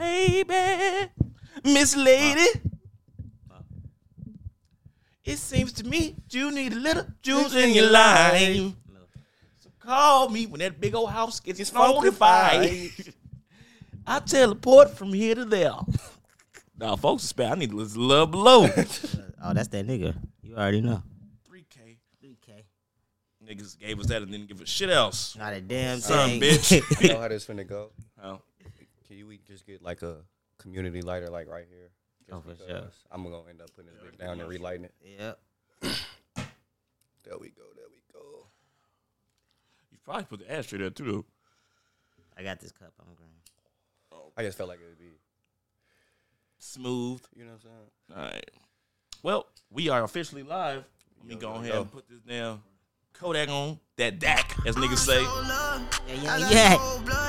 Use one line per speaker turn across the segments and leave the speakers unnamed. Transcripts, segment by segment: baby, Miss Lady. It seems to me you need a little juice in your life. So call me when that big old house gets fortified. I teleport from here to there. Now, folks, it's bad. I need to listen to Love Below.
Oh, that's that nigga. You already know.
3K.
Okay.
Niggas gave us that and didn't give a shit else.
Not a damn
Son,
thing.
bitch.
You know how this finna go?
Oh.
Can you we just get like a community lighter like right here?
Oh, for sure.
I'm gonna end up putting this bitch down and relighting it.
yep.
There we go. There we go.
You probably put the ashtray there, too, though.
I got this cup. I'm green.
I just felt like it would be.
Smooth.
You know what I'm saying?
All right. Well, we are officially live. Let me
Yo,
go
yo,
ahead
yo.
and put this down. Kodak on that DAC, as niggas say.
Yeah, young yak.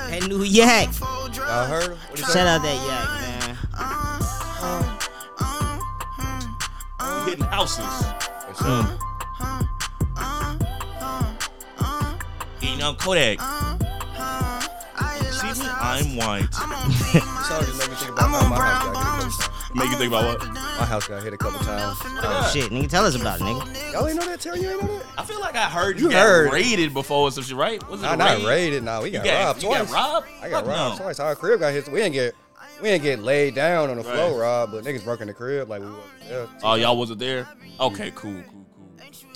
That new yak.
Y'all heard? him? What he
Shout out that yak, man.
We hitting houses,
What's up?
eating on Kodak. See me? I'm white.
This song just made me think about how my house got hit a couple times.
Make you think about what?
My house got hit a couple times.
Oh, shit, nigga, tell us about it, nigga.
Y'all ain't know that, Terry? You ain't know that?
I feel like I heard you,
You
got
heard.
raided before or some shit, right? Was it
Nah,
a
not
raid?
raided. Nah, we
You
got,
got
robbed
you
twice.
got robbed?
I got
Fuck
robbed
no.
twice. Our crib got hit. We didn't get we didn't get laid down on the floor,
Right.
Rob, but niggas broke in the crib like we wasn't there.
Oh, y'all wasn't there? Okay, cool, cool, cool.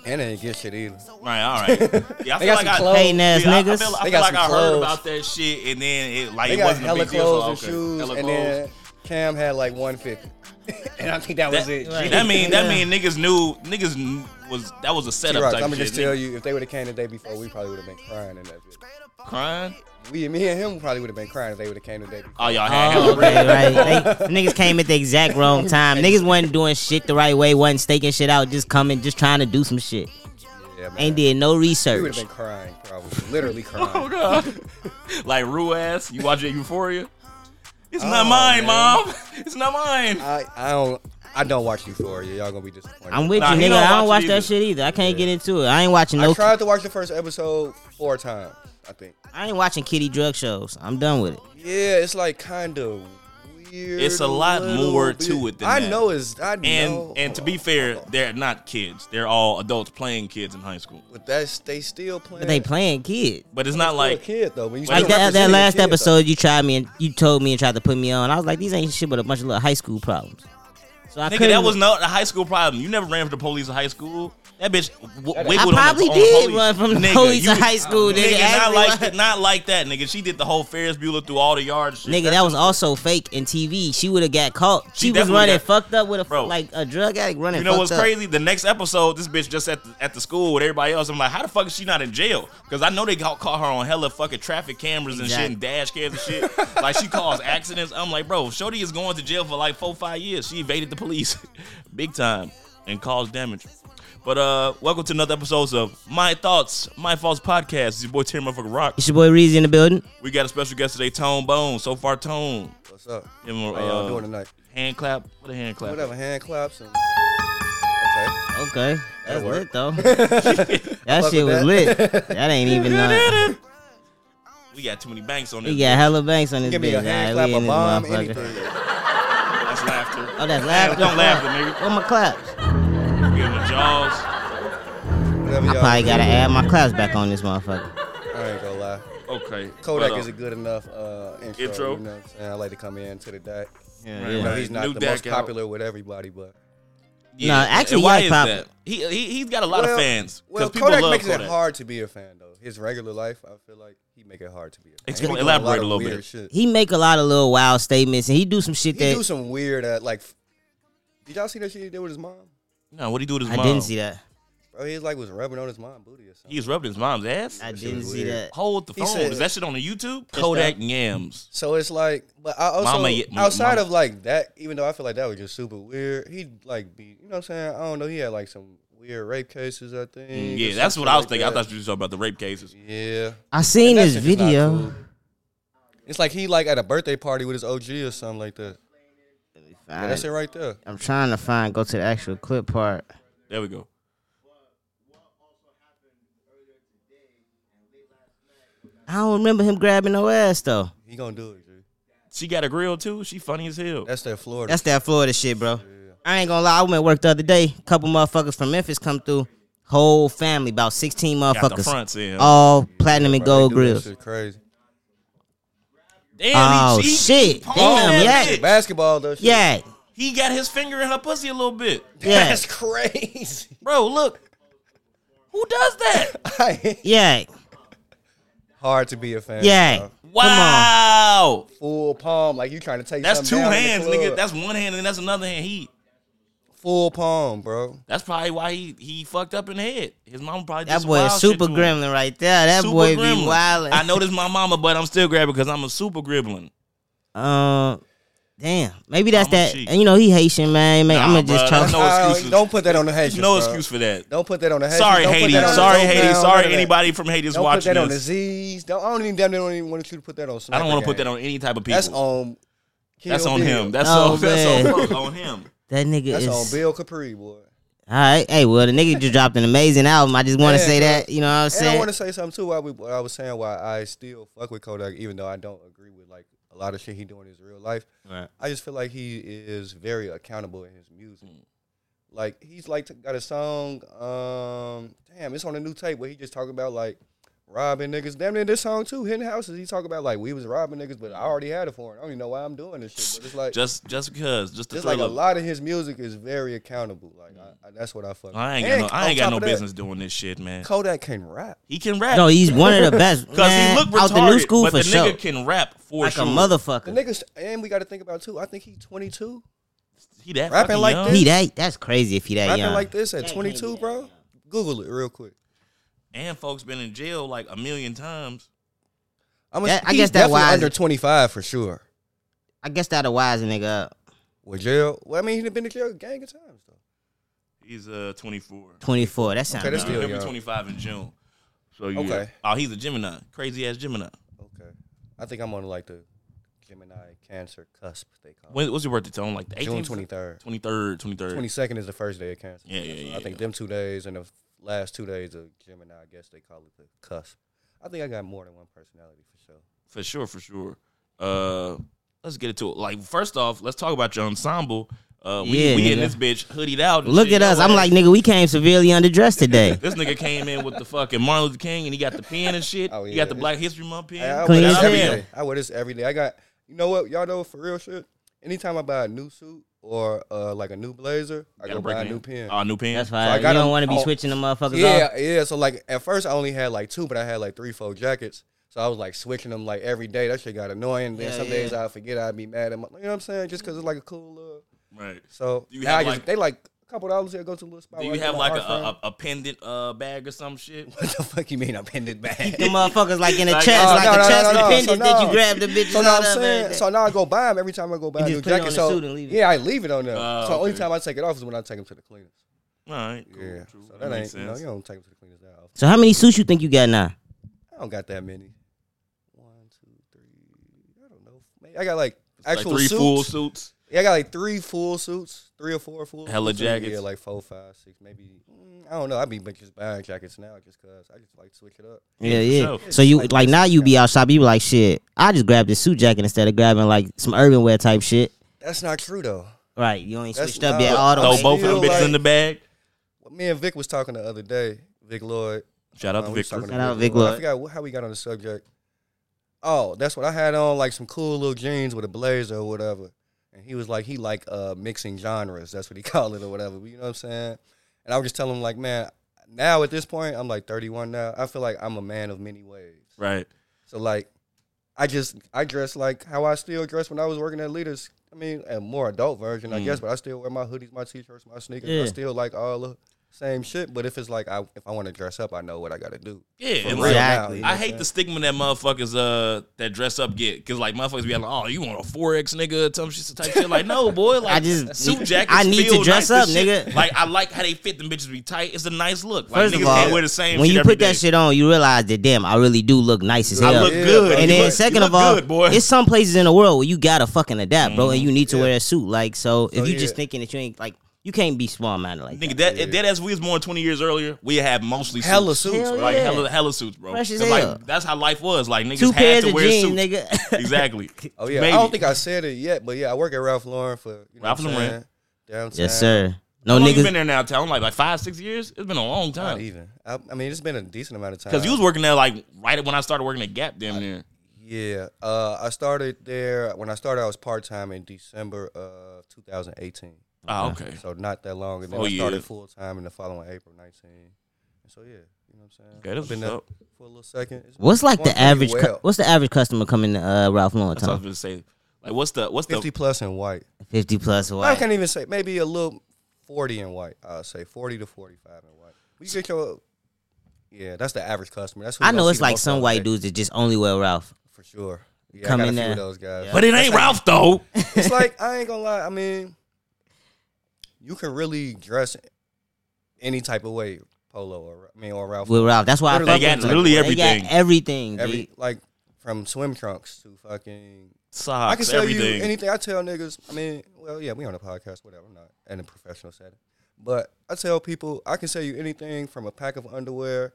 And they didn't get shit either.
All right, all right. Yeah, I
They got some clothes.
Hating ass
yeah, I- I
niggas.
feel, I feel
They got
like
some
I heard
clothes.
about that shit, and then it like
They
it
got
wasn't a
hella
big deal. so,
clothes and
okay.
shoes,
Hella
and
clothes.
then Cam had like 150. and I think that was it.
that,
Right.
that mean that
Yeah.
mean niggas knew niggas kn- was that was a setup
T-Rock,
type
I'm gonna
shit.
just tell
Niggas
you, if they would have came the day before, we probably would have been crying in that bitch.
Crying?
We, me and him probably would have been crying if they would have came the day before.
Oh y'all had
Oh,
hella raid.
okay, right. They, niggas came at the exact wrong time. Niggas wasn't doing shit the right way, wasn't staking shit out, just coming, just trying to do some shit.
Yeah, man.
Ain't did no
We would
research.
have been crying, probably. Literally
Oh
crying.
god. like Rue ass, you watching Euphoria? It's not
Oh,
mine,
man.
mom. It's not mine.
I, I don't I don't watch Euphoria. Y'all gonna be disappointed.
I'm with
Nah,
you,
he
nigga.
don't
I don't
watch
watch
it
that
either.
shit either. I can't get into it. I ain't watching
I
no.
tried to watch the first episode four times, I think.
I ain't watching kitty drug shows. I'm done with it.
Yeah, it's like kind of weird.
It's a lot
little
more
bit.
to it than
I
that.
know it's I
and
know.
and to be fair, they're not kids. They're all adults playing kids in high school.
but that's they still playing.
But they playing kids.
But it's not
like a
like
kid though. When you
Like
still
that, that
representing
last
a kid,
episode, you tried me and you told me and tried to put me on. I was like, these ain't shit but a bunch of little high school problems. So I
nigga,
couldn't-
that was not a high school problem. You never ran for the police in high school. That bitch w-
That-
wiggled
I
on the-
probably
on the
did
police.
run from the
Nigga,
police
you-
in high school, nigga.
Nigga, not
Actually,
like
what?
that, not like that, nigga. She did the whole Ferris Bueller through all the yards. Shit.
Nigga, that was also fake in TV. She would have got caught. She, was
definitely
running
got-
fucked up with a
Bro.
like a drug addict running.
You know what's
fucked up.
crazy? The next episode, this bitch just at the, at the school with everybody else. I'm like, how the fuck is she not in jail? Because I know they caught, caught her on hella fucking traffic cameras and shit and dash cams and shit. like she caused accidents. I'm like, bro, Shorty is going to jail for like four five years. She evaded the police, big time, and caused damage. But uh, welcome to another episode of My Thoughts, My Thoughts podcast. It's your boy Terry Motherfucker Rock.
It's your boy Reezy in the building.
We got a special guest today, Tone Bone. So far, Tone.
What's up?
Give him a,
How y'all
uh,
doing tonight?
Hand clap. What a hand clap.
Whatever. Hand claps and okay.
Okay, that's
work.
lit though. that shit was
that.
lit. That ain't even. Uh,
We got too many banks on this.
we got hella banks on this
Give me
bitch.
a hand
Alright,
clap,
we
a
in this
bomb,
motherfucker.
anything.
That's laughter.
Oh, that's laughter.
Don't laugh at me.
Where my claps?
We're getting the jaws.
Whatever y'all.
Probably
do.
gotta add my claps back on this motherfucker.
I ain't gonna lie.
Okay.
Kodak
but, uh,
is a good enough uh, intro.
Intro?
You know what I'm saying? I like to come in to the deck.
Yeah,
Right,
You
yeah.
know, he's not
New
the
Dak
most
out.
popular with everybody, but
yeah.
No, actually,
And why
yeah,
is
Pop-
that? He he he's got a lot
Well-
of fans because
well,
people
Kodak
love
makes
Kodak.
it hard to be a fan though. His regular life, I feel like he make it hard to be a fan. He
Explain-
be doing
elaborate
lot
a
of
little
weird
bit.
Shit. He,
He make a lot of little wild statements and he do some shit that
do some weird, uh, like. f- Did y'all see that shit he did with his mom?
No, what he do to his
I
mom?
didn't see that.
Bro, he like was rubbing on his mom booty or something.
He's rubbing his mom's ass.
I
shit
didn't
was
see
weird.
that.
Hold the
He
phone.
said-
is that shit on the YouTube?
that-
Kodak yams.
So it's like, but I also
Mama, yeah, m-
outside
mama.
of like that, even though I feel like that was just super weird, he like be, you know what I'm saying? I don't know. He had like some weird rape cases, I think. or
Mm, Yeah,
some
that's
shit
what I was
like
thinking. I
that.
thought you were talking about the rape cases.
Yeah.
I seen
That
this
shit is not
video.
cool. It's like he like at a birthday party with his OG or something like that. Yeah, that's it right there.
I'm trying to find. Go to the actual clip part.
There we go.
I don't remember him grabbing no ass though.
He gonna do it, G.
She got a grill too. She funny as hell.
That's that Florida.
That's that Florida shit, bro. I ain't gonna lie. I went to work the other day. Couple motherfuckers from Memphis come through. Whole family, about sixteen
got the
motherfuckers,
fronts in.
all platinum and
Bro, they
gold
do that
grills.
shit Crazy.
Damn, he-
Oh,
he-
shit.
he palmed
Damn,
that
yeah.
bitch.
Basketball though. Shit.
Yeah,
He got his finger in her pussy a little bit.
yeah,
That's crazy.
Bro, look. Who does that?
yeah,
Hard to be a fan.
yeah.
bro.
Wow.
Full palm, like you trying to take.
That's
something
two
down in the
hands, nigga.
club.
That's one hand and that's another hand. He
full palm, bro.
that's probably why he he fucked up in the head. His mama probably did
That
some
boy is
wild shit
super
to him.
gremlin right there. That
Super
boy be
gremlin.
wildin'.
I know this my mama, but I'm still grabbing because I'm a super gremlin.
Um, damn. Maybe that's
Mama
that.
cheek.
And you know he Haitian man. man I'm
Nah,
gonna just
bruh,
try.
that's No
I don't-
excuses.
Don't put that on the Haitians.
No
bro.
excuse for that.
Don't put that on the Haitians.
Sorry,
Don't put
Haiti.
that on the
Sorry,
Joe
Haiti.
Brown,
Sorry,
none of that.
anybody from Haiti's
Don't put
watching
that on the
this.
Z's. Don't. I don't even damn. near Don't even want you to put that on.
I don't want
Smacker
to put that
Gang.
on any type of people.
That's
That's on,
on. Kill Bill.
him. That's
Oh,
on. That's
man.
on. Fuck on him.
that nigga
That's
is.
on Bill Capri, boy.
All right. Hey, well, the nigga just dropped an amazing album. I just want to
Yeah,
say
bro.
that. You know what I'm
And I
saying?
want to say something too. Why we, what I was saying why I still fuck with Kodak, even though I don't agree with like a lot of shit he doing in his real life.
Right.
I just feel like he is very accountable in his music. Like he's like t- got a song. Um, damn, it's on a new tape where he just talking about like robbing niggas. Damn near this song too, hitting houses. He talk about like we was robbing niggas, but I already had it for it. I don't even know why I'm doing this shit. But it's like. Just-
Just just because. Just to
like
thrill
a
up.
lot of his music is very accountable. Like I, I, that's what I fuck.
I ain't
with.
got no.
And
I ain't
on
got
top
no
of that,
business doing this shit, man.
Kodak can rap.
He can rap.
No, he's one of the best.
Cause he
man,
look retarded,
out the new school
but
for
the
sure.
nigga can rap for
like
sure.
a
The
motherfucker.
niggas, and we got to think about too. I think he's 22,
he that
rapping
fucking
like
young.
this.
He that that's crazy if he that
rapping
young.
like this at 22,
yeah,
bro. Google it real quick.
and folks been in jail like a million times.
I'm
That- I guess that wise-
under 25 for sure.
I guess that'll wise a nigga up.
With jail, well, I mean, he's been to jail a gang of times though.
He's uh 24.
24. That sounds
Okay, that's
Nah,
still
he'll be
young.
25 in June. So yeah.
Okay.
Oh, he's a Gemini. Crazy ass Gemini.
Okay, I think I'm on like the Gemini Cancer cusp. They call it.
When, what's your birthday, Tone? Like the 18th?
June 23rd.
23rd, 23rd.
22nd is the first day of Cancer.
Yeah, yeah,
So
yeah,
I think
yeah.
them two days and the last two days of Gemini, I guess they call it the cusp. I think I got more than one personality for sure.
For sure, for sure. Uh, let's get it to it. Like, first off, let's talk about your ensemble. Uh, we,
Yeah,
we in
nigga.
this bitch hoodied out. and
Look
shit.
at us.
Yo,
I'm
ass-
like, nigga, we came severely underdressed today.
This nigga came in with the fucking Martin Luther King and he got the pen and shit.
Oh,
He got the
yeah.
Black History Month pen.
I, I wear
Clean
this
as
every
hell.
day. I wear this every day. I got you know what y'all know for real shit. Anytime I buy a new suit or uh, like a new blazer, I
Gotta
go
break
buy a
it in.
new pen.
Oh, new pen.
That's
right.
why
I
you
got
don't
him
want to be
on-
switching the motherfuckers
yeah,
off.
yeah. So like at first I only had like two, but I had like three, four jackets. So I was like switching them like every day. That shit got annoying. Then
Yeah,
some
yeah.
days I forget I'd be mad at my, you know what I'm saying? Just because it's like a cool look.
Right.
So
Do you
now
have,
I just-
like-
they like a couple dollars here go to a little spot.
Do
where
you
I get
have
my
like a,
art from.
a, a pendant uh, bag or some shit?
what the fuck you mean I'm in it back?
The motherfuckers like in a
Like,
chest,
oh,
like
no,
a
no,
chest
no, no.
appendage
So
that
no.
you grab the bitches
So
out
now I'm
of
saying,
and-
so now I go buy them every time I go buy
You
a new
just put it
jacket.
on the
So
suit and leave it.
yeah, I leave it on there.
Oh,
so the only
okay.
time I take it off is when I take them to the cleaners.
All right. Cool.
Yeah,
True.
so
that,
that ain't
makes
you know
sense.
you don't take them to the cleaners that often.
So how many suits you think you got now?
I don't got that many. One, two, three. I don't know. Maybe I got like actual
like three
suits.
full suits.
Yeah, I got like three full suits, three or four full.
Hella
suits. Maybe,
jackets.
Yeah, like four, five, six, maybe. Mm, I don't know. I be just buying jackets now just cause I just like to switch it up.
Yeah,
for
yeah.
sure.
So you like now you be out shopping, you be like shit. I just grabbed this suit jacket instead of grabbing like some urban wear type shit.
That's not true though.
Right, you ain't
That's
switched up yet.
wild.
All the
Throw
way.
I
both of them
feel
bitches in
like-
the bag.
What me and Vic was talking the other day. Vic Lloyd.
Shout out
Uh,
to
we was
Victor.
talking to
Shout out Vic
I
Lloyd.
forgot wh- how we got on the subject. Oh, that's what I had on, like some cool little jeans with a blazer or whatever. And he was like, he like uh, mixing genres. That's what he called it or whatever. But you know what I'm saying? And I was just telling him like, man, now at this point, I'm like 31 now. I feel like I'm a man of many ways.
Right.
So like, I just I dress like how I still dress when I was working at Leaders. I mean, a more adult version, I guess. But I still wear my hoodies, my t-shirts, my sneakers.
Yeah.
I still like all the same shit. But if it's like I if I want to dress up, I know what I got to do.
Yeah.
For
and
real
like,
Exactly.
now, you know
I
what
hate
I'm
the stigma that motherfuckers uh that dress up get because like motherfuckers be like, oh, you want a four X nigga or some shit type shit. Like, no, boy, like
I just-
suit jackets.
I need to
feel
dress
nice
up,
as shit.
nigga.
Like, I like how they fit. Them bitches be tight. It's a nice look. Like,
First
niggas
of all,
can't wear the same.
when
shit
you
every
put that
day.
shit on, you realize that damn, I really do look nice as
I
hell.
look
Yeah,
good.
bro.
You
And
look-
then
you
second
look
of all,
good, boy. Mm-hmm.
it's some places in the world where you gotta fucking adapt, bro, and you need to
Yeah.
wear a suit. Like so, if you
yeah.
just thinking that you ain't like You can't be small minded like
Nigga,
that.
that, if that as we was born 20 years earlier, we have mostly suits.
Hella suits,
Hell
bro.
Like
yeah.
hella, hella suits, bro.
Fresh as
'Cause,
hell.
Like, that's how life was. Like niggas
Two
had
pairs
to
of
wear
jeans,
suits.
nigga.
Exactly.
Oh yeah,
Maybe.
I don't think I said it yet, but yeah, I work at Ralph Lauren for you know
Ralph
what I'm
Lauren.
saying? downtown.
yes, sir. No
How long you
niggas.
been there now, Tal? Like, like five, six years? It's been a long
Not
time.
even. I, I mean, it's been a decent amount of time.
Because you was working there like right when I started working at Gap damn near.
yeah, uh, I started there when I started. I was part time in December of 2018,
Oh, okay.
so not that long. And then
Oh,
I
yeah.
started full time in the following April 19. And so yeah, you know what I'm saying.
Okay, that's
I've been
what's
there
up.
for a little second. It's
What's like
going
the
pretty
average? cu-
well.
what's the average customer coming to uh, Ralph Lauren?
That's what I was
Tom?
gonna say. Like, what's the what's
50
the
plus in white.
Fifty plus.
I
Away.
can't even say maybe a little 40 in white. I'll say 40 to 45 in white. You get your yeah, that's the average customer. That's who
I
you
know
gonna
it's
see the
like
most
some
all
white
day,
dudes that just only wear Ralph.
for sure. Yeah,
come
I got
in
a few
there.
of those guys.
But it ain't Ralph though.
it's like I ain't gonna lie. I mean, you can really dress any type of way, polo or I mean or Ralph.
With Ralph, that's why I
They
They
fuck
got
with them.
literally
They got
everything.
everything.
Every
Every,
like from swim trunks to fucking.
Socks,
I can tell you anything. I tell niggas. I mean, well, yeah, we on a podcast, whatever. I'm not in a professional setting, but I tell people I can sell you anything from a pack of underwear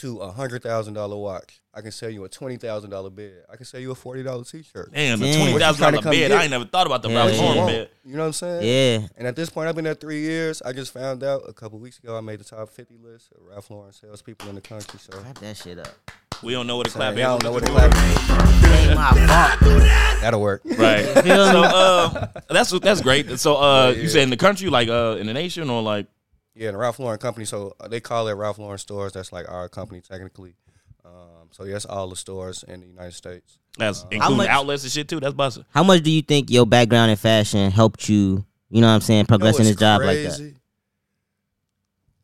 to a hundred thousand dollar watch. I can sell you a twenty thousand dollar bed. I can sell you a forty dollar t-shirt.
Damn, the
Damn.
twenty
What you trying
thousand
to
dollar
come
bed.
get?
I ain't never thought about the
Yeah,
Ralph
yeah.
What you
Lauren
want?
bed.
You know what I'm saying?
yeah,
And at this point, I've been there three years. I just found out a couple weeks ago I made the top 50 list of Ralph Lauren salespeople in the country. So
clap that shit up.
We don't know what a
I
clap is.
don't know what the clap
Ain't my fault.
is. That'll work.
Right.
Feel
so
me?
uh, that's that's great. So uh,
Yeah,
you
yeah.
said in the country, like uh, in the nation, or like
Yeah, the Ralph Lauren company. So uh, they call it Ralph Lauren stores. That's like our company technically. Um, so yes, all the stores in the United States.
that's including
much-
outlets and shit too. That's busting.
How much do you think your background in fashion helped you? You know what I'm saying? Progress in
You know
this job
what's
like that.
crazy?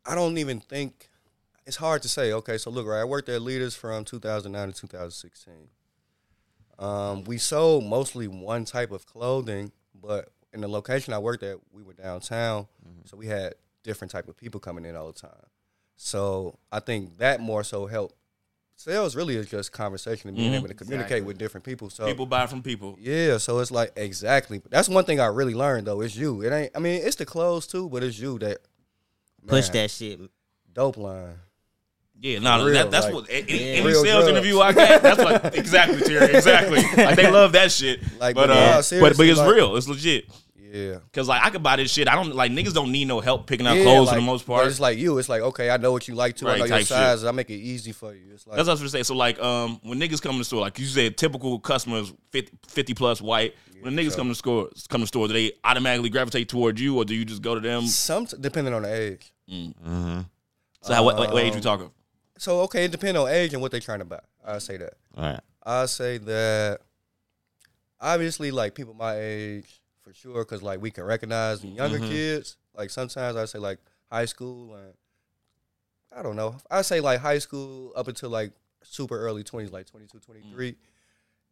I don't even think it's hard to say. Okay, so look, right, I worked at Leaders from 2009 to 2016. Um, we sold mostly one type of clothing, but in the location I worked at, we were downtown,
Mm-hmm.
so we had different type of people coming in all the time. So I think that more so helped. Sales really is just conversation and being
Mm-hmm.
able to communicate with different people. So
People buy from people.
yeah, so it's like exactly. That's one thing I really learned though. It's you. It ain't. I mean, it's the clothes too, but it's you that
Push
Man,
that shit.
dope line.
Yeah, no,
Real,
that, that's
like-
what any,
Yeah.
any
Real
sales
drugs.
interview I get. That's what exactly, Terry. Exactly. Like they love that shit.
Like,
but
but nah,
uh, but but
seriously,
it's
like-
real. It's legit.
Yeah,
Cause like I could buy this shit. I don't like niggas don't need no help picking out
yeah,
clothes
like,
for the most
but
part.
It's like you. It's like okay, I know what you like too.
Right,
I know your
type shit.
sizes. I make it easy for you. It's like
That's what I was gonna say. So like, um, when niggas come to the store, like you said, typical customers 50, 50 plus white. When niggas come to store, come to store, do they automatically gravitate toward you, or do you just go to them?
some depending on the age.
Mm.
Um,
So how, what, what
uh,
age you talking?
So okay, it depends on age and what they're trying to buy. I say that.
All right.
I say that obviously, like people my age for sure, because like we can recognize the younger
Mm-hmm.
kids. Like sometimes I say like high school and I don't know. I say like high school up until like super early twenties, like 22,
Mm.
23.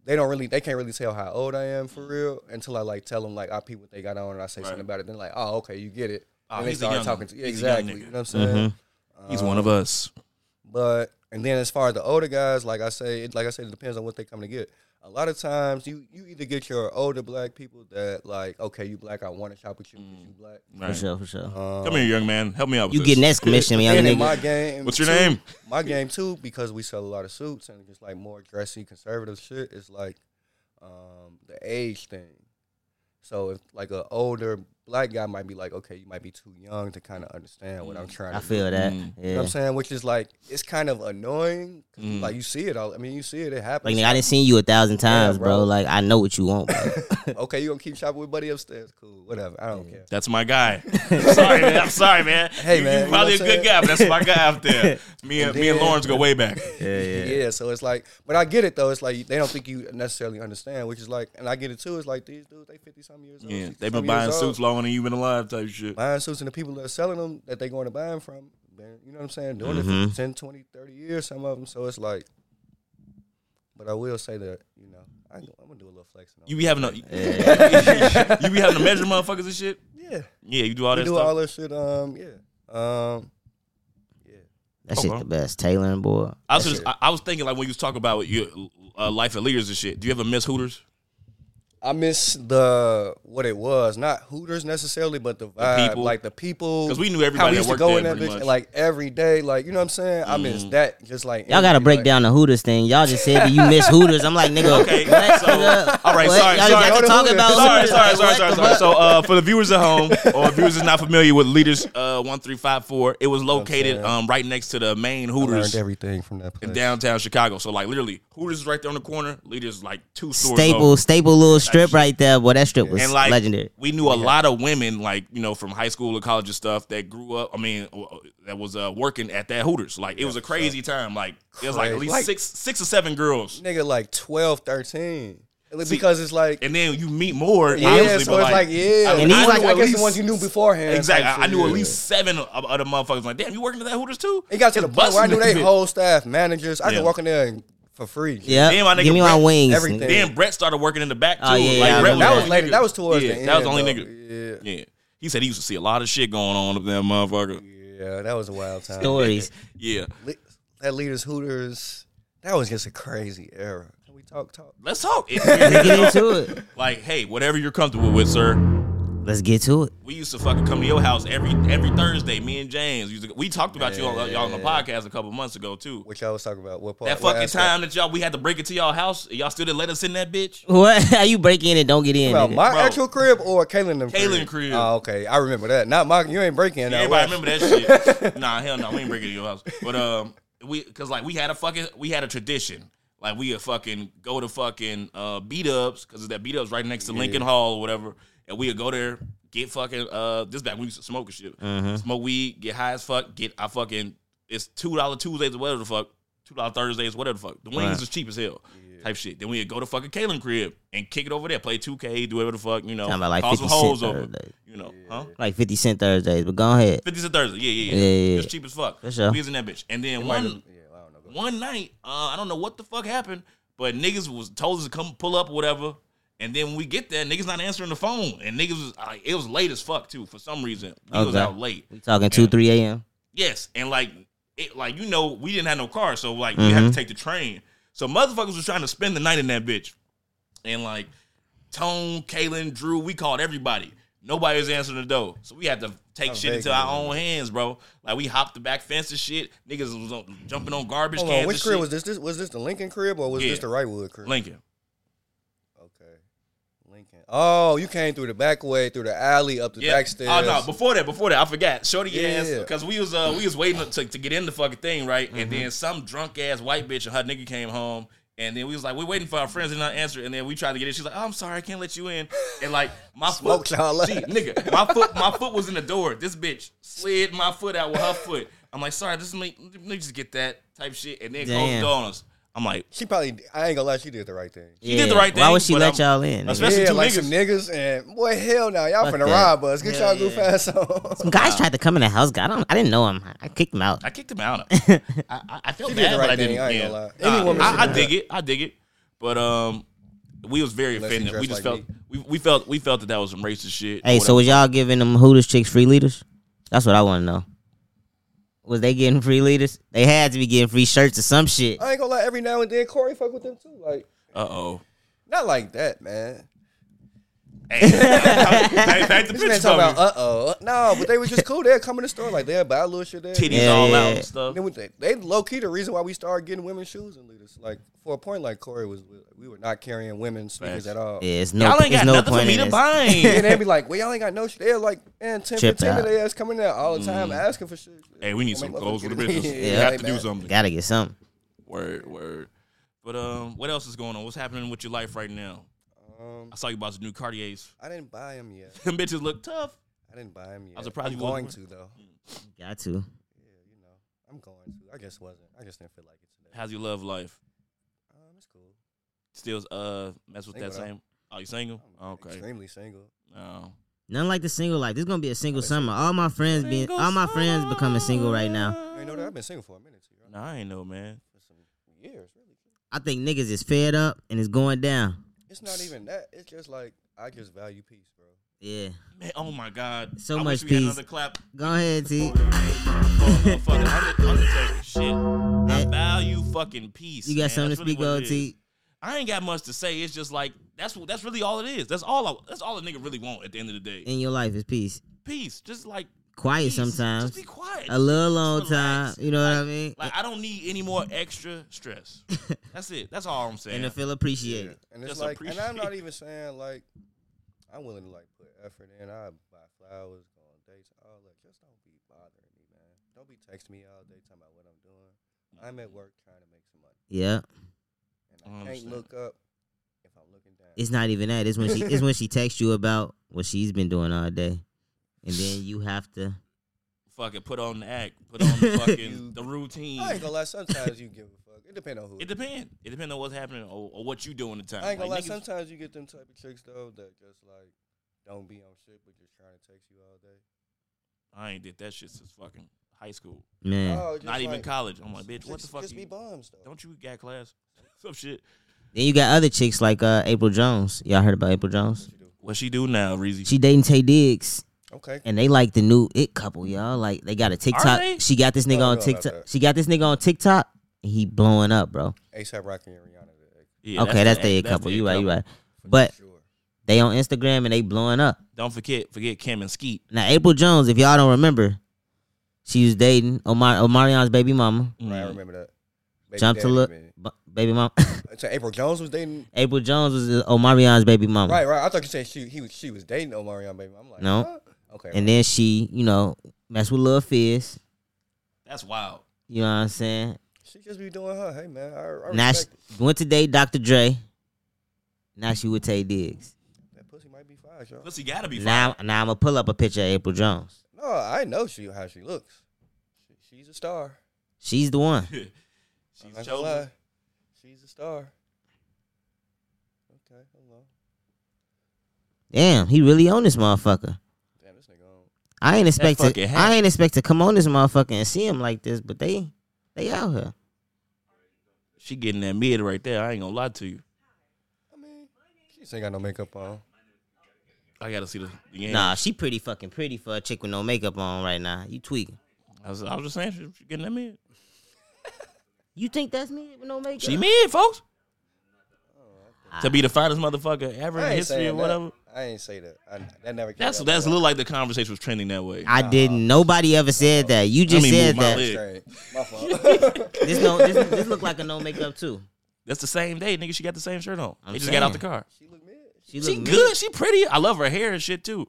They don't really, they can't really tell how old I am for real until I like tell them like I peep what they got on and I say something about it. Then like, oh okay, you get it.
Oh,
and they
he's a
start
young-
talking to
he's a young
exactly.
nigga. Mm-hmm.
You know what I'm saying?
He's one of
uh,
us.
But and then as far as the older guys, like I say, it, like I said, it depends on what they come to get. A lot of times, you you either get your older black people that like, okay, you black, I want to shop with you, 'cause you black. Um,
Right.
For sure, for sure.
Oh,
Come here, young man. Help me out. With
you
this.
getting that commission, young
And in my
nigga.
game,
What's your
too-
name?
My game too, because we sell a lot of suits and just like more dressy, conservative shit. It's like um, the age thing. So if like an older black guy might be like, okay, you might be too young to kind of understand what I'm trying.
Mm, I
to do.
feel that.
Mm.
You know
Yeah.
what I'm saying? Which is like, it's kind of annoying. 'cause, Like, you see it all. I mean, you see it. It
Like
happens.
nigga, I didn't seen you a thousand times, bro.
bro.
Like I know what you want, bro.
okay, you going to keep shopping with Buddy upstairs? Cool. Whatever. I don't care.
That's my guy. sorry, man. I'm sorry, man.
Hey,
You-
man, you
you
know
probably a
what I'm
good
saying?
guy, but that's my guy out there. Me and, me and
then-
Lawrence go way back.
Yeah, So it's like, but I get it, though. It's like, they don't think you necessarily understand, which is like, and I get it too. It's like, these dudes, they 50 something years old.
Yeah,
60
they've been
something
buying
years old.
suits longer than you've been alive, type shit.
Buying suits, and the people that are selling them that they going to buy them from, man, you know what I'm saying? Doing it for 10, 20, 30 years, some of them. So it's like, but I will say that, you know, I, I'm going to do a little flexing. on
You be having a, you be having to measure motherfuckers and shit.
it. yeah.
Yeah, you do all
We
that
do
stuff.
all that shit. Um, yeah. Um,
That shit
Okay.
the best. Tailoring boy.
I was just, I, I was thinking like when you was talking about your uh, life of leaders and shit. Do you ever miss Hooters?
I miss the what it was, not Hooters necessarily, but the vibe,
people.
like the people.
'Cause we knew everybody
how we
that
used
worked
to go
there
in that
pretty much. Mm.
bitch, like every day, like you know what I'm saying. I miss that, just like
Y'all gotta
energy,
break
like-
down the Hooters thing. Y'all just said that you miss Hooters. I'm like, nigga.
Okay,
what,
so-
nigga?
all right,
What?
sorry,
Y'all
sorry.
got
Go
to
to
talk
Hooters.
about
Oh, Sorry,
Hooters.
sorry,
Like,
sorry,
what
sorry,
the
sorry.
fuck?
So, uh, for the viewers at home or viewers that's not familiar with Leaders uh, one three five four, it was located
saying?
um, right next to the main
I learned
Hooters
everything from that place.
in downtown Chicago. So, like literally, Hooters is right there on the corner. Leaders is, like two stores
staple,
over.
staple little strip right there. Boy, that strip was
And like
legendary.
we knew a lot of women, like you know, from high school or college and stuff, that grew up. I mean, w- w- that was uh, working at that Hooters. Like it was a crazy time. Like it was like at
Crazy.
least
Like-
six, six or seven girls.
nigga like 12, 13. because it's like
And then you meet more.
yeah,
obviously,
so
but,
it's like, yeah.
I-
And he's
I
like-
knew
I
at
guess the
least-
ones you knew beforehand.
Exactly.
type
I, I knew at
shit.
least seven of other motherfuckers. Like, damn, you working at that Hooters too?
It got to the point where I knew they
whole.
whole staff, managers. I
Yeah.
could walk in there and, for free.
Yeah,
Then my nigga
give me my
Brett-
wings.
everything.
nigga.
Then Brett started working in the back too.
Oh, yeah,
like,
yeah, I
Brett
remember
the only
that.
That was later.
nigga-
That was towards
yeah,
the end.
That was the only
though.
nigga. Yeah. He said he used to see a lot of shit going on up there, motherfucker.
Yeah. Yeah, that was a wild time.
Stories.
Yeah.
Le- That leaders Hooters. That was just a crazy era. Can we talk talk?
Let's talk.
Let's get into it.
like, hey, whatever you're comfortable with, sir.
Let's get to it.
We used to fucking come to your house every every Thursday. Me and James. Used to, we talked about you on y'all on the podcast a couple months ago too.
What y'all was talking about? What part?
That
what
fucking
aspect?
time that y'all we had to break it to y'all house. and Y'all still didn't let us in that bitch.
What? How you break in and don't get in?
About
nigga?
my
Bro.
actual crib or Kaylin them
Kaylin
crib?
crib.
Oh, okay. I remember that. Not my. You ain't breaking that.
Everybody remember that shit. nah, hell no, we ain't breaking your house. But um, we because like we had a fucking we had a tradition. Like we a fucking go to fucking uh, beat ups because that beat ups right next to Lincoln Hall or whatever, and we would go there get fucking uh this back when we used to smoke and shit,
Mm-hmm.
smoke weed, get high as fuck, get I fucking it's two dollar Tuesdays or whatever the fuck, two dollar Thursdays whatever the fuck. The wings
Right.
is cheap as hell. Type shit. Then we would go to fucking Kalen crib and kick it over there, play 2K, do whatever the fuck, you know.
Sound about like
call some
50 Cent uh,
hoes over,
Thursdays.
you know, huh?
like Fifty Cent Thursdays, but go ahead.
Fifties and Thursdays. Yeah, yeah, yeah.
Yeah, yeah, yeah.
It's cheap as fuck.
For sure.
We was in that bitch. And then one
Yeah, I don't know.
one night, uh, I don't know what the fuck happened, but niggas was told us to come pull up or whatever. And then when we get there, niggas not answering the phone, and niggas was like, it was late as fuck too for some reason. We was
Okay.
out late.
We talking two, three a.m.
Yes, and like it, like you know, we didn't have no car, so like we
Mm-hmm.
had to take the train. So motherfuckers was trying to spend the night in that bitch, and like Tone, Kalen, Drew, we called everybody. Nobody was answering the door, so we had to take shit into
vaguely
our own hands, bro. Like we hopped the back fence and shit. Niggas was on, jumping on garbage
Hold
cans.
on. Which
and
crib
shit.
was this? This was this the Lincoln crib or was
Yeah.
this the Wrightwood crib?
Lincoln?
Okay. Lincoln. Oh, you came through the back way, through the alley, up the
Yeah.
back stairs.
Oh no, before that, before that, I forgot. Shorty
Yeah. Mm-hmm.
ass, because we was uh we was waiting to, to get in the fucking thing, right? And then some drunk ass white bitch and her nigga came home. And then we was like, we're waiting for our friends and not answer. And then we tried to get in. She's like, oh, I'm sorry, I can't let you in. And like my foot,
Smoked y'all up.
See, nigga, my foot, my foot was in the door. This bitch slid my foot out with her foot. I'm like, sorry, this is me. Let me just get that type shit. And then closed the
Damn.
door on us. I'm like,
she probably. I ain't gonna lie, she did the right thing.
She did the right
Why
thing,
would she
but
let
I'm-
y'all in? nigga?
Especially
yeah,
two
like
niggas.
some niggas and boy, hell no, y'all
Fuck
finna
that.
rob us. Get
Hell
y'all goof
yeah.
ass on.
Some guys tried to come in the house. God, I, don't, I didn't know him. I kicked him out.
I kicked him out. I, I, I felt
She did
bad,
the
but
right
I
thing,
didn't.
I ain't
yeah.
gonna lie. Any
Nah,
woman
I,
should
I
do
dig it. I dig it. But um, we was very
he
offended. We just
dressed
felt
like
we, we felt we felt that that was some racist shit.
Hey, so was y'all giving them Hooters chicks free leaders? That's what I want to know. Was they getting free leaders? They had to be getting free shirts or some shit.
I ain't gonna lie. Every now and then, Corey fuck with them too. Like
uh oh.
not like that, man.
Hey, thank, thank the
This man
bitch
talking about
about
uh oh. No, but they was just cool. They'd come in the store like they'd buy a little shit there.
titties
Yeah,
all
yeah,
out
yeah.
and stuff.
Then we- they, they low key the reason why we started getting women's shoes and leaders. Like for a point, like Corey was, we were not carrying women's sneakers
Facts.
at all.
Yeah, it's no,
Y'all ain't
it's
got
no
nothing
point
for me
in
to
this.
buy.
And they'd be like, well, y'all ain't got no shit. They're like, man, 10,
Chipped
15
out.
of their ass coming there all the time asking for shit.
Mm-hmm. hey, we need
I
some
mean,
clothes for the
motherfucker.
business. We
Yeah,
have
they
to do
bad.
something.
Gotta get something.
Word, word. But um, what else is going on? What's happening with your life right now?
Um,
I saw you bought some new Cartiers.
I didn't buy them yet.
Them bitches look tough.
I didn't buy them yet.
I'm surprised
I'm
you
going
wasn't
to though.
Got to.
Yeah, you know, I'm going to. I just wasn't. I just didn't feel like it today.
How's your love life?
Um, it's cool.
Still uh mess with that
Single, though.
same? Are you single?
I'm
Okay.
Extremely single.
Oh.
Nothing like the single life. This gonna be a single summer. All my friends being, all my friends becoming single right now.
You ain't know that I've been single for a minute too. Right?
Nah, I ain't know, man.
For some years, really.
I think niggas is fed up and it's going down.
It's not even that. It's just like I just value peace, bro.
Yeah.
Man, oh my God!
So
I
much
wish we had
peace.
another clap
Go ahead, T.
for a fucking Under- Undertaker shit. I value fucking peace.
You got
man.
something to
That's really
speak
what
on,
it is.
T.
I ain't got much to say. It's just like that's that's really all it is. That's all I, that's all a nigga really want at the end of the day.
in your life is peace.
Peace. Just like
Quiet
peace.
sometimes.
Just be quiet.
A little long
Just relax.
time. You know what I mean?
Like I don't need any more extra stress. that's it. That's all I'm saying.
and to feel appreciated.
And it's
Just
like, and I'm not
appreciate.
even saying like I'm willing to like put effort in. I buy flowers, go on dates, all that. Just don't be bothering me, man. Don't be texting me all day talking about what I'm doing. I'm at work trying to make some money,
Yeah.
and
I
I can't
understand.
look up if I'm looking down.
It's not even that. It's when she it's when she texts you about what she's been doing all day. And then you have to
fucking put on the act. Put on the fucking
You-
the routine.
I ain't gonna lie. Sometimes you give a fuck. It depends on who.
It depends. It depends on what's happening or, or what you do in the time.
I ain't gonna
Like,
lie.
niggas-
Sometimes you get them type of chicks though that just like don't be on shit, but just trying to text you all day.
I ain't did that shit since fucking high school.
man.
Oh, just
Mm. Not even
like-
college. I'm like, bitch, what the
just-
fuck?
Just
you-
be bums though.
Don't you got class? Some shit.
Then you got other chicks like uh April Jones. Y'all heard about April Jones?
What you do.
What she do now, Reezy?
She dating Tay Diggs.
Okay.
and they like the new it couple, y'all. Like they got a
Are
TikTok.
they?
She got this nigga
don't
on
know about
TikTok.
that.
She got this nigga on TikTok. and He blowing up, bro.
ASAP Rocky and Rihanna. the ex,
Yeah,
okay, that's, the
that's
couple.
their
You right, you
couple.
right.
for
But
sure.
they on Instagram and they blowing up.
Don't forget, forget Kim and Skeet.
Now April Jones, if y'all don't remember, she was dating Omar Omarion's baby mama.
Right, I
Mm.
remember that. Baby
Jump to
daddy,
look,
man.
bu- baby mama.
So April Jones was dating.
April Jones was uh, Omarion's baby
Um,
mama.
Right, right. I thought you said she he was she was dating Omarion, baby. I'm like,
No.
huh? Okay.
And then she, you know, messed with Lil Fizz.
That's wild.
You know what I'm saying?
she just be doing her. Hey man, I, I
Now she
respect it.
went to date Dr. Dre. Now she with Tay Diggs.
that pussy might be fine, y'all.
Pussy gotta be
Now, now I'm gonna pull up a picture of April Jones.
No, I know she how she looks. She, she's a star.
She's the one.
fine.
I'm
She's
not gonna
chosen.
lie. She's a star. Okay, hello.
Damn, he really on this motherfucker.
Damn, this nigga. On.
I ain't expect
fucking
to.
hat.
I ain't expect to come on this motherfucker and see him like this, but they, they out here.
She getting that mid right there. I ain't gonna lie to you.
I mean, she just ain't got no makeup on.
I gotta see the, the game.
Nah, she pretty fucking pretty for a chick with no makeup on right now. You tweaking?
I was, I was just saying she, she getting that mid.
You think that's me with no makeup?
She mid, folks.
Oh,
To be the finest motherfucker ever in
I ain't
history
saying
or whatever.
That. I ain't say that. I, that never. Came
That's
out
that's
my
look like the conversation was trending that way.
I didn't. Nobody ever said that. You just
me move
said
my
that.
leg.
mouth. My fault.
This no. This, this look like a no makeup too.
That's the same day, nigga. She got the same shirt on.
I'm
they just got out the
saying.
car.
she look mid.
She,
She
look
good. She pretty. I love her hair and shit too.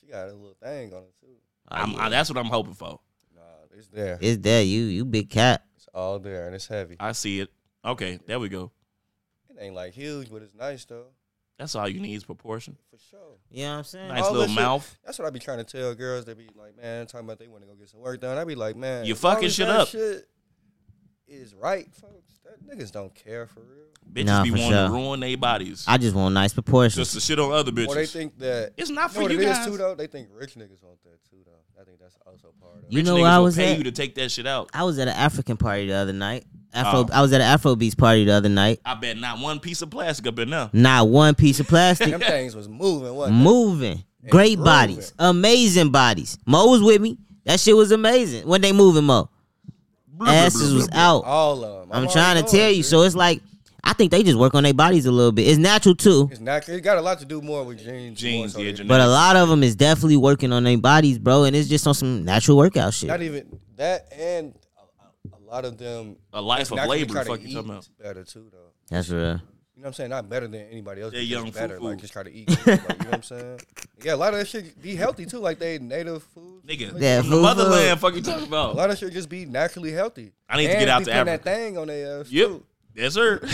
She got a little thing on it too.
I'm, I, that's what I'm hoping for.
Nah, it's there.
It's there. You you big cat.
It's all there and it's heavy.
I see it. Okay, there we go.
It ain't like huge, but it's nice though,
That's all you need is proportion.
for sure.
You know what I'm saying?
Nice
All
little
this shit-
mouth.
That's what I be trying to tell girls. They be like, man, talking about they want to go get some work done. I be like, man,
You
as long
fucking
as
shit
that
up.
Shit is right, folks. That niggas don't care for real.
Bitches
Nah,
be
for
wanting
sure.
to ruin their bodies.
I just want nice proportions.
just to shit on other bitches.
Or they think that
It's not
You
for
know what
you
it is
guys.
too though. They think rich niggas want that too though. I think that's also part of. it.
You
Rich
know where
niggas
I
will
was
pay
at?
you to take that shit out.
I was at an African party the other night. Afro,
Oh.
I was at an Afrobeats party the other night.
I bet not one piece of plastic up in there.
Not one piece of plastic.
Them things was moving. What?
moving. Great
grooving.
bodies. Amazing bodies. Mo was with me. That shit was amazing. When they moving Mo.
Blah, blah,
Asses
blah,
was
blah, Oh,
out.
All of them.
I'm trying to tell you. So it's like I think they just work on their bodies a little bit. It's natural too.
It's not. It got a lot to do more with jeans.
Jeans,
more so
yeah,
than-
genetic.
But a lot of them is definitely working on their bodies, bro, and it's just on some natural workout
Not
shit.
even that, and a, a- a lot of them.
A life of
naturally
labor,
try to
fuck you
eat
talking about.
Better too, though.
That's real.
You know what I'm saying? Not better than anybody else.
They're
but
young
just better.
foo-foo.
Like just try to eat. good, like, you know what I'm saying? Yeah, a lot of that shit be healthy too. Like they native food.
Nigga,
Yeah,
from
food,
the
food.
motherland, fuck you talking
A
about?
lot of shit just be naturally healthy.
I need to
And
get out
be
to
putting
Africa.
That thing on their ass.
Yep.
too.
Yes, sir.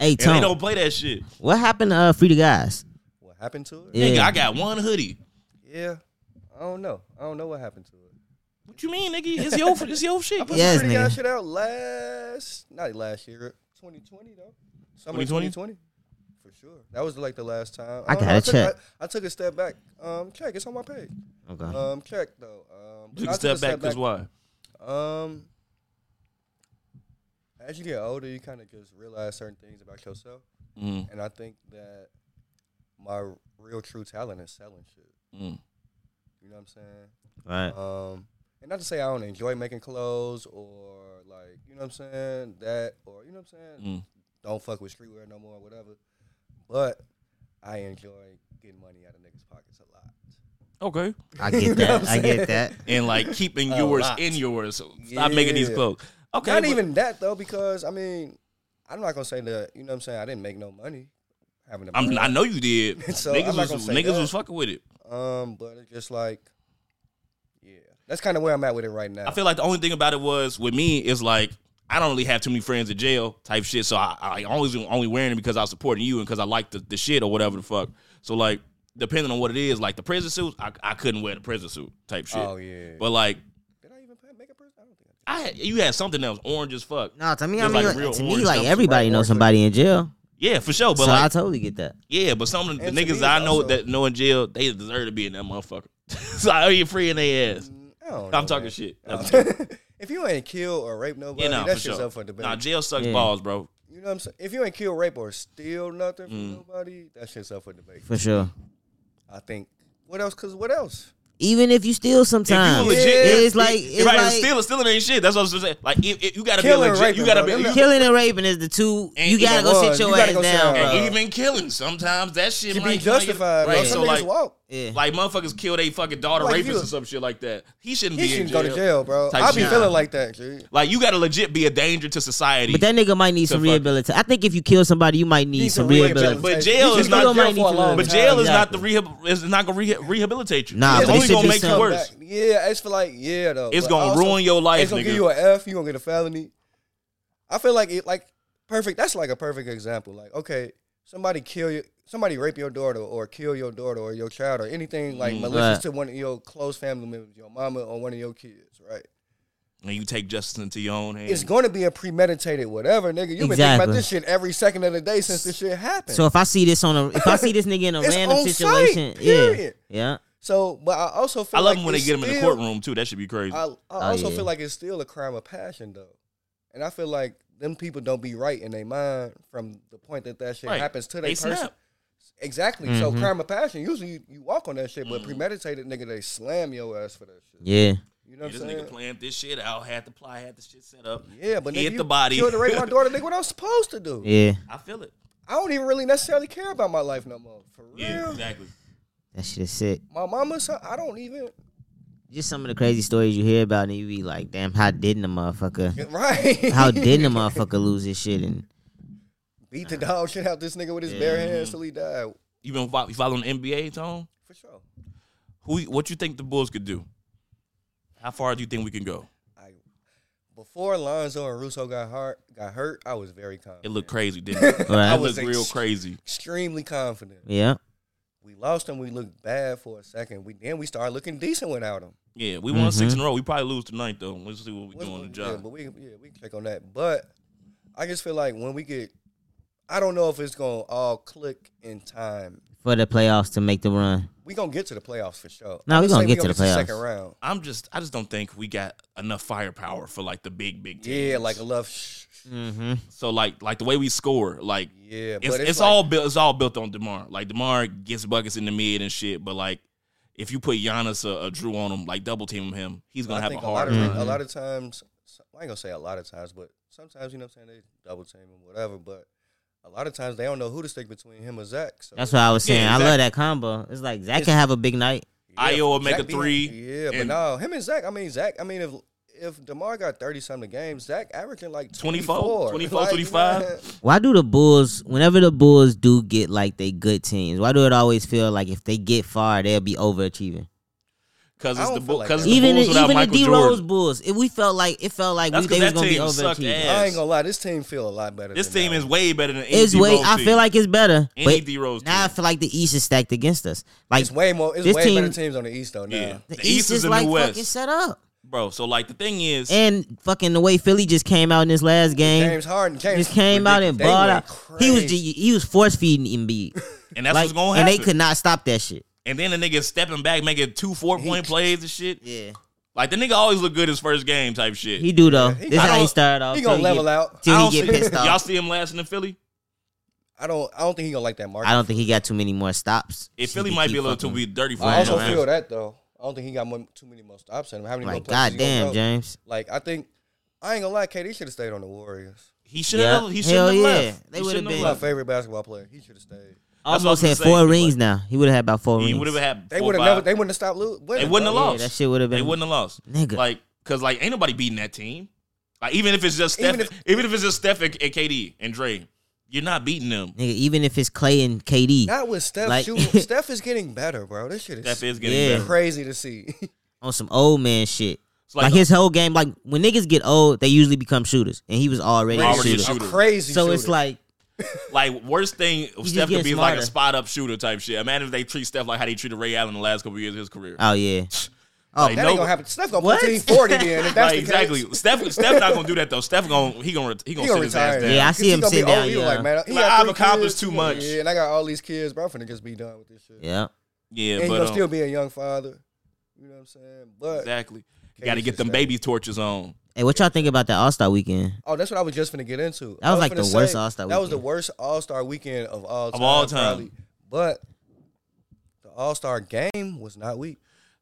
Hey
and they
Tom,
don't play that shit.
what happened to uh, Free the Guys?
What happened to it?
Yeah.
Nigga, I got one hoodie.
Yeah. I don't know. I don't know what happened to it.
What you mean, nigga? It's your, it's your shit.
Put
Yes,
some pretty ass
nigga.
shit out last, not last year, 2020 though. Summer
2020?
2020. For sure. That was like the last time.
I
don't know,
gotta
took-
check.
I, I took a step back. Um, check. It's on my page.
Okay.
Um, check though. Um, but
Took
I
a step back because why?
Um, as you get older, you kind of just realize certain things about yourself,
Mm,
and I think that my real true talent is selling shit.
mm.
You know what I'm saying?
Right.
Um, and not to say I don't enjoy making clothes or like you know what I'm saying that or you know what I'm saying
Mm.
don't fuck with streetwear no more, whatever. But I enjoy getting money out of niggas' pockets a lot.
Okay.
I get
know
that.
what
I
I'm
get that.
And like keeping
A
yours
lot.
in yours. So stop making these
Yeah.
clothes. Okay.
Not
but-
even that though, because I mean, I'm not gonna say that. You know what I'm saying? I didn't make no money having to.
I'm,
buy
I know you did.
So,
niggas
I'm not
was,
gonna say
niggas
that.
was fucking with it.
Um, but it's just like, yeah, that's kind of where I'm at with it right now.
I feel like the only thing about it was with me is like I don't really have too many friends in jail type shit. So I, I always only wearing it because I was supporting you and because I like the, the shit or whatever the fuck. So like depending on what it is, like the prison suit, I, I couldn't wear the prison suit type shit.
Oh yeah.
But like
Did I even pay- make a person? I don't think I did.
I had, you had something that was orange as fuck.
No, to me, I
There's, like,
mean, like,
real
to
orange
me, like
stuff
everybody
right
knows
there.
somebody in jail,
Yeah, for sure. But
so I
like
totally get that.
yeah, but some of the
And to
niggas
me,
I know
also-
that know in jail, they deserve to be in that motherfucker. so I owe you free in their ass.
I don't know,
I'm talking
man.
shit.
Oh. if you ain't kill or rape nobody,
Yeah, nah, for
that's just
sure.
up for debate.
Nah, jail sucks
Yeah.
balls, bro.
you know what I'm saying? If you ain't kill, rape, or steal nothing from
Mm.
nobody, that's just up for debate.
For sure.
I think. What else? Cause what else?
Even if you steal sometimes,
If you a legit,
it's
if-
like
if-
it's
right,
like
stealing, stealing ain't shit. That's what I was saying. Like, if, if you gotta
Killing
be a
and
legit, you
raping,
gotta
bro.
be.
Them
you-
killing and raping is the two.
And
you gotta
either
go
one,
sit your
you gotta
ass
go sit
down,
down,
bro.
and even killing, sometimes that shit
To
might
be justified,
Right,
bro.
so
Some niggas
like,
walk.
yeah.
like motherfuckers kill their fucking daughter
Like,
rapists
you-
or some shit like that. He shouldn't
He
be in
shouldn't
jail.
go to jail, bro.
Type
I be
shit.
feeling like that, dude.
Like you gotta legit be a danger to society.
but that nigga might need
So
some
fuck-
rehabilitation. I think if you kill somebody, you might need
Need
some
some
rehabilitation.
but
rehabilitation.
jail
You
is
should
not
go to
jail
jail
for a long
but
time.
jail is not the
Exactly.
rehab. It's not gonna reha- rehabilitate you.
Nah,
it's
but it
only
should
gonna
be
make it
some-
worse.
Yeah, it's for like yeah though.
It's
but
gonna
also,
ruin your life,
It's gonna
nigga.
give you an F. You gonna get a felony. I feel like it like perfect. That's like a perfect example. Like okay, somebody kill you, somebody rape your daughter or kill your daughter or your child or anything like
Mm,
malicious
Right.
to one of your close family members, your mama or one of your kids, right?
and you take justice into your own hands.
It's gonna be a premeditated whatever, nigga. You've been thinking
Exactly.
about this shit every second of the day since this shit happened.
So if I see this on a, if I see this nigga in a
It's
random
on site,
situation, yeah,
period.
yeah,
So, but I also feel
I love
like
them when they
it's
get them in the
still-
courtroom too. That should be crazy.
I, I also
Oh, yeah.
feel like it's still a crime of passion though, and I feel like them people don't be right in their mind from the point that that shit
Right.
happens to
They
their person.
snap.
Exactly.
Mm-hmm.
So crime of passion. Usually you, you walk on that shit,
Mm-hmm.
but premeditated nigga, they slam your ass for that shit.
yeah.
You know what
this
I'm
nigga
saying?
planned this shit out, had to ply, had the shit set up.
Yeah, but
Hit
nigga,
the
you
body.
killed and raped my daughter. Nigga, what I was supposed to do?
Yeah,
I feel it.
I don't even really necessarily care about my life no more. For real,
Yeah, exactly.
that shit is sick.
my mama's. I don't even.
Just some of the crazy stories you hear about, and you be like, "Damn, how didn't the motherfucker?
Right?
How didn't the motherfucker lose his shit?" And
beat the dog shit out this nigga with his bare hands till he died?
You been fo- you following the NBA, Tone?
For sure.
Who? What you think the Bulls could do? How far do you think we can go?
I before Lonzo and Russo got hurt, got hurt, I was very
It
confident.
looked crazy, didn't it? It
Right. I
looked
was
real
ex-
crazy.
Extremely confident.
yeah,
We lost him. We looked bad for a second. We then we started looking decent without him.
Yeah, we won six in a row. We probably lose tonight though. Let's see what we
What's-
do on the
yeah,
job.
but we yeah we can check on that. But I just feel like when we get, I don't know if it's gonna all click in time.
for the playoffs to make the run.
We gonna get to the playoffs for sure.
Nah,
I
we
just
gonna
say
get to the
Second
playoffs.
round.
I'm just, I just don't think we got enough firepower for like the big, big team.
Yeah, like a love. Sh-
Mm-hmm.
So like, like the way we score, like
yeah,
it's,
but
it's,
it's, like-
all built it's all built on Demar. Like Demar gets buckets in the mid and shit, but like if you put Giannis or, or Drew on him, like double team him, he's gonna
I
have a
think
hard
lot of,
time.
A lot of times, I ain't gonna say a lot of times, but sometimes you know what I'm saying they double team him, whatever. But a lot of times they don't know who to stick between him or Zach. So
That's what I was
Yeah,
saying. I
exactly.
love that combo. It's like Zach
It's-
can have a big night.
Io will make
Zach
a
be-
three.
Yeah, but
and-
no, him and Zach. I mean Zach. I mean if if Demar got thirty something games, Zach averaging like
24,
24,
24,
Like,
25.
man,
Why do the Bulls, whenever the Bulls do get like they good teams, why do it always feel like if they get far, they'll be overachieving?
Cause
I
it's
don't
the
feel
Bull-
like
cause it's
that.
the
Even
Bulls without
even the
Michael
D Rose
Jordan.
Bulls, it, we felt like it felt like
That's
we,
'cause
they was
that
gonna be
team sucked
overachieving.
ass.
I ain't gonna lie, this team feel a lot better.
This
than
team
that
is
one.
way better than any
It's
D
way.
Rose
I
team.
feel like it's better.
any
but
D Rose.
now I
team.
feel like the East is stacked against us. Like
It's way more. It's
This
way better
team-
teams on the East though. Now.
yeah,
the, East, is
the
like
new West,
fucking set up.
bro. So like the thing is,
And fucking the way Philly just came out in this last game,
James Harden James
just came out and
ridiculous. They
balled
went
out. He was
crazy.
ju- he was force feeding Embiid.
and that's
like,
what's gonna happen.
And they could not stop that shit.
And then the nigga stepping back, making two four point plays and shit.
Yeah.
Like the nigga always look good his first game type shit.
He do though.
he-
this
I
how he
don't-
started off.
he
till
gonna
get-
level out.
I
Till
don't
he get
see-
pissed
Y'all
off.
see him last in the Philly?
I don't. I don't think he gonna like that market.
I don't think he got too many more stops.
If
So
Philly
he
might
keep
be a little too
fucking-
be dirty for
I
him.
also
though.
feel that though. I don't think he got mo- too many more stops in him. How many more
Like
places he
goddamn,
gonna go?
James.
Like I think I ain't gonna lie, KD should have stayed on the Warriors.
He should have. He should
Hell
have
yeah.
left.
They
He
would've
shouldn't
been-
My
left.
favorite basketball player. He should have stayed.
That's what I was
Almost had
gonna
four
say,
rings now. He would have had about four
He
rings.
would have had.
They
four,
would have
five.
never. They wouldn't have stopped losing.
They wouldn't have
bro.
lost.
Yeah, that shit would have
They
been.
wouldn't have lost.
Nigga.
Like, cause like ain't nobody beating that team. Like even if it's just Steph,
Even
even if, it's just Steph and, and KD and Dre, you're not beating them.
Nigga, even if it's Clay and KD
Not with Steph.
Like-
shooting. Steph is getting better, bro. This shit
Steph
is
is getting
Yeah.
better.
crazy to see.
on some old man shit.
It's
Like, his whole game, like when niggas get old, they usually become shooters, and he was already,
Already
a
a
shooter.
shooter.
I'm crazy.
So it's
shooter.
like,
like worst thing
just
Steph
getting
could be like
smarter.
a spot up shooter type shit. Imagine if they treat Steph like how they treated Ray Allen the last couple years of his career.
oh yeah,
like,
that
no-
ain't gonna happen. Steph gonna
What?
put team forty then. If that's
like,
the
exactly.
Case.
Steph Steph not gonna do that though. Steph gonna he gonna he gonna sit
He gonna
his ass
retire.
down.
Yeah, I see
He
him
gonna be
sit down,
old. He
yeah.
like, man, he
Like,
got
I've
three
accomplished
kids.
too
He
much.
like, Yeah, and I got all these kids, bro. I'm finna just be done with this shit.
yeah.
Yeah,
and
but
you'll
um,
still be a young father. You know what I'm saying? But
exactly. You
Katie
gotta
should
get them
stay.
baby torches on.
Hey, what y'all think about that All Star Weekend?
oh, that's what I was just finna get into.
That
I
was like
finna
the
say,
worst All-Star
That was the
weekend.
worst All Star weekend of all time.
all
probably.
time.
But the All Star game was not weak.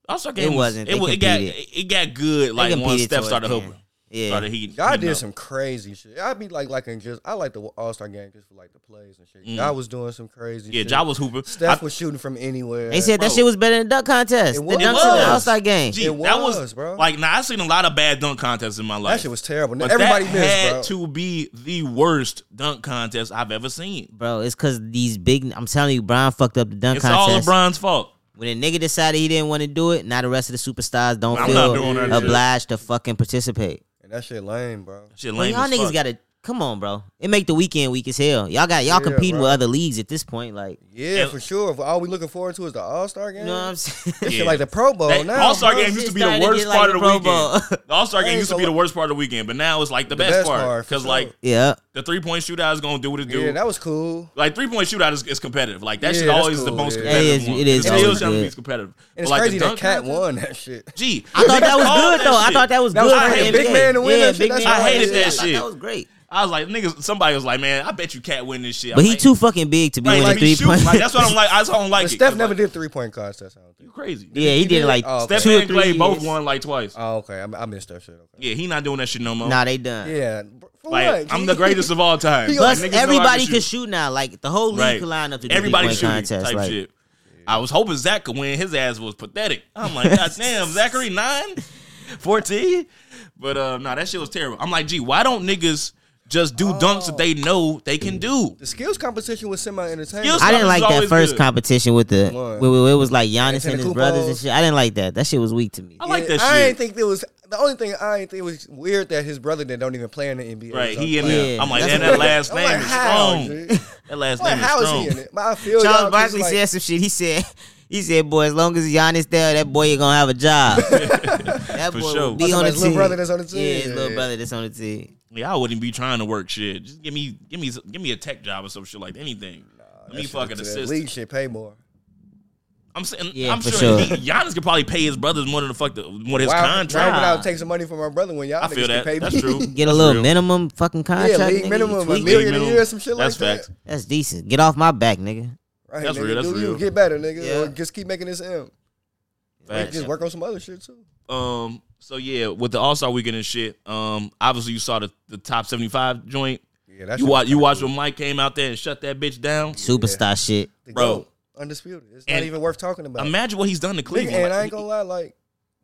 Also, game
It
Was,
wasn't. They
it, was, it got
competed.
it got good. Like once
competed
Steph
towards
started
the
hoping,
end. Yeah.
started heating.
Y'all
heating
did
up.
some crazy shit. I'd be like, like, and just I like the All Star game just for like the plays and shit.
Mm.
Y'all was doing some crazy.
Yeah,
shit.
Ja was hooping.
Steph
I-
was shooting from anywhere.
They said
Bro.
that shit was better than the dunk contest.
It
The dunks in
was.
the All Star game.
Gee,
It
that was,
was, bro.
Like, now I've seen a lot of bad dunk contests in my life.
that shit was terrible.
But
Everybody
that had
missed, bro.
to be the worst dunk contest I've ever seen.
Bro, it's cause these big I'm telling you, Brian fucked up the dunk
It's
contest.
all LeBron's fault.
When a nigga decided he didn't want to do it, now the rest of the superstars don't
I'm not doing that
feel
shit.
obliged to fucking participate.
And that shit lame, bro.
Shit,
Well,
lame
y'all
as
niggas
fuck.
gotta come on, bro. It make the weekend weak as hell. Y'all got y'all
Yeah,
competing
bro.
with other leagues at this point. Like
Yeah,
And-
for sure. If All we looking forward to is the All Star game.
you know what I'm saying?
This
Yeah.
shit like the Pro Bowl
That
now.
All-Star
bro.
game used
Shit
to be the
started to
worst
get like
part of
the
the
Pro
weekend.
Bowl.
The All Star game
Hey,
used to
so
be the
what-
worst part of the weekend, but now it's like the, best,
best
part
part, for
because
sure.
like
yeah.
the three point shootout is gonna do what it do.
Yeah, that was cool.
like three point shootout is, is competitive. Like that
Yeah,
shit
that's
always the
cool,
most
yeah.
competitive.
It is-
one.
it is
It's still
always
trying to be
good.
competitive.
And
But,
it's
like, the
crazy that
dunk
Cat
contest-
won that shit.
Gee,
I thought that was
called
good though. I
shit.
thought that was
That
good.
was
for
for
the big
NBA.
man to win
Yeah,
that shit.
big
That's
man
why I
to win
hated that
I thought
shit.
That was great.
I was like, niggas. Somebody was like, man, I bet you Cat win this shit.
But
I'm
he
like,
too fucking big to be
Right,
winning
like,
three
he
points.
shoots. Like that's what I'm like. I just don't like
But
it.
Steph
'cause,
never
like,
did three point contests. I don't think.
You crazy.
Yeah, he did it like
Oh, okay.
Steph
two or
and Clay
three
both
years.
won like twice.
Oh, okay. I, I missed that shit. Okay.
Yeah, he not doing that shit no more.
Nah, they done.
Yeah. br- For
like
what?
I'm the greatest of all time.
He
Like,
Plus,
niggas know I
everybody
can
can shoot now. Like the whole league
Right.
can line up to do
Everybody
three-point
shooting
contest.
type
like,
shit. I was hoping Zach could win. His ass was pathetic. I'm like, God damn, Zachary nine, 14? But uh, nah, that shit was terrible. I'm like, gee, why don't niggas just do dunks that
Oh.
they know they can do?
The skills competition was semi entertaining.
Skills-
I
This
didn't like
is
that
always
first
good.
competition with the
Lord.
where, where it was like Giannis
Antetokounmpo.
and his brothers and shit. I didn't like that. That shit was weak to me.
I like that
I ain't
shit.
think it was the only thing I ain't think it was weird that his brother that don't even play in the NBA.
Right,
was
he
on
in
the
there.
Yeah.
I'm like,
That's
and
what-
that last
I'm
name
like,
is
how,
strong.
G?
That last
I'm like,
name is
how is he in
strong.
it? But I feel y'all, 'cause
Charles Barkley
like,
said some shit. He said, he said, boy, as long as Giannis there, that boy ain't gonna have a job. that boy will
sure.
be on the
His little
team.
brother that's on the team.
Yeah, his little
Yeah.
brother that's on the team.
Yeah, I wouldn't be trying to work shit. Just give me, give me, give me a tech job or some shit like anything. Let me fucking
the
assist.
League should pay more.
I'm saying,
Yeah,
I'm
for
sure,
sure.
He, Giannis could probably pay his brothers more than the fuck the, what his
Why-
contract.
Why would I take some money from my brother when y'all
I
niggas
feel
can
that.
pay
That's
me?
true.
Get a
That's
little
real.
minimum fucking contract.
league
nigga. You
minimum, a
tweaking.
million a
minimum.
year or some shit
That's
like that.
facts.
That's decent. Get off my back, nigga.
Right,
That's
nigga,
real, that's
do
real.
You get better, nigga.
Yeah.
Or just keep making this M. Or
Facts.
Just work on some other shit too.
Um. So yeah, with the All Star Weekend and shit. Um. Obviously, you saw the, the top seventy five joint.
Yeah, that's
You watch. You watch when Mike came out there and shut that bitch down.
Superstar shit.
bro.
Undisputed. It's
And-
not even worth talking about.
Imagine what he's done to
Nigga,
Cleveland.
and I
Like,
ain't gonna lie, like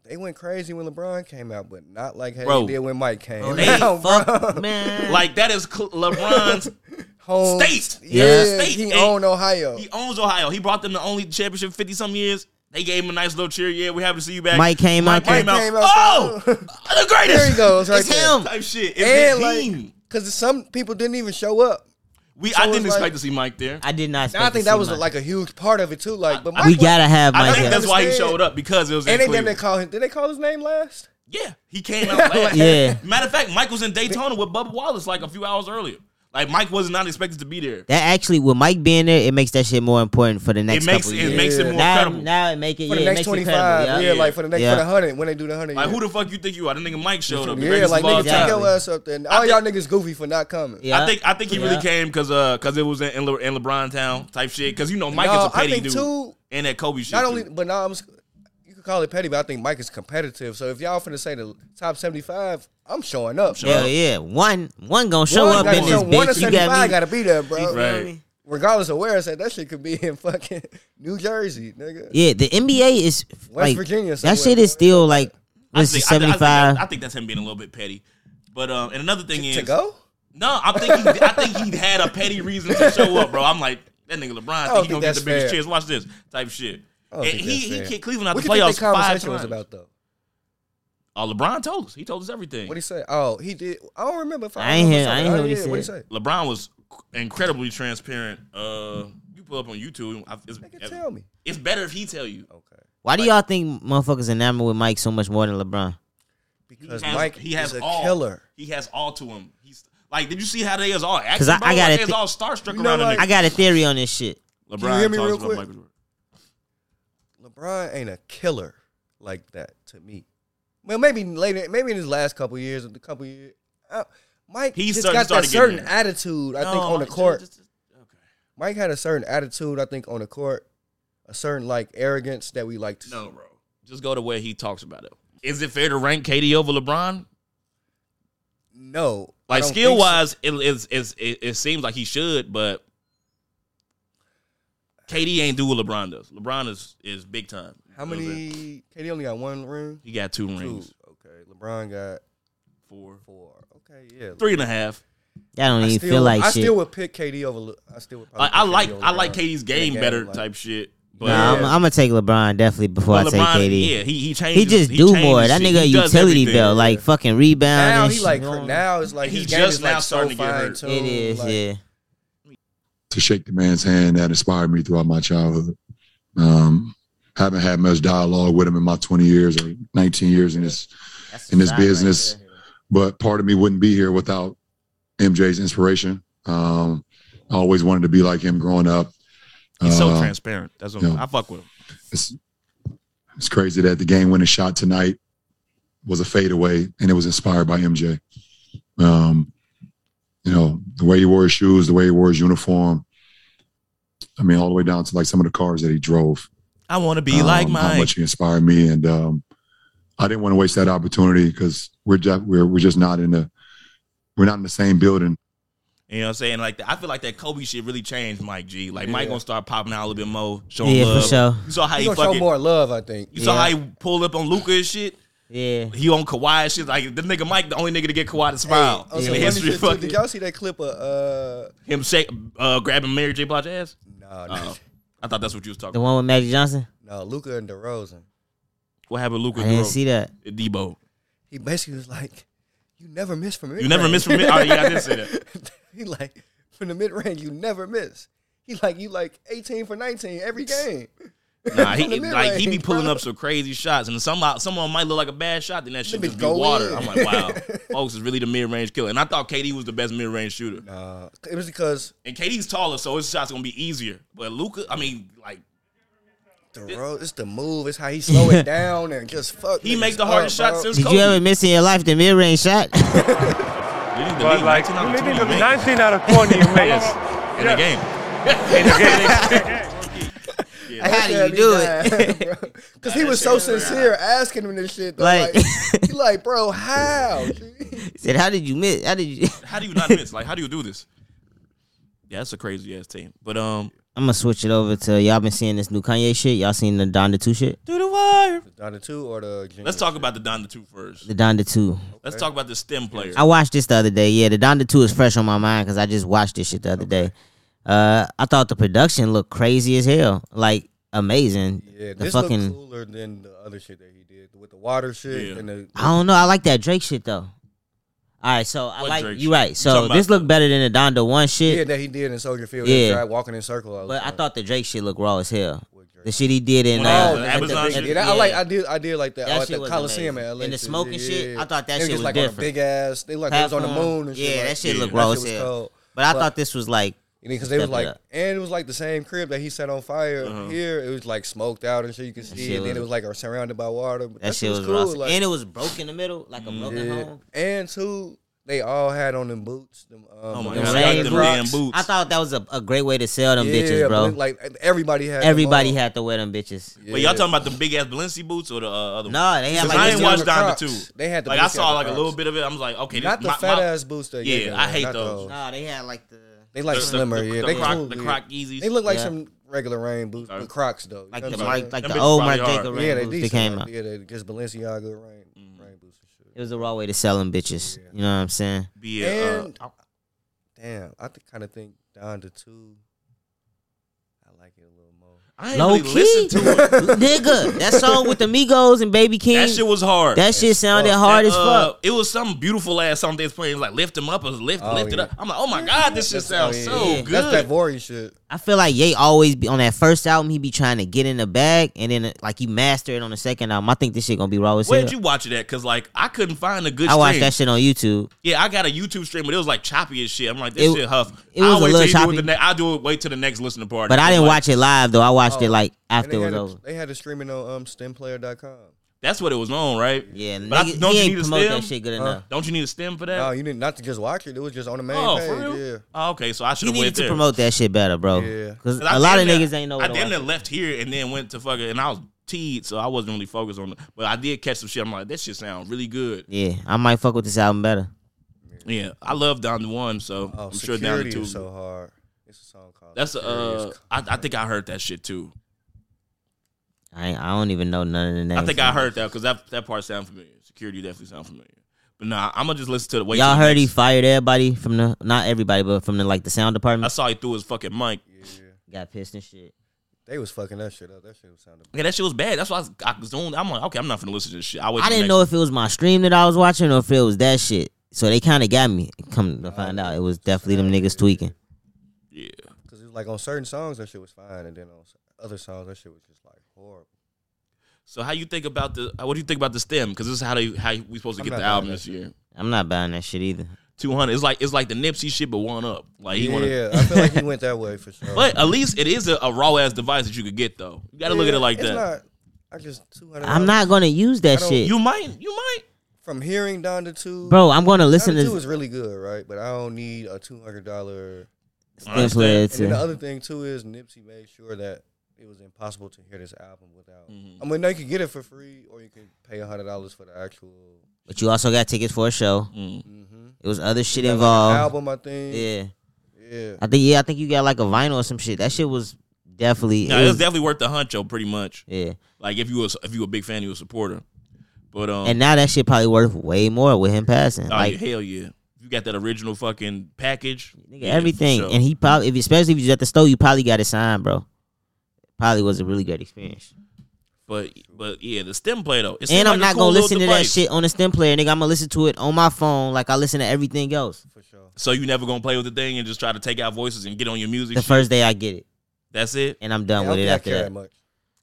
they went crazy when LeBron came out, but not like how
Bro.
they did when Mike came.
they
out,
Fuck,
bro.
man.
like, that is Cl- LeBron's.
Home
State.
yeah,
Yeah.
State.
he
And-
owned Ohio.
he owns Ohio. He brought them the only championship fifty some years. They gave him a nice little cheer. Yeah, we happy to see you back.
Mike came out there.
Came out.
Came out
oh,
there.
the greatest.
there he goes, right
It's
there.
him.
Type shit. It's
And
his
like,
team.
because some people didn't even show up.
We.
so
I
it's
didn't expect
like-
to see Mike there.
I did not.
And I
expect to
think that
see
was
Mike.
like a huge part of it too. Like, but Mike
we
was-
gotta have
I
Mike.
think
up.
that's why he
understand.
showed up because it was. in
And they damn
Cleveland.
near call him. Did they call his name last?
Yeah, he came out last.
Yeah.
Matter of fact, Mike was in Daytona with Bubba Wallace like a few hours earlier. Like Mike was not expected to be there.
That actually, with Mike being there, it makes that shit more important for the next.
It makes
couple
it
years.
makes it
Yeah.
more
now,
credible.
now it make it yeah,
For the
it
next
makes it
twenty
credible,
five,
yeah.
yeah, like for the next
Yeah.
for the hundred when they do the hundred.
Like
yeah.
who the fuck you think you are? That nigga Mike showed up. the
Yeah,
greatest of
like
all
time.
nigga, take
time.
your ass up there. All
think-
y'all niggas goofy for not coming.
Yeah.
I think I think he really
Yeah.
came because because it was in, in, Le, in LeBron town type shit. Because you know Mike
No,
is a
I
petty
think
dude
too.
and that Kobe shit.
Not only,
too.
but now I'm. s- You could call it petty, but I think Mike is competitive. So if y'all finna say the top seventy five, I'm showing up.
Sure.
Hell yeah, one one gonna show
One
up
gotta
in
show-
this
One of
bitch. You
75
got me.
gotta be there, bro.
You feel
Right.
me?
Regardless of where it's at, that shit could be in fucking New Jersey, nigga.
Yeah, the NBA is
West
like
Virginia
that
somewhere,
shit is
bro.
still like
I
this
think-
is
I think-
seventy
I
five.
think, I think that's him being a little bit petty. But um, and another thing is
To go?
no, I think he, I think he had a petty reason to show up, bro. I'm like that nigga LeBron. I
don't
think he gonna
think
get
that's
the biggest
fair.
chance. Watch this type shit.
I don't
And
think
he
that's
he
fair.
kicked Cleveland out
What
the
do you think
playoffs
the
five
conversation
times.
was about though?
Oh, LeBron told us. He told us everything.
What he say? Oh, he did. I don't remember. If
I ain't hear-
remember
I ain't hear what he
something.
said.
What
LeBron was incredibly transparent. Uh, you pull up on YouTube. I- It's,
he say? Nigga, tell me.
it's better if he tell you.
Okay.
Why do y'all think motherfuckers enamored with Mike so much more than LeBron?
Because Mike,
he has
is a
all,
killer.
He has all to him. He's like, did you see how they was all acting?
'Cause I-
bro?
I got
Like,
it
they was
thi-
all starstruck
You know,
around him.
like-
I got a theory on this shit.
LeBron
you hear me
talks
real
about
quick?
Michael Jordan.
LeBron ain't a killer like that to me. Well, maybe later, maybe in his last couple years, a couple years, uh, Mike
He
just
start-
got that
started getting
certain
there.
attitude. I think
No,
on the
just-
court,
just- just- okay.
Mike had a certain attitude. I think on the court, a certain like arrogance that we like to. see.
No, bro. Just go to where he talks about it. Is it fair to rank KD over LeBron?
no, I
Like
don't think
skill
so.
wise, it, it's, it's, it it seems like he should, but KD ain't do what LeBron does. LeBron is is big time.
How
You know what I'm saying?
many? KD only got one ring.
He got two
Two.
rings,
Okay, LeBron got
four,
four. Okay, yeah.
three and a half.
Y'all don't
I
even
still,
feel like
I
shit.
still would pick KD over. Le- I still would. probably
Like I
pick
like
KD over
I like
LeBron.
KD's game
Yeah,
better
like-
type shit. But
nah, I'm,
Yeah.
I'm gonna take LeBron definitely before
but
I take KD.
yeah, he he changes.
he just do
changes
more. That
shit.
nigga a
He does
utility
everything.
belt, like fucking rebound.
Now
and
he
shit.
like now it's like
He
his game
just
is, like,
now
so
starting to get hurt.
fine-tuned,
it is.
like-
yeah,
to shake the man's hand that inspired me throughout my childhood. Um, haven't had much dialogue with him in my 20 years or 19 years in this, in this business. but part of me wouldn't be here without MJ's inspiration. Um, I always wanted to be like him growing up.
He's so
Uh-huh.
Uh,
transparent. That's what
yeah.
I fuck with him.
it's, it's crazy that the game winning shot tonight was a fadeaway and it was inspired by MJ. Um, you know, the way he wore his shoes, the way he wore his uniform. I mean, all the way down to like some of the cars that he drove.
I want to be
um,
like
How
Mike.
much he inspired me. And um, I didn't want to waste that opportunity because we're, ju- we're, we're just not in the, we're not in the same building.
You know what I'm saying? Like I feel like that Kobe shit really changed Mike G. Like Mike
Yeah.
gonna start popping out a little bit more, showing
yeah,
love.
for sure.
You saw how
He
he
gonna show
fucking.
more love, I think.
You saw how
Yeah.
he pulled up on Luca and shit.
Yeah,
He on Kawhi and shit. Like the nigga Mike, the only nigga to get Kawhi to smile
Oh,
in
so
the
funny
history.
shit,
of
too.
Fucking
Did y'all see that clip of uh?
him shake, uh, grabbing Mary J. Blige's ass.
No, no,
Oh, I thought that's what you was talking.
the
about.
one with Magic Johnson.
no. Luca and DeRozan.
What happened, Luca?
I didn't see that.
Debo.
He basically was like, "You never miss from mid.
You never miss from mid- oh, yeah, I did say that.
he like from the mid range, you never miss. He like you like eighteen for nineteen every game.
Nah,
From
he
the mid
like he be
range,
pulling
bro.
up some crazy shots, and some someone might look like a bad shot, then that shit
Let me
just be
go
water.
in.
I'm like, wow, folks is really the mid range killer. And I thought KD was the best mid range shooter,
Nah, it was because
and KD's taller, so his shots gonna be easier. But Luca, I mean, like
DeRozan. It's the move. It's how he slow it down and just fuck.
he
niggas
make the
up,
hardest
bro.
shots since
Did
Kobe.
you ever miss in your life the mid range shot?
Leading the
But
league,
like,
19 out of
you
20,
need to be
man,
19 out of 20 you miss.
in the game.
In the game.
How do
Yeah,
you do
he
it?
died, bro. Cause he was so sincere asking him this shit. Though.
Like-
Like, he like, bro, how? G?"
He Said, how did you miss? How did you?
How do you not miss? Like, how do you do this? Yeah, that's a crazy ass team. But um,
I'm gonna switch it over to y'all been seeing this new Kanye shit. Y'all seen the Donda two shit?
do the wire.
Down to two or the junior?
Let's talk about the Donda two first.
The Donda two.
Let's talk about the stem player.
I watched this the other day. Yeah, the Donda 2 is fresh on my mind because I just watched this shit the other day. Uh, I thought the production looked crazy as hell. Like, amazing.
Yeah,
the
this
fucking.
looked cooler than the other shit that he did with the water shit
Yeah.
and the.
I don't know. I like that Drake shit, though. All right, so I
What
like.
Drake
you
shit?
right.
You
So
talking
this
about-
looked better than the Donda 1 shit.
Yeah, that he did in Soldier Field.
Yeah.
Yeah, tried walking in circle. I was
but I
like,
thought the Drake shit looked raw as hell.
What Drake?
The shit he did in.
When
uh,
I was
Oh,
in
at
the
Amazon
Amazon
shit?
shit. Yeah, I like. I did. I did like that.
That
oh, at
shit
the
was
Coliseum
amazing.
in LA.
And the
too.
smoke and shit, I thought that
They
shit
was
was
like
different.
on a big ass. They like they was on the
platform.
moon and shit.
Yeah,
like,
that shit
Yeah.
looked
that
raw
shit
as
was
hell.
cold.
But I
But-
thought this was like.
Because they
Step
was
it
like,
up. Uh-huh.
and it was like the same crib that he set on fire here. It was like smoked out and shit. You could see,
shit
and then
was-
it was like surrounded by water. But
That, shit was, Uh-huh. raw.
cool. Like,
and it was broke in the middle, like a broken
yeah.
home.
and two, They all had on them boots. Them, um,
Oh my
them
god,
Rain
I got them
Crocs.
damn boots.
I thought that was a, a great way to sell them
yeah,
bitches, bro.
but, Like everybody had.
Everybody
them on.
had to wear them bitches.
But y'all talking about the big ass Balenci boots or the uh, other? one?
No, they had
Cause
like
I
this
ain't
little-
watched Donda
Crocs.
two.
They had the
Like I
Balenciaga
saw like a
Crocs.
little bit of it. I was like, okay,
Not
this,
the
my,
fat
my-
ass boots that
Yeah, I hate
not
those.
No, they had like the
They like
the- the-
slimmer,
the-
yeah.
the
they
Croc-
cool,
the
yeah.
Croc Yeezys.
They look like
Yeah.
some regular rain boots,
Okay.
with Crocs though.
like
You know
the
what I'm
like, like
Them
the
bitches
old
probably
Mark
are.
Jacob
saying? yeah,
Rain
they
boots
decent.
that came out.
Yeah, they just Balenciaga rain,
Mm-hmm.
rain boots and
It was the raw way to sell them bitches. You know what I'm saying?
Be
shit.
a, uh,
and damn, I kind of think down to two. I like it a little more.
I ain't
Low
really
key.
listened to it.
Nigga, that song with the Migos and Baby King.
That shit was hard.
sounded
That,
hard as
uh,
fuck.
It was some beautiful ass song they was playing like lift him up or lift
Oh,
lift it
yeah.
up. I'm like, oh my god, this shit sounds
That's- oh,
so
yeah.
good.
That's that Vori shit.
I feel like Ye always be on that first album. He be trying to get in the bag, and then uh, like he mastered it on the second album. I think this shit gonna be raw as
Where
hell.
did you watch it at? Cause like I couldn't find a good.
I
stream.
watched that shit on YouTube.
Yeah, I got a YouTube stream, but it was like choppy as shit. I'm like, this
It-
shit huff.
it was
I'll
a
wait till
little
you do it
choppy.
the ne- I'll do it. Wait till the next listening party.
But I
Like,
didn't
Oh.
watch it live though. I watched it like
And
after
they
it was
had it-
over.
They had it streaming on um, stemplayer.com.
That's what it was on, right?
Yeah,
But I-
nigga,
don't
he
you
ain't
need a
promote
stem?
that shit good
Huh?
enough.
Don't you need a stem for that?
No, you didn't not to just watch it. It was just on the main
oh,
page.
for real?
Yeah.
Oh, okay, so I should
You
have
needed
went
to
there.
promote that shit better, bro.
Yeah.
Cause
Cause I
a lot of
damn near-
niggas ain't know.
I
What to
damn near
watch.
left here and then went to fucking and I was teed, so I wasn't really focused on it. But I did catch some shit. I'm like, that shit sounds really good.
Yeah, I might fuck with this album better.
Yeah, I love down to one, so
Oh,
I'm sure
security
down to two.
is so hard. It's a song called.
That's a,
Security
uh,
is
I, I think I heard that shit too.
I ain't, I don't even know none of the names.
I think I heard that because that that part sound familiar. Security definitely sound familiar. But nah, I'm gonna just listen to the wait.
Y'all
till the
heard he
next-
fired everybody from the not everybody, but from the like the sound
I
department.
saw he threw his fucking mic.
Yeah.
Got pissed and shit.
They was fucking that shit up. That shit was sounding.
Yeah, that shit was bad. That's why I, was, I zoomed. I'm like, okay, I'm not gonna listen to this shit. I
I didn't know if it was my stream that I was watching or if it was that shit. So they kind of got me. Come
Oh.
to find out, it was definitely them niggas tweaking.
Yeah,
Cause it was like on certain songs that shit was fine, and then on s- other songs that shit was just like horrible.
So how you think about the? What do you think about the stem? Because this is how they how we supposed to
I'm
get
not
the
buying
album
that
this
shit.
year.
I'm not buying that shit either.
Two hundred. It's like it's like the Nipsey shit, but one up. Like he
yeah,
wanna.
I feel like he went that way for sure.
But at least it is a, a raw ass device that you could get though. You got to look at it
Yeah,
like
it's
that.
Not, I just two hundred.
I'm not gonna use that
I don't-
shit,
you might. You might.
from hearing Don the Two.
bro. I'm gonna
Don
listen
the Two
to
is really good, right? But I don't need a two hundred dollar.
Stem Player
And then the
to.
other thing too is Nipsey made sure that it was impossible to hear this album without.
Mm-hmm.
I mean, now you could get it for free, or you could pay hundred dollars for the actual
But you also got tickets for a show.
Mhm.
It was other shit
Like,
involved.
album. I think.
Yeah,
Yeah.
I think yeah, I think you got like a vinyl or some shit. That shit was definitely.
No,
it
it was
was-
definitely worth the huncho, pretty much.
yeah,
Like if you was if you a big fan, you a supporter. But
Oh.
um,
and now that shit probably worth way more with him passing.
oh,
like
yeah, hell yeah, you got that original fucking package.
Nigga,
yeah, for
everything.
sure.
And he probably, if, especially if you at the store, you probably got it signed, bro. Probably was a really great experience.
but but yeah, the stem play though. It seemed
And I'm
like a
not
cool
gonna
little
listen to that
device.
shit on the stem player, nigga. I'm gonna listen to it on my phone, like I listen to everything else.
For sure.
So you never gonna play with the thing and just try to take out voices and get on your music.
The
shit?
first day I get it,
That's it.
and I'm done
Yeah, I
with
don't
it
think I
after
care
that.
much.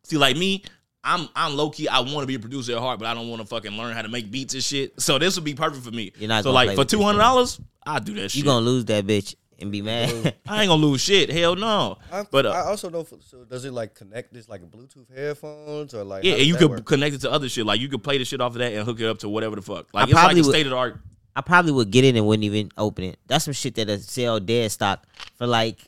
See, like me, I'm I'm low key. I want to be a producer at heart, but I don't want to fucking learn how to make beats and shit. So this would be perfect for me.
You're not
so
gonna
like
play
for
with this
two hundred dollars, I do that shit.
You gonna lose that bitch and be mad.
I ain't gonna lose shit. Hell no.
I,
but uh,
I also know. For, so does it like connect this like Bluetooth headphones or like?
yeah,
how
and
does
you
that
could
work?
connect it to other shit. Like you could play the shit off of that and hook it up to whatever the fuck. Like
I
it's like
probably
a
would-
state of the art.
I probably would get it and wouldn't even open it. That's some shit that'll sell dead stock for like.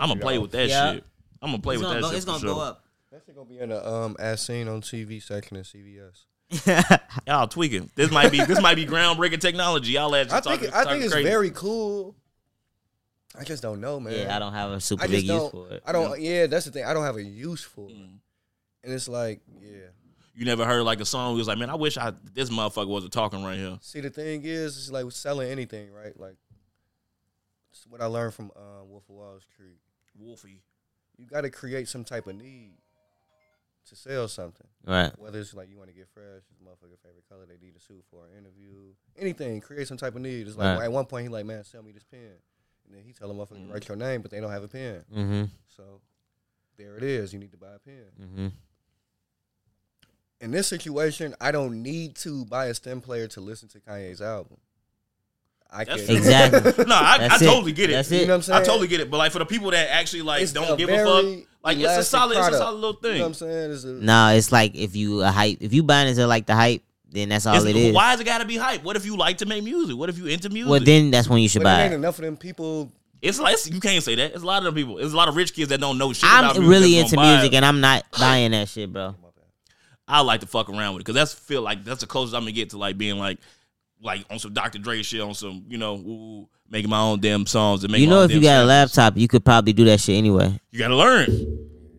I'm gonna play with that
Yeah.
shit. I'm gonna play
it's
with
gonna,
that
go,
shit.
it's
for
gonna
sure.
go up.
That shit gonna be in the um as seen on TV section at CVS.
Y'all tweaking. This might be this might be groundbreaking technology. Y'all at
I
talking,
think I
talking
think it's
crazy.
very cool. I just don't know, man.
Yeah, I don't have a super
I
big
just
use
don't.
for it.
I don't. Yeah, that's the thing. I don't have a use for it.
Mm.
And it's like, yeah.
You never heard like a song. It was like, man, I wish I this motherfucker wasn't talking right here.
See, the thing is, it's like selling anything, right? Like, it's what I learned from uh, Wolf of Wall Street.
Wolfie.
You got to create some type of need to sell something.
Right.
Whether it's like you want to get fresh, it's motherfucker favorite color, they need a suit for an interview, anything, create some type of need. It's like
Right.
at one point he like, man, sell me this pen, and then he tell a motherfucker
Mm.
to write your name, but they don't have a pen,
Mm-hmm.
so there it is. You need to buy a pen.
Mm-hmm.
In this situation, I don't need to buy a stem player to listen to Kanye's album. I
That's
can
true.
Exactly.
No, I, I
That's it.
totally get it.
That's
You know
it.
what I'm saying?
I totally get it, but like for the people that actually like
It's
don't
a
give a
very
fuck, like it's a
elastic
solid, it's a
product.
solid little
You know what
thing.
I'm saying? It's a,
No, it's like if you a hype, if you buying into like the hype, then that's all
It's-
it is.
Why is it got to be hype? What if you like to make music? What if you into music?
Well, then that's when you should
But there
buy.
ain't
It.
enough of them people.
it's like it's- you can't say that. It's a lot of them people. It's a lot of rich kids that don't know shit. about
I'm
music
really
that's
into
gonna buy
music,
it.
and I'm not buying that shit, bro.
I like to fuck around with it because that's feel like that's the closest I'm gonna get to like being like like on some Dr. Dre shit on some you know ooh, making my own damn songs and making
You
my
know,
own
if you
damn
got a
samples.
laptop, you could probably do that shit anyway.
you gotta learn.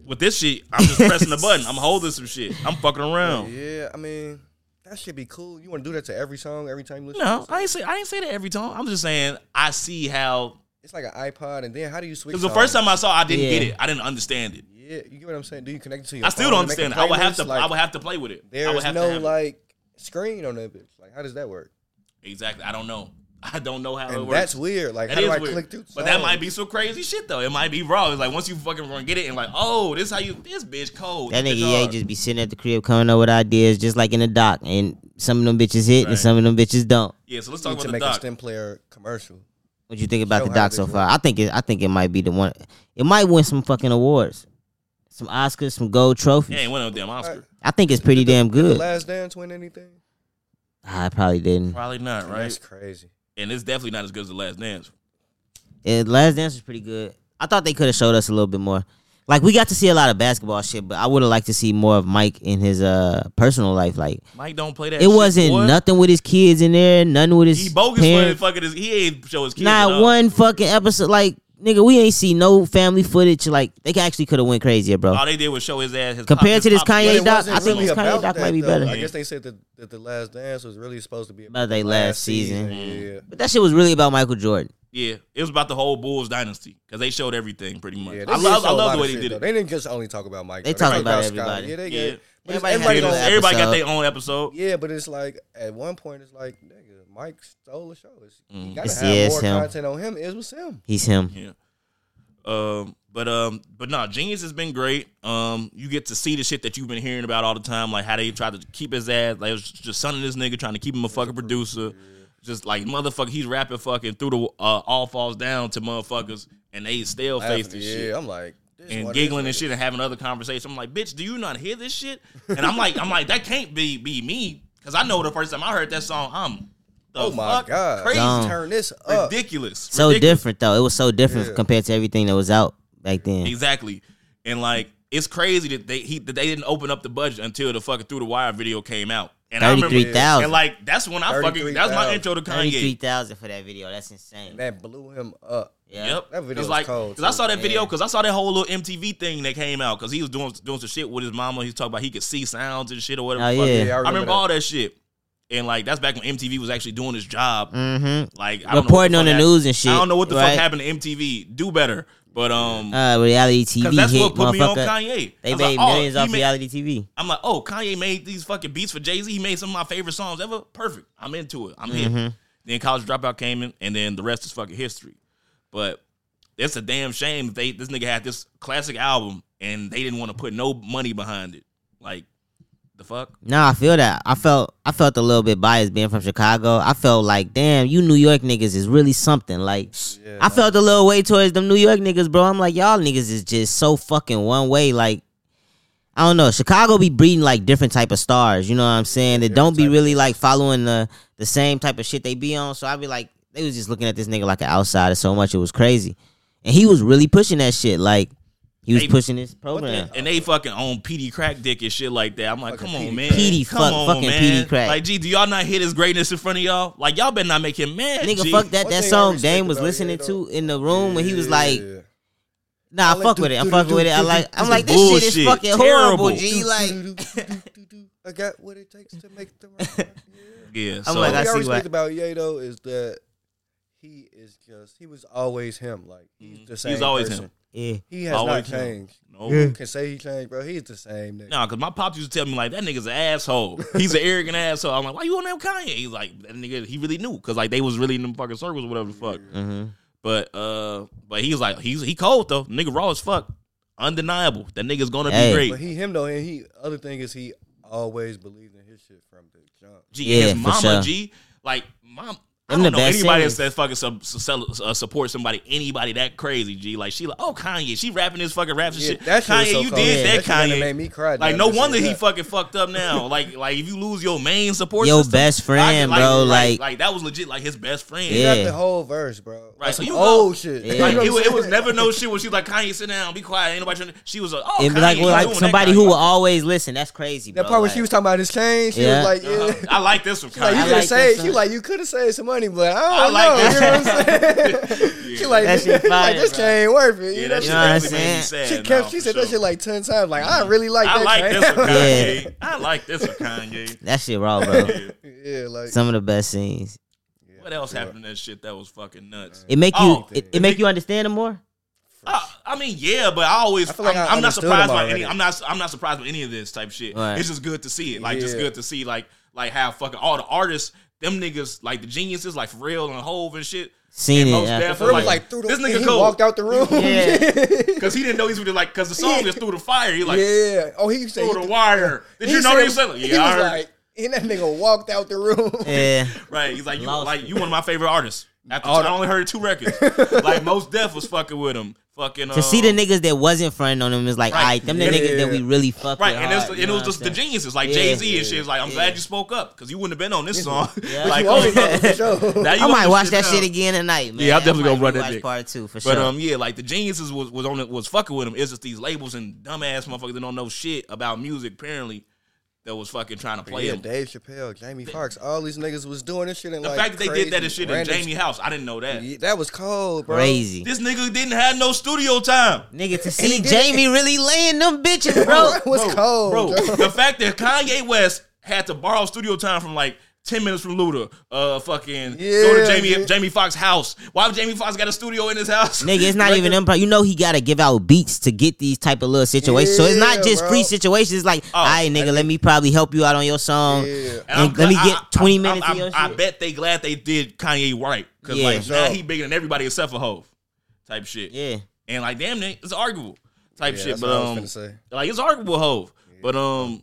With this shit, I'm just pressing the button. I'm holding some shit. I'm fucking around.
Yeah, I mean, that should be cool. You want to do that to every song, every time you listen. to
No,
it?
I ain't say I ain't say that every time. I'm just saying I see how
It's like an iPod, and then how do you switch?
because the first
songs?
time I saw, it, I didn't
Yeah.
get it. I didn't understand it.
Yeah, you get what I'm saying. Do you connect it to your?
I still
phone
don't
to make a
understand. it. I would have to.
playlist? Like,
I would have to play with it. I would
There's
have to
no
have it.
like screen on that bitch. Like, how does that work?
Exactly. I don't know. I don't know how it
And
works.
that's weird. Like,
That
how do
is
I
weird.
click through? Oh.
But that
songs?
might be some crazy shit though. It might be raw. It's like once you fucking gonna get it and like, oh, this how you this bitch cold.
That
This
nigga
bitch
yeah
hard.
just be sitting at the crib coming up with ideas, just like in the dock, and some of them bitches hit
Right.
and some of them bitches don't.
Yeah, so let's
You
talk
need
about
to
the
make a
doc.
stem player commercial.
What you think about
Show
the
how
doc
they
so
do it.
far? I think it. I think it might be the one. It might win some fucking awards, some Oscars, some gold
Yeah,
trophies.
ain't one of them Oscar.
I think it's pretty damn
The
good.
Last Dance win anything?
I probably didn't.
Probably not,
That's
right?
crazy.
And it's definitely not as good as the last dance.
Yeah, Last Dance was pretty good. I thought they could have showed us a little bit more. Like we got to see a lot of basketball shit, but I would have liked to see more of Mike in his uh personal life. Like
Mike don't play that
it
shit,
wasn't
boy.
nothing with his kids in there, nothing with his
He bogus for his
parents.
fucking his, he ain't show his kids. at
Not
all.
one fucking episode. Like nigga, we ain't see no family footage. Like they actually could have went crazier, bro.
All they did was show his ass his
Compared
pop-
to this
his pop- Yeah,
Kanye
But
Hey,
it
it
Doc,
wasn't
wasn't
I think
really
it's
about-
Kanye Doc might be
though.
better.
I guess they said that, that the last dance was really supposed to be
About they last season.
Yeah,
But that shit was really about Michael Jordan.
Yeah, it was about the whole Bulls dynasty because they showed everything pretty much.
yeah.
I
did
love
show
I
a lot
love
of
the way they
shit,
did
though.
it.
They didn't just only talk about Mike.
They
though.
talked
talked
about
Scottie.
everybody.
Yeah, they
Yeah.
get. but it's-
Everybody had
Everybody,
their
Everybody don't-
own
everybody got
episode.
their own episode.
Yeah, but it's like at one point it's like nigga, Mike stole the show. It's, You gotta
Mm. It's-
have
yeah, it's
more
him.
content on him. It was him.
He's him.
Yeah. Um, but um, but no, Genius has been great. Um, you get to see the shit that you've been hearing about all the time, like how they tried to keep his ass, like it was just son of this nigga trying to keep him a fucking producer. Just like motherfucker, he's rapping fucking through the uh, all falls down to motherfuckers, and they stale faced
After-
this
yeah,
shit
I'm like this one
and
is
giggling and
nigga.
shit and having other conversations. I'm like, bitch, do you not hear this shit? And I'm like, I'm like, that can't be be me because I know the first time I heard that song, I'm the
Oh my
fuck
god,
crazy,
Dumb.
turn this up.
ridiculous,
So
ridiculous.
different though. It was so different
Yeah.
compared to everything that was out back then.
Exactly. And like it's crazy that they he that they didn't open up the budget until the fucking through the wire video came out. And I remember and
33,000.
like that's when I fucking that's my
33,000.
intro to
Thirty-three
Kanye.
thousand for that video. That's insane.
That blew him up.
yeah.
Yep.
That video
It's
was
like
cold,
cuz I
too.
saw that video
Yeah.
cuz I saw that whole little MTV thing that came out cuz he was doing doing some shit with his mama. He's talking about he could see sounds and shit or whatever.
Oh,
the fuck.
yeah.
I remember
that.
all that shit. And like that's back when MTV was actually doing his job.
Mm-hmm.
Like I don't know what
Reporting on the
fuck hap-
news and shit.
I don't know what the
right?
fuck happened to MTV. Do better. But um
Uh, reality TV
cuz that's
hit,
what put me on
motherfucker.
Kanye. I
They
was like,
made
oh,
millions
he
off
made-
reality TV.
I'm like, oh, Kanye made these fucking beats for Jay Z. He made some of my favorite songs ever. Perfect. I'm into it. I'm
Mm-hmm.
in. Then college dropout came in, and then the rest is fucking history. But it's a damn shame that they this nigga had this classic album and they didn't want to put no money behind it. Like the fuck?
No, I feel that. I felt I felt a little bit biased being from Chicago. I felt like, damn, you New York niggas is really something. Like, I felt a little way towards them New York niggas, bro. I'm like, y'all niggas is just so fucking one way. Like, I don't know. Chicago be breeding like different type of stars. You know what I'm saying? That don't be really like following the the same type of shit they be on. So I be like, they was just looking at this nigga like an outsider so much it was crazy, and he was really pushing that shit. Like, he was
Hey,
pushing his program.
And they fucking own PD crack dick and shit like that. I'm like, come on, man.
PD
come
fuck-
on,
fucking
man.
PD crack.
Like, gee, do y'all not hear this greatness in front of y'all? Like, y'all better not make him mad.
Nigga,
G.
fuck that.
One
That
thing I
song
respect
Dame was
about
listening
Ye,
to
though-
in the room when he was like,
Yeah.
"Nah, I
like
fuck with it. I'm fucking with it. I like. I'm
This
like,
is
this shit is
bullshit.
fucking horrible,
Terrible.
G. Like,
I got what it takes to make the right. one. Yeah.
Yeah.
I'm
so-
like,
What
I
I
see
respect
why.
about Ye though is that he is just he was always him. Like
Mm-hmm.
he's the same.
He was always
person.
him.
yeah,
He has
Always
not
him.
changed.
No.
You can say he changed, bro. He's the same nigga.
No, because my pops used to tell me like that nigga's an asshole. He's an arrogant asshole. I'm like, why you on that Kanye? He's like, that nigga, he really knew because like they was really in them fucking circles, or whatever the fuck.
Mm-hmm.
But uh, but he's like, he's he cold though. Nigga raw as fuck, undeniable. That nigga's gonna
Hey.
be
But
great.
he him though, and he other thing is he always believed in his shit from the jump.
G,
Yeah,
his
for
mama
sure.
G, like mom. I
Them
don't
the
know
best
anybody
singers.
that says fucking sub, sub, uh, support somebody, anybody that crazy, G. Like she like, oh Kanye, she rapping his fucking raps and
Yeah,
shit.
that shit
Kanye,
was so
you
cold.
did
Yeah,
that,
that shit
Kanye.
kinda made me cry,
Like
dog.
no
That
wonder
shit
he
was-
fucking fucked up now. like like if you lose your main support,
Yo,
system,
best friend,
I-
bro,
right,
like-
like that was legit, like his best friend.
Yeah.
Got the whole verse, bro.
Right,
Right,
so
some
you
old
go-
shit.
Yeah.
You know
Like,
what
it,
I'm
was, it was
saying?
never no shit when she was like Kanye, sit down, be quiet, ain't nobody trying to. She was like, oh,
It'd be
Kanye,
like,
you
well, like
doing that,
somebody
Kanye.
who will always listen. That's crazy.
That
bro.
part where
Like,
she was talking about his chain, she
Yeah.
was like, yeah.
Uh-huh. I like this from
Like,
Kanye.
you
I
could
like
have saved.
that
She
song.
like you could have saved some money, but I don't
I like
know.
that
you know what I'm saying? She like,
That shit fire,
like this
bro.
chain ain't worth it.
yeah,
you know?
that
She
shit
know what I'm
actually made me
saying?
sad.
She
nah,
kept. She
for
said
sure. Mm-hmm.
that shit like ten times. Like I really like
I
that.
like
chain.
this from Kanye.
Yeah.
I like this from Kanye.
that shit raw, bro.
Yeah.
yeah, like
Some of the best scenes.
What else happened in that shit that was fucking nuts?
It make you
Oh,
it, it make you understand them more.
Uh, I mean, yeah, but I always
I feel like
I'm,
I
I'm not
understood
surprised
him
by any.
already.
I'm not I'm not surprised by any of this type of shit.
Right.
It's just good to see it. Like just
Yeah.
good to see like like how fucking all the artists, them niggas, like the geniuses, like Pharrell and Hove and shit.
Seen
And
it.
most
after-
definitely.
Bro was
like,
like through the.
this nigga
he
cold.
walked out the room.
Yeah.
Cause he didn't know these were like cause the song is through the fire. He like
yeah. Oh, he said.
through the wire. Did
he
you know
said-
they said?
He
Yeah, I
was
heard.
like, and that nigga walked out the room.
yeah.
Right. He's like, you,
Lost
like
it.
you one of my favorite artists. At the
All
time,
the-
I only heard two records. like most Def was fucking with him. Fucking
To see the
um,
niggas that wasn't fronting on them is like,
Right.
all right, them the
Yeah.
niggas that we really fuck
Right,
with
and, it's,
hard,
and
you
it
know
was
what
just
I'm
the
saying?
geniuses, like
Yeah.
Jay Z and shit. It's Like, I'm glad you spoke up because you wouldn't have been on this song.
Yeah.
like,
You always
now
on the show.
you
I
on
might
this
watch that
now.
shit again tonight, man.
Yeah, I'm definitely
I
gonna
might
run that
rewatch
dick.
Part two for
But
sure.
um, yeah, like the geniuses was was on it was fucking with him. It's just these labels and dumbass motherfuckers that don't know shit about music apparently that was fucking trying to play
Yeah,
him.
Dave Chappelle, Jamie Foxx, all these niggas was doing this shit. And
the
like
fact that they did that and
crazy
shit in
random
Jamie House, I didn't know that.
Yeah, That was cold, bro.
Crazy.
This nigga didn't have no studio time.
Nigga, to
he
see
did it.
Jamie really laying them bitches, bro.
that was cold,
bro.
bro.
the fact that Kanye West had to borrow studio time from like ten minutes from Luda, uh, fucking go to
Yeah,
Jamie
yeah.
Jamie Foxx house. Why would Jamie Foxx got a studio in his house?
Nigga, it's not even them. pro- You know he gotta give out beats to get these type of little situations. so it's
Yeah,
not just
bro.
free situations. It's
Oh,
like, all right, nigga, let me probably help you out on your song.
And
And
I'm
let me
glad-
get
I- I-
20
I-
minutes
I,
of your
I
shit.
bet they glad they did Kanye right because
Yeah.
like now
So-
he bigger than everybody except for Hov, type shit.
Yeah.
and like damn, nigga, it's arguable type
Yeah,
shit.
that's
But
what I was
um,
finna say.
like it's arguable Hove, but um,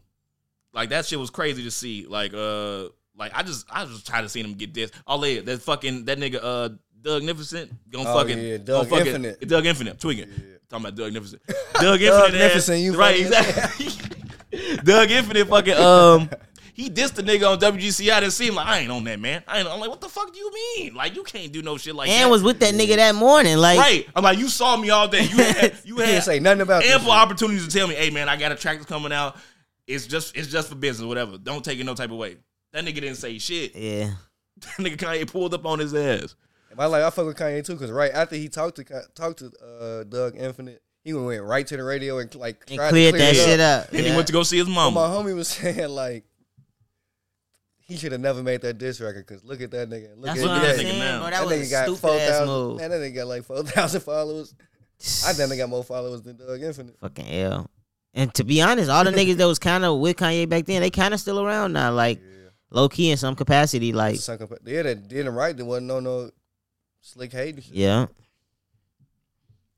like that shit was crazy to see. Like uh, like I just I was just trying to see him get this. All that that fucking that nigga uh Doug Nificent gonna
Oh,
fucking
yeah, Doug
gonna fucking,
Infinite.
Doug Infinite tweaking. Talking about Doug Nificent. Doug Infinite. ass-
Nificent, you
right?
fucking-
Exactly. Doug Infinite fucking um. He dissed the nigga on WGCI that seemed like I ain't on that man. I ain't. I'm like, what the fuck do you mean? Like you can't do no shit like that.
And was with that nigga that morning. Like,
right. I'm like, you saw me all day. You had, you
He
had
didn't say nothing about this
ample
shit.
opportunities to tell me, hey man, I got a track that's coming out. It's just it's just for business, whatever. Don't take it no type of way. That nigga didn't say shit. That
yeah.
nigga Kanye pulled up on his ass.
I like I fuck with Kanye too, cause right after he talked to Ka- talked to uh, Doug Infinite, he went right to the radio and like
And
tried to
cleared
clear
that
it
shit up.
And
Yeah.
he went to go see his
But my
mama.
homie was saying like he should have never made that diss record, cause look at that nigga. Look
That's
at
what I'm
that nigga
saying,
now.
bro.
That
That was
nigga
a
got
stupid ass
4,000
move.
Man, that nigga got like four thousand followers. I definitely got more followers than Doug Infinite.
Fucking L. And to be honest, all the niggas that was kind of with Kanye back then, they kind of still around now, like low key in some capacity. Like,
Sunk up- Yeah, that did him right. There wasn't no no slick hate. and shit.
yeah.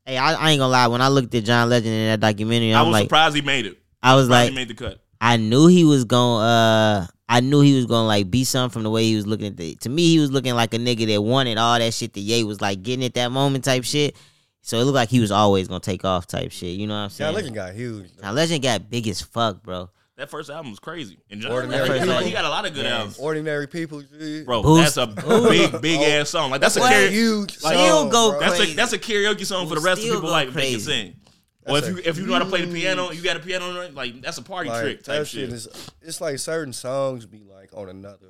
Hey, I, I ain't gonna lie. When I looked at John Legend in that documentary,
I
I'm
was
like,
surprised he made it.
I was
Surprised
like,
he made the cut.
I knew he was going uh I knew he was gonna like be something from the way he was looking at the to me he was looking like a nigga that wanted all that shit that Ye was like getting at that moment type shit. So it looked like he was always gonna take off type shit. You know what I'm
John
saying?
Legend got huge. though.
Now Legend got big as fuck, bro.
That first album was crazy. And John,
Ordinary
like, he,
People.
like, he got a lot of good albums.
Ordinary people, G.
Bro,
Boost.
that's a big, big ass song. Like that's a
That's a
karaoke
huge.
Like,
Still
song,
go
bro.
that's a
crazy.
that's a karaoke song for the rest of
Still
people
go
like if they can
crazy.
sing. Or if
That's
you
a
if you know how to play the piano, you got a piano like that's a party
Like,
trick type
that
shit.
shit is. It's like certain songs be like on another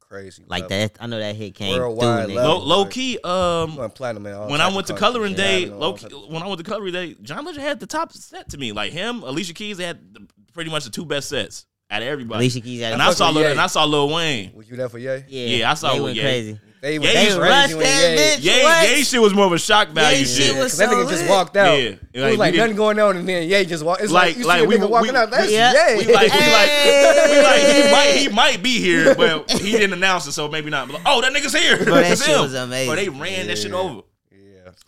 crazy.
Like
level.
that I know that hit came
Worldwide
through.
Low,
Nigga.
level.
low key, um,
You went platinum in all
when I
type of
went to
countries,
coloring
yeah,
day,
I know, all
low
type of-
when I went to coloring day, John Legend had the top set to me. Like him, Alicia Keys they had the, pretty much the two best sets out of everybody.
Alicia Keys had
and
a-
I saw
with
Lil,
Ye.
and I saw Lil Wayne.
Was you there for Ye?
yeah,
yeah, Mm-hmm. I saw
they
what
went
Ye-
crazy.
They
Ye
They
crazy
rushed
when
that
Ye-
bitch.
Yay,
What?
yay, shit was more of a shock value
Yay shit
shit.
was-
Cause that
so
nigga just
lit.
walked out.
Yeah,
Yeah,
like,
it
we
was like
did-
nothing going on, and then Ye just walked. It's
Like-
like, you
like,
see a
we-
nigga
we-
walking out. That's
yeah.
We
Ye.
like, we like, we like, he
Hey.
might, he might be here, but he didn't announce it, so maybe not. But, oh, that nigga's here.
Bro, that
It's
shit
him.
was amazing.
But they ran that shit over.
yeah.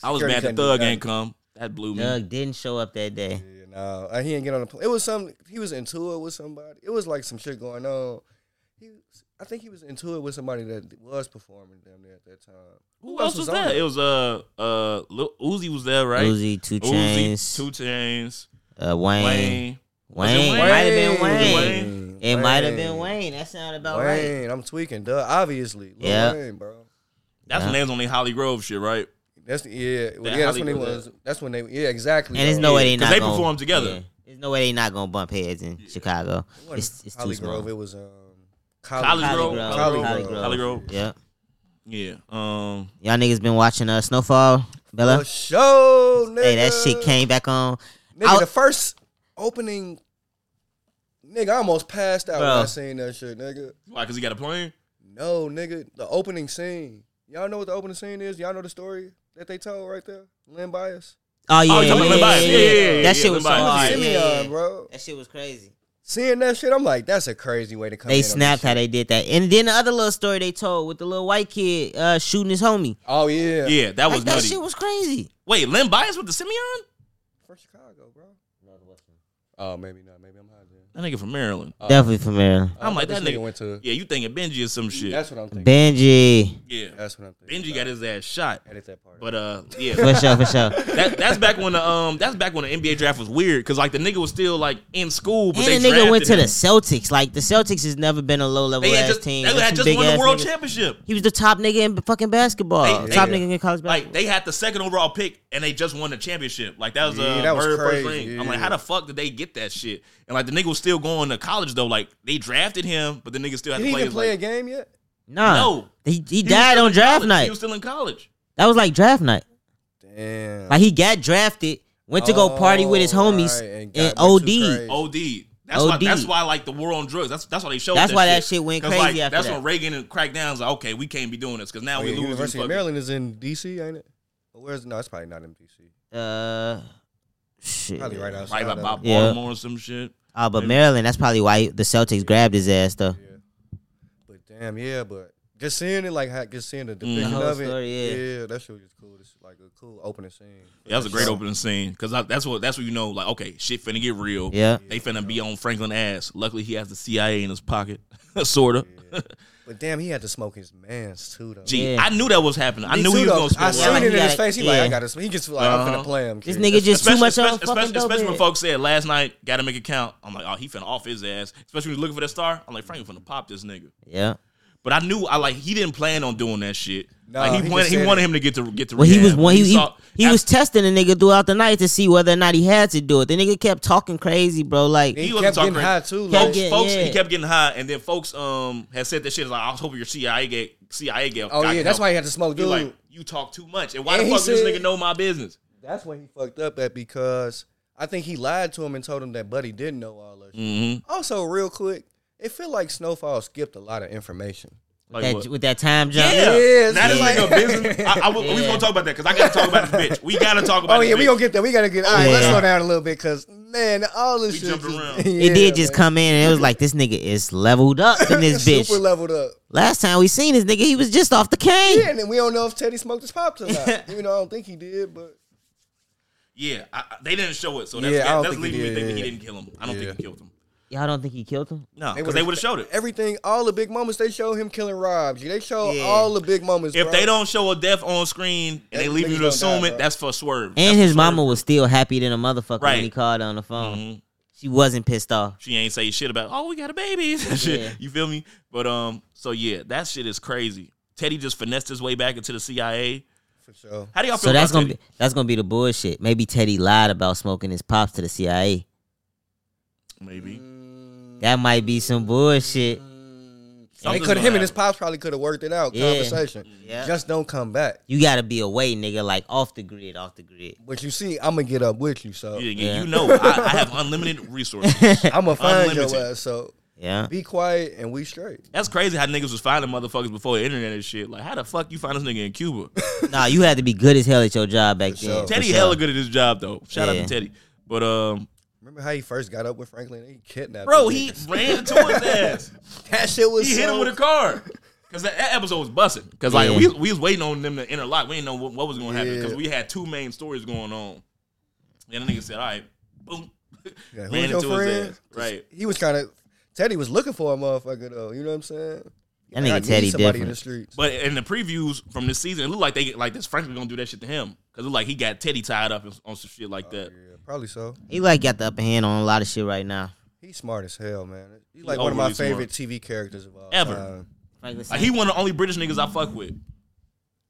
I was
Security
mad the
couldn't do
thug
nothing.
ain't come. That blew me.
Doug didn't show up that day.
Yeah, no, uh, he didn't get on the plane. It was some. He was in tour with somebody. It was like some shit going on. he, was- I think he was into it with somebody that was performing down there at that time.
Who else was
on
there? It was uh uh Lil Uzi was there, right?
Uzi, Two
Uzi,
Chains,
Two Chains,
uh, Wayne. Wayne.
Wayne.
It
Wayne?
might have been
Was it
Wayne.
Wayne?
It might have been Wayne. That sounded about right.
Wayne, I'm tweaking, duh. Obviously, Lil
Yeah.
Wayne, bro.
That's when they was on the Holly Grove shit, right?
That's yeah, well,
That
yeah. That's when they
Hollywood
was. That's when they. Yeah, exactly.
And there's
bro.
no way they
'cause
not
they
gonna-
performed together.
yeah. There's no way they not gonna bump heads in Chicago.
It wasn't
It's, it's too
Holly
small.
Grove. It was um.
Holly
Holly
Grove,
Grove,
Holly
Holly
Grove.
Grove.
Holly Grove.
Yeah.
Yeah. Um.
Y'all niggas been watching uh, Snowfall, Bella?
For sure, nigga.
hey, that shit came back on.
Nigga,
out-
the first opening. Nigga, I almost passed out when
Bro.
I seen that shit, nigga.
Why? Cause he got a plane.
No, nigga, the opening scene. Y'all know what the opening scene is? Y'all know the story that they told right there? Lynn Bias?
Oh yeah,
Oh, you
yeah,
talking about
yeah,
Levi's.
yeah,
Yeah, yeah, yeah,
That
yeah,
shit was so
Levi's.
hard.
Simeon,
Yeah, yeah.
bro.
That shit was crazy.
Seeing that shit, I'm like, that's a crazy way to come
They
in on
snapped
this
how they did that, and then the other little story they told with the little white kid uh, shooting his homie.
shit. Oh, yeah.
Yeah, that was
like, that
nutty.
shit was crazy.
Wait, Lynn Bias with the Simeon?
From Chicago, bro. Oh, maybe not. Maybe I'm hot there.
That nigga from Maryland.
Oh.
Definitely from Maryland.
I'm like,
This
that nigga-
went to.
Yeah, you thinking Benji is some shit?
That's what I'm thinking.
Benji,
yeah.
That's what I'm thinking.
Benji got his ass shot.
Edit that part.
But uh, yeah.
for sure, for sure.
That, that's back when the um that's back when the NBA draft was weird because like the nigga was still like in school but
and
they
the nigga went to
drafted
the
him.
Celtics. Like the Celtics has never been a low level
they had
ass
just,
team.
they
They're
had
two
just won the
big-ass
world
niggas.
championship
He was the top nigga in fucking basketball.
They-
top
they-
nigga in college basketball.
like they had the second overall pick and they just won the championship like that was
Yeah,
a
that was
bird first
crazy,
ring I'm like
yeah.
how the fuck did they get that shit and like the nigga was still going to college though like they drafted him but the nigga still had
Did
to
he
play,
even
his,
play
like,
a game yet?
nah,
No.
he, he
was
died
still
on
in
draft
college.
night.
he was still in college
that was like draft night.
Damn.
Like he got drafted, went to go party with his
Oh,
homies
right, and got
and
went too
OD.
crazy.
OD. That's why.
OD.
That's why. Like the war on drugs. That's that's why they showed.
That's
that
why
shit.
that shit went
'Cause,
crazy
Like,
after
that's
that.
when Reagan and Crackdown's like, okay, we can't be doing this because now
Oh,
we
yeah,
lose.
University of Maryland is in DC, ain't it? Or where's no? It's probably not in DC.
Uh, shit.
Probably right outside.
right by,
of
by
it.
Yeah.
Baltimore or some shit.
Oh, but Maryland. That's probably why the Celtics grabbed his ass though.
But damn, yeah, but just seeing it like how, just seeing the depiction
Mm-hmm. whole
of it,
story, yeah.
that shit was just cool. It's like a cool opening scene.
that was a great opening scene because that's what that's what you know. Like, okay, shit finna get real.
Yeah.
They finna be on Franklin ass. Luckily, he has the CIA in his pocket, sorta.
But damn, he had to smoke his mans too, though.
Gee,
Yeah.
I knew that was happening. I
Me
knew
too,
he was
though.
gonna spill
I
wine.
seen
wine.
it in
He
his
like-
face. He like,
yeah.
I got to. He just like, I'm
Uh-huh.
finna play him.
This
kid.
nigga just too
Especially,
uh,
much on
especially,
fucking
especially,
dope.
especially when
head.
folks said last night, gotta make it count. I'm like, oh, he finna off his ass. Especially when he's looking for that star. I'm like, Franklin finna pop this nigga.
Yeah.
But I knew I like he didn't plan on doing that shit.
Nah,
like, he,
he
wanted
just
he
said
wanted
it.
him to get to get to.
Well, he
rehab.
was one. He, he,
saw-
he
af-
was testing the nigga throughout the night to see whether or not he had to do it. The nigga kept talking crazy, bro. Like,
He,
he wasn't
kept getting
talking-
high too.
Kept
Like,
getting-
folks.
yeah.
He kept getting high, and then folks um had said that shit like I was hoping your CIA get CIA get.
oh
got
yeah, that's
help."
why he had to smoke,
He
dude.
like you talk too much, and why
And
the
he
fuck does
said-
this nigga know my business?
That's when he fucked up at because I think he lied to him and told him that Buddy didn't know all that. shit.
Mm-hmm.
Also, real quick, it feel like Snowfall skipped a lot of information.
Like
that,
what?
with that time jump.
Yeah,
Yeah,
that is
yeah.
like a business. I, I, we
Yeah.
gonna talk about that because I gotta talk about this bitch. We gotta talk about.
oh
this
yeah, we
bitch.
gonna get there. We gotta get. All right, let's
Yeah.
slow down a little bit because man, all this
We
shit.
jumped
just-
around.
It
Yeah,
did just
man.
come in and it was like this nigga is leveled up in this bitch.
Super leveled up.
Last time we seen this nigga, he was just off the cane.
Yeah, and then we don't know if Teddy smoked his pops or not. Even though I don't think he did, but
Yeah, I, I- they didn't show it, so that's,
Yeah, I don't
that's
think he
leading me to
did,
think that he
yeah.
didn't kill him. I don't
Yeah.
think he killed him.
Y'all don't think he killed him?
No, because they would have showed it.
Everything, all the big moments they show him killing Rob. G. They show
Yeah.
all the big moments.
If
bro.
they don't show a death on screen and they
That
leave
nigga
you to
gonna
assume
die,
it,
bro.
that's for swerve.
And
That's
his
for
mama
swerve.
was still happy than a motherfucker
Right.
when he called her on the phone.
Mhm.
She wasn't pissed off.
She ain't say shit about oh we got a baby. and shit.
Yeah.
You feel me? But um, so yeah, that shit is crazy. Teddy just finessed his way back into the CIA.
for sure.
How do y'all feel
So that's
about
gonna
Teddy?
be that's gonna be the bullshit. Maybe Teddy lied about smoking his pops to the CIA.
Maybe.
That might be some bullshit.
They
Something's
could him
gonna
and his
happen.
pops probably could have worked it out.
Yeah.
Conversation.
Yeah.
Just don't come back.
You gotta be away, nigga, like off the grid, off the grid.
But you see, I'm gonna get up with you, so
Yeah, yeah,
Yeah.
you know, I, I have unlimited resources.
I'm gonna find your
Unlimited.
ass. So
Yeah.
be quiet and we straight.
That's crazy how niggas was finding motherfuckers before the internet and shit. Like, how the fuck you find this nigga in Cuba?
nah, you had to be good as hell at your job back then.
sure.
for
Teddy
sure.
hella good at his job though. Shout out
Yeah.
to Teddy. But um,
Remember how he first got up with Franklin? He kidnapped.
bro, he
him.
ran into his ass.
that shit was.
He hit him
so-
with a car. Cause that, that episode was busting. Cause like
Yeah.
we, we was waiting on them to interlock. We didn't know what, what was gonna happen.
Yeah.
Cause we had two main stories going on. And the nigga said, "All right, boom."
Yeah, who's
Ran
your
into his
friend?
ass. Right.
He was trying to. Teddy was looking for a motherfucker though. You know what I'm saying?
That
Like, I
nigga
need
Teddy
somebody in
different.
the streets.
But in the previews from this season, it looked like they like this. Franklin gonna do that shit to him because look like he got Teddy tied up and- on some shit like that.
Yeah, probably so.
He like got the upper hand on a lot of shit right now.
He's smart as hell, man. He's like one of my
overly smart.
favorite TV characters of all
Ever.
time.
Like he one of the only British niggas I fuck with.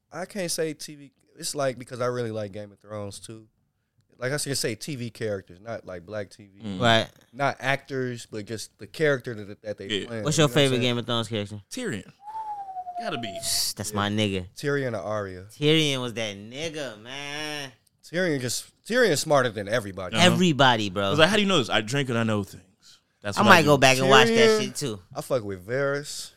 I can't say TV. It's like because I really like Game of Thrones too. Like I should say TV characters, not like black
Mm.
TV,
right.
not actors, but just the character that, that they
Yeah.
playing.
What's
You
your
know what I'm
favorite
saying?
Game of Thrones character?
Tyrion, gotta be.
That's my nigga.
Tyrion or Arya.
Tyrion was that nigga, man.
Tyrion just Tyrion's smarter than everybody.
Uh-huh.
Everybody,
I
bro.
was like, how do you know this? I drink and I know things. That's
I
what
might
do.
go back and watch that
Tyrion.
shit too.
I fuck with Varys.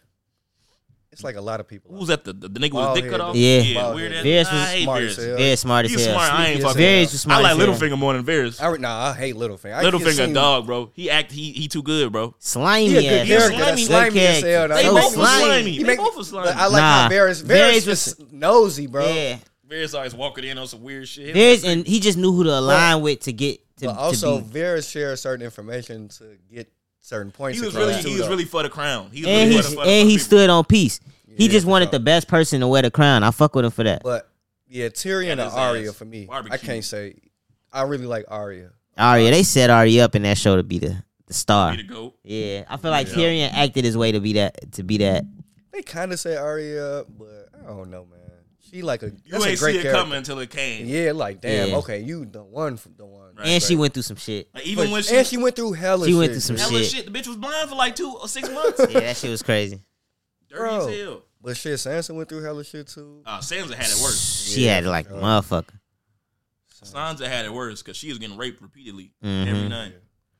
It's like a lot of people.
Who was that? The, the, nigga with
Bald
the dick cut
head.
off.
Yeah.
yeah
Bald
weird.
head.
ass-
Varys
I
was
hate
smart as
Varys.
hell.
Very smart as
He's
hell.
smart. I ain't
Sneaky as
fucking.
hell.
Varys was smart.
I like
as hell.
Littlefinger more than Varys.
I, nah, I hate Littlefinger. I can't
Littlefinger
see-
dog, bro. He act. He he too good, bro.
Slimy
He a
ass.
good character.
nigga.
That's
Slimy,
slimy as hell.
They
They
dog.
So
both
slimy.
was slimy.
He
They
make-
both was slimy.
I like
Nah.
how Varys. Varys,
Varys was-
just nosy, bro.
Yeah.
Varys always walking in on some weird shit.
Varys, and he just knew who to align with to get to,
but also
to be.
Varys shares certain information to get certain points.
He was
across
really
too,
he was
though.
really for the crown. He was
And
really
he
for the, for the- for
and
the
he
people.
stood on peace. He
Yeah,
just
for
wanted
sure.
the best person to wear the crown. I fuck with him for that.
But yeah, Tyrion
And
and
his
Arya
ass.
for me. I
Barbecue.
can't say. I really like Arya.
Arya, they set Arya up in that show to be the, the star.
He the goat.
Yeah, I feel like Tyrion acted his way to be that to be that.
They kind of say Arya, but I don't know, man. She like a
You
that's a
ain't see
great
it
character.
coming until it came.
Yeah, like damn.
Yeah.
Okay, you the one, from the one.
Right.
and she went through some shit.
Like, even
But-
when she,
and she went through hella.
She went
shit,
through some
bro.
hella
shit.
shit. the bitch was blind for like two or six months. Dirty
Yeah, that shit was crazy.
as
Bro.
hell.
But shit, Sansa went through hella shit too.
Uh, Sansa had it worse.
She had like a motherfucker.
Sansa had it worse because she was getting raped repeatedly
Mm-hmm.
Mhm.
every night.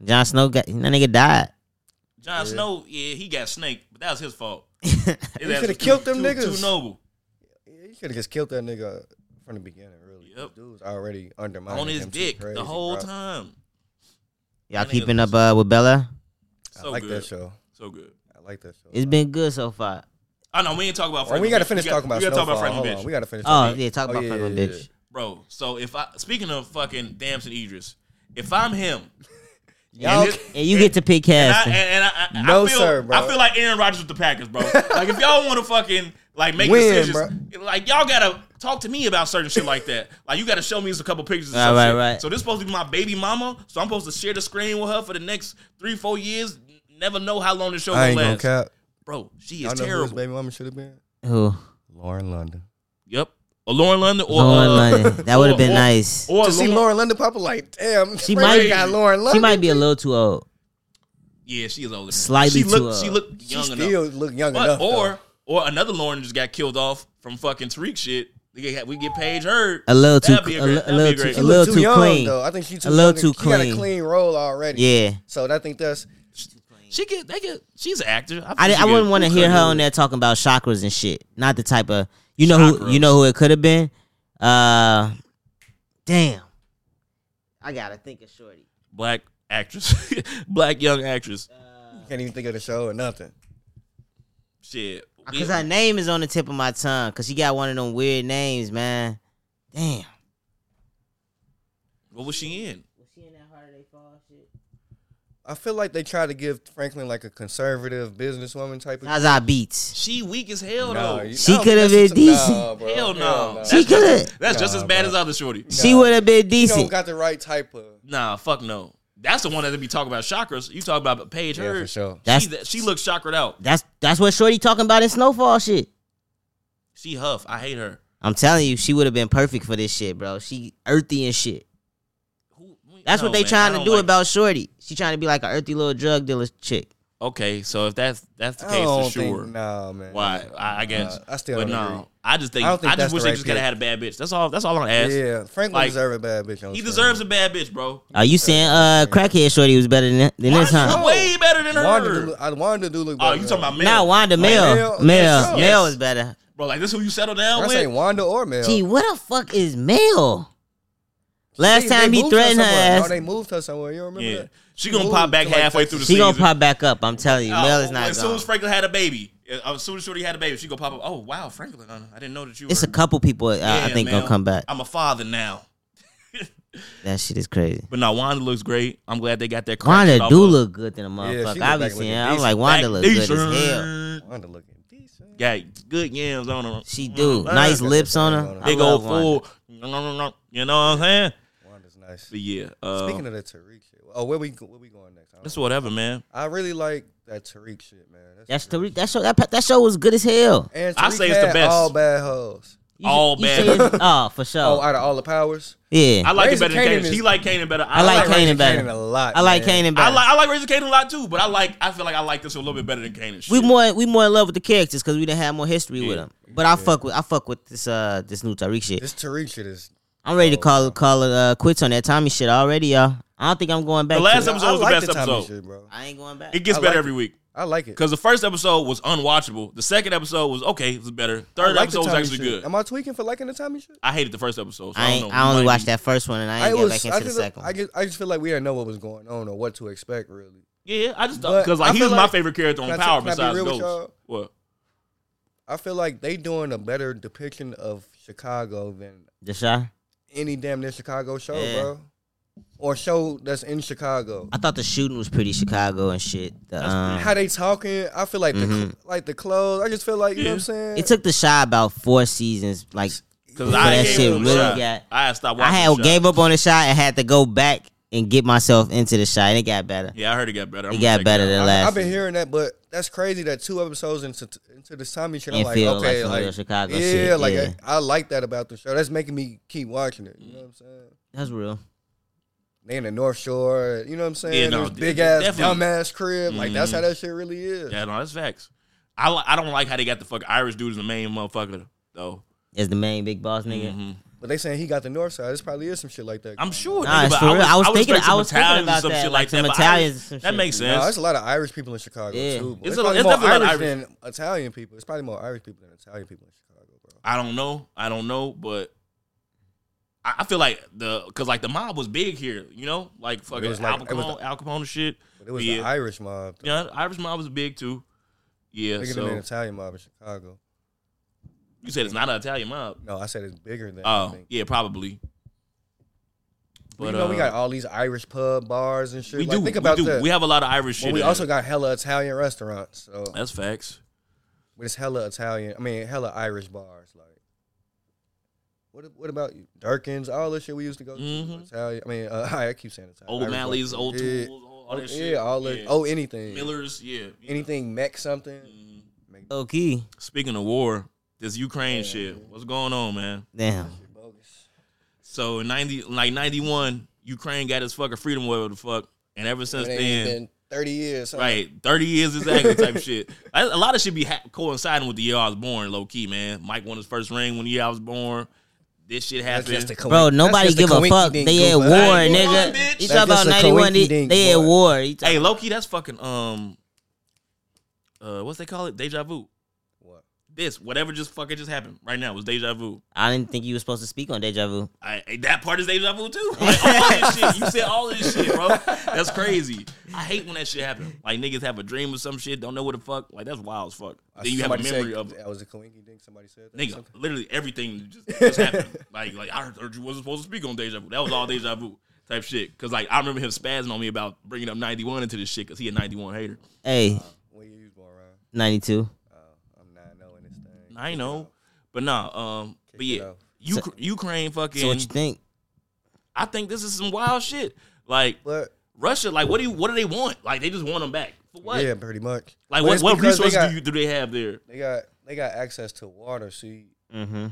Jon Snow got that nigga died.
Jon Snow, yeah, he got snaked, but that was his fault. His ass
coulda
was
killed
too-
them
too-
niggas.
Too noble.
Yeah, you could have just killed that nigga from the beginning. Really,
Yep.
dude's already undermining
on his
him too
dick
crazy,
the whole
bro.
time.
Y'all
That nigga
keeping up uh, with Bella?
So
I like
good.
that show.
So good.
I like that show.
It's been good so far.
I know we ain't talking about.
Oh,
Franklin
we gotta
bitch.
finish
got-
talking about
We gotta talk
Snowfall.
about Franklin
Hold
bitch.
on, we gotta finish.
Oh
talking-
yeah, talk
Oh,
about
yeah,
fucking
yeah,
bitch.
bro. So if I speaking of fucking Damson Idris, if I'm him,
yeah.
and
Y'all,
this-
And you get to pick
and I, and,
casting.
and I, I,
No,
I feel,
sir, bro.
I feel like Aaron Rodgers with the Packers, bro. like if y'all want to fucking like make
Win,
decisions, like y'all gotta talk to me about certain shit like that. Like you gotta show me a couple pictures.
Right,
and some
right,
shit.
right.
So this supposed to be my baby mama. So I'm supposed to share the screen with her for the next three, four years. Never know how long the show
I
gonna
ain't gonna
last,
cap.
bro. She
Y'all
is
know who his
terrible.
baby mama should have been?
Who?
Lauren London.
Yep. Or Lauren London, or
Lauren
uh,
London. That would have been
or-
nice.
Or
to see
Lauren-
Lauren London pop up like, damn,
She
she
might-
might got Lauren London.
She might be a little too old.
Yeah, she is older. than-
Slightly
she
too
looked, She
old.
looked
she
young
still
enough.
look young
But,
enough.
or
though.
or another Lauren just got killed off from fucking Tariq shit. We get, we get Paige Heard.
A little too
That'd be a
cl- a
great-
li- a
that'd be
little
great.
too- a
She
little
look too young
clean.
though. I think she too
A little
young.
too
she got a
clean.
clean role already.
Yeah.
So I think that's
She get they get. She's an actor.
I, did,
think
I
she
wouldn't
good.
want to
Who
hear
could
her
do
on
it?
there talking about chakras and shit. Not the type of you know who you know who it could have been. Uh, damn. I gotta think of shorty.
Black actress, black young actress.
you can't even think of the show or nothing.
Shit.
Cause her name is on the tip of my tongue. Cause she got one of them weird names, man. Damn.
What was she in?
Was she in that Heart They Fall shit?
I feel like they try to give Franklin like a conservative businesswoman type of.
Zaza Beats.
She weak as hell
Nah,
though.
you-
She
I don't
coulda
think that's
been
just-
decent.
nah, bro.
Hell no.
nah.
That's
She
just-
coulda-
That's just
Nah,
as bad
bro.
as other shorty.
She would have been
She don't
decent.
got the right type of.
Nah, fuck no. That's the one that they be talking about chakras. You talk about Paige
Yeah,
Heard.
for sure.
She,
That's-
she looks chakra'd out.
That's that's what Shorty talking about in Snowfall shit.
She huff. I hate her.
I'm telling you, she would have been perfect for this shit, bro. She earthy and shit.
Who, we-
That's
no,
what they
man, I
trying to
don't
do
like-
about Shorty. She trying to be like an earthy little drug dealer chick.
Okay, so if that's that's the
I
case,
don't
for sure.
think. Nah, man.
Why? I, I guess.
I still
But
don't
no,
agree.
I just think
I
I,
don't think that's
just
the
wish
right
they just gotta
pick.
had a bad bitch. That's all. That's all I'm asking.
Yeah, Franklin
Like,
deserves a bad bitch. On
He
screen.
deserves a bad bitch, bro.
Are you saying uh crackhead Shorty was better than, than
Wanda's
this, huh?
way better than her.
Wanda do look- I wanted to do look.
oh,
better
you
than
talking
her.
about Mel?
Not Wanda, Mel.
Mel,
Mel.
yes.
Mel is better.
bro? Like this? Who you settle down
I
with?
say Wanda or Mel.
Gee, what the fuck is Mel? Last
They- they
time he
moved her
threatened her
somewhere. No,
ass,
they moved her somewhere. You don't remember
yeah,
that?
she gonna pop
moved
back
to, like,
halfway
Texas.
through the
she
season.
gonna pop back up. I'm telling you,
Oh,
Mel is not
As soon
gone.
as Franklin had a baby, uh, as soon as Shorty had a baby, she gonna pop up. Oh wow, Franklin! uh, I didn't know that you.
It's
were,
a couple people uh, I
Yeah,
think
man.
gonna come back.
I'm a father now.
That shit is crazy.
But no, Wanda looks great. I'm glad they got that. crack
Wanda
shit off
do
of-
look good than a
she
motherfucker.
look
I be
like looking
seeing. I'm
decent.
like Wanda look
Back
good as hell.
decent.
Wanda looking decent.
Got good yams on her.
She
Mm.
do
man,
nice
got
lips
that
on
thing on
her.
her.
I
Big
love
old
Wanda.
fool. You know what I'm saying?
Wanda's nice.
But yeah, uh,
Speaking of the Tariq shit, oh, where we go- where we going next? I, don't
it's
know.
whatever, man.
I really like that Tariq shit, man.
That's
good.
Tariq. That show. That, that show was good as hell.
And
I
Tariq
say it's the
had
best.
All bad hoes.
You-
All
you
bad.
say it's- Oh, for sure.
Oh, out of all the powers,
yeah,
I like it
Raising
better than
Kanan
Kanan.
is-
He like Kanan better.
I like
Raising
Kanan better.
a lot.
I like
man.
Kanan
I
better.
like I like Razor Kanan a lot too, but I like I feel like I like this a little bit better than Kanan.
we
shit.
more we more in love with the characters because we didn't have more history with
Yeah.
them. But I fuck with I fuck with this uh this new Tariq shit.
This Tariq shit is.
I'm ready to call call it uh, quits on that Tommy shit already, y'all. I don't think I'm going back.
The last
to it.
episode
I
was the
like
best
the Tommy
episode.
shit, bro.
I ain't going back.
It gets
I
better
like
every week
I like it.
because the first episode was unwatchable. The second episode was okay, it was better.
I
Third
like the
episode was
Tommy
actually
shit.
good.
Am I tweaking for liking the Tommy shit?
I hated the first episode. So I,
I
don't
ain't,
know.
I only
Might
watched
be-
that first one and I ain't get back into
I
the
just,
second
I
one.
just, I just feel like we didn't know what was going on or what to expect really.
Yeah, I just
But
because
I
like he
feel
was my
like-
favorite character on
Can I t-
Power
can I be
besides
real with
Ghost.
y'all?
What?
I feel like they doing a better depiction of Chicago than
The Shy.
any damn near Chicago show,
Yeah.
bro, or show that's in Chicago.
I thought the shooting was pretty Chicago and shit. The, um,
How they talking? I feel like the
Mm-hmm.
cl- like the clothes. I just feel like you know what I'm saying.
it took the Shy about four seasons. Like
Because
Before
I
that
gave
shit
him a
really
shot.
got-
I had stopped
I
watching.
had
the shot.
gave up on the Shy and had to go back and get myself into the Shy. And it got better.
Yeah, I heard it got better. I'm
It
gonna check
got better
out.
than
I,
last.
have been hearing that, but that's crazy that two episodes into into this Tommy shit. I'm
It
like,
feel like
okay,
some
like,
real Chicago
yeah,
shit,
like
yeah.
I, I like that about the show. That's making me keep watching it. You know what I'm saying?
That's real.
They in the North Shore. You know what I'm saying?
Yeah, no,
There's
de-
big ass,
definitely. Mm-hmm.
dumbass crib. Like that's how that shit really is.
Yeah, no, that's facts. I li- I don't like how they got the fucking Irish dude as the main motherfucker though.
As the main big boss nigga.
Mhm.
But they saying he got the North Side. This probably is some shit like that.
I'm sure.
Nah,
nigga,
it's
but
for real. I was thinking-
expecting
I was thinking
Italians or
about
some
that,
shit
like
like
some
that. but
Italians and
Irish-
some
That
shit.
makes
No,
sense.
there's a lot of Irish people in Chicago
Yeah.
too. Bro.
It's
It's,
a-
probably
it's
more
definitely a lot
Irish
of Irish.
than Italian people. It's probably more Irish people than Italian people in Chicago, bro.
I don't know. I don't know, but I, I feel like the because like the mob was big here, you know, like fucking
was
Al,
like- it was
Capone, Al Capone and shit.
But it was
yeah,
the Irish mob, though,
yeah, the Irish mob was big too. Yeah,
bigger
so
than the Italian mob in Chicago.
you said it's not an Italian mob.
No, I said it's bigger than. I
Oh,
think.
yeah, probably.
But, you know, we
uh,
got all these Irish pub bars and shit.
we
like,
do.
Think about
we do.
that.
We have a lot of Irish shit.
but we
in
also
it.
got hella Italian restaurants. So
that's facts.
but it's hella Italian. I mean, hella Irish bars. Like, what? What about you? Durkins? All this shit we used to go to.
Mhm.
Italian. I mean, uh, I keep saying Italian.
Old
Irish bars.
Malleys, old
Yeah.
tools, all, all that
yeah,
shit.
all that. Oh, anything.
Millers, yeah.
anything mech something.
Mhm.
Okay.
Speaking of war, this Ukraine shit. What's going on, man?
Damn.
Bogus.
So in ninety, like ninety one, Ukraine got its fucking freedom, whatever the fuck, and ever since
It ain't
then,
been thirty years. huh?
right, thirty years exactly type shit. A a lot of shit be ha- coinciding with the year I was born, low key, man. Mike won his first ring when the year I was born. This shit
That's
happened.
just a coinc-
Bro,
that's
nobody
just a
give a fuck.
coinkydink,
They at war,
goof.
I ain't going,
nigga.
bitch.
You
That's
talk about
just a
91. They,
coinkydink,
they at
boy.
war. You talk-
hey, low key, that's fucking um, uh, what's they call it? Deja vu.
What?
This whatever just fucking just happened right now was deja vu.
I didn't think you were supposed to speak on Deja Vu.
I, hey, that part is deja vu too. Like, all this shit. You said all this shit, bro. That's crazy. I hate when that shit happens. Like niggas have a dream or some shit, don't know what the fuck. Like that's wild as fuck. Then you have a
Somebody
memory
said,
of it.
That was a coinky dink. Somebody said that.
Nigga, literally everything just, just happened. Like, like I heard you wasn't supposed to speak on deja vu. That was all deja vu type shit. Cause like I remember him spazzing on me about bringing up ninety one into this shit because he a ninety one hater.
Hey,
When you was born, Ryan?
92.
Oh, I'm not knowing this thing.
I know, but nah. Um, but
it
yeah,
off.
Uk- Ukraine fucking.
So what you think?
I think this is some wild shit. Like
But
Russia, like what do you, what do they want? Like they just want them back for what?
yeah, pretty much.
Like
But
what,
it's
what
because they
resources
got-
do you do they have there?
They got they got access to water. See,
Mm-hmm.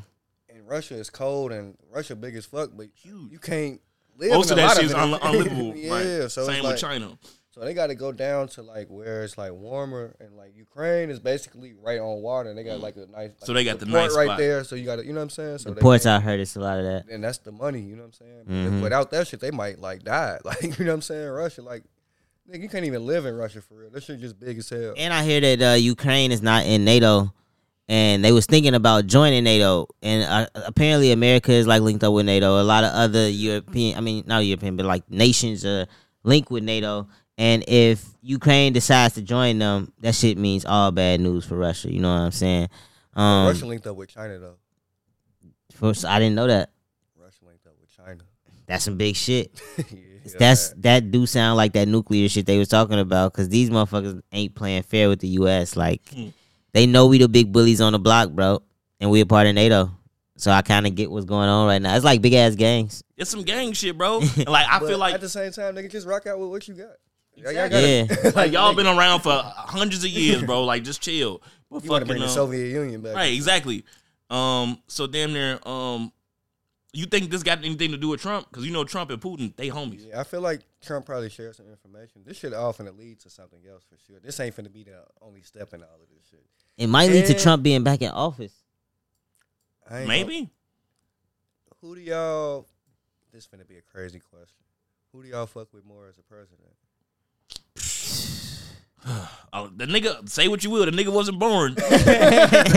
in Russia it's cold and Russia big as fuck, but
Huge.
you can't live.
Most
in
of
a
that
lot
shit is
it.
un- unlivable.
yeah,
right?
so it's
same
like,
with China.
So they got to go down to like where it's like warmer and like Ukraine is basically right on water and they got like a nice.
Mm. So
like,
they got the
port
nice
right
spot.
there. So you got to, you know what I'm saying? So
The
they
ports,
can't-
I heard it's a lot of that.
and that's the money. You know what I'm saying?
Mm-hmm.
Mhm.
Without that shit, they might like die. Like you know what I'm saying? Russia, like nigga, you can't even live in Russia for real. That shit just big as hell.
And I hear that uh, Ukraine is not in NATO, and they was thinking about joining NATO. And uh, apparently, America is like linked up with NATO. A lot of other European, I mean, not European, but like nations are linked with NATO. And if Ukraine decides to join them, that shit means all bad news for Russia. You know what I'm saying? Um,
Russia linked up with China though.
first, I didn't know that.
Russia linked up with China.
That's some big shit.
Yeah,
That's that do sound like that nuclear shit they was talking about because these motherfuckers ain't playing fair with the U.S. Like
Hmm.
they know we the big bullies on the block, bro, and we a part of NATO. So I kind of get what's going on right now. It's like big ass gangs.
It's some gang shit, bro. And, like I
But
feel like
at the same time, nigga, just rock out with what you got. Y'all- y'all gotta-
Yeah,
like y'all been around for hundreds of years, bro. Like just chill. But
You want
fucking,
to bring the
um,
Soviet Union back?
Right, exactly. Um, so damn near. Um, you think this got anything to do with Trump? Because you know Trump and Putin, they homies.
Yeah, I feel like Trump probably shared some information. This shit all finna lead to something else for sure. This ain't finna be the only step in all of this shit.
it might lead to
Yeah.
Trump being back in office.
I ain't gonna-
Maybe.
who do y'all? This finna be a crazy question. Who do y'all fuck with more as a president?
Oh, the nigga, say what you will, the nigga wasn't born. the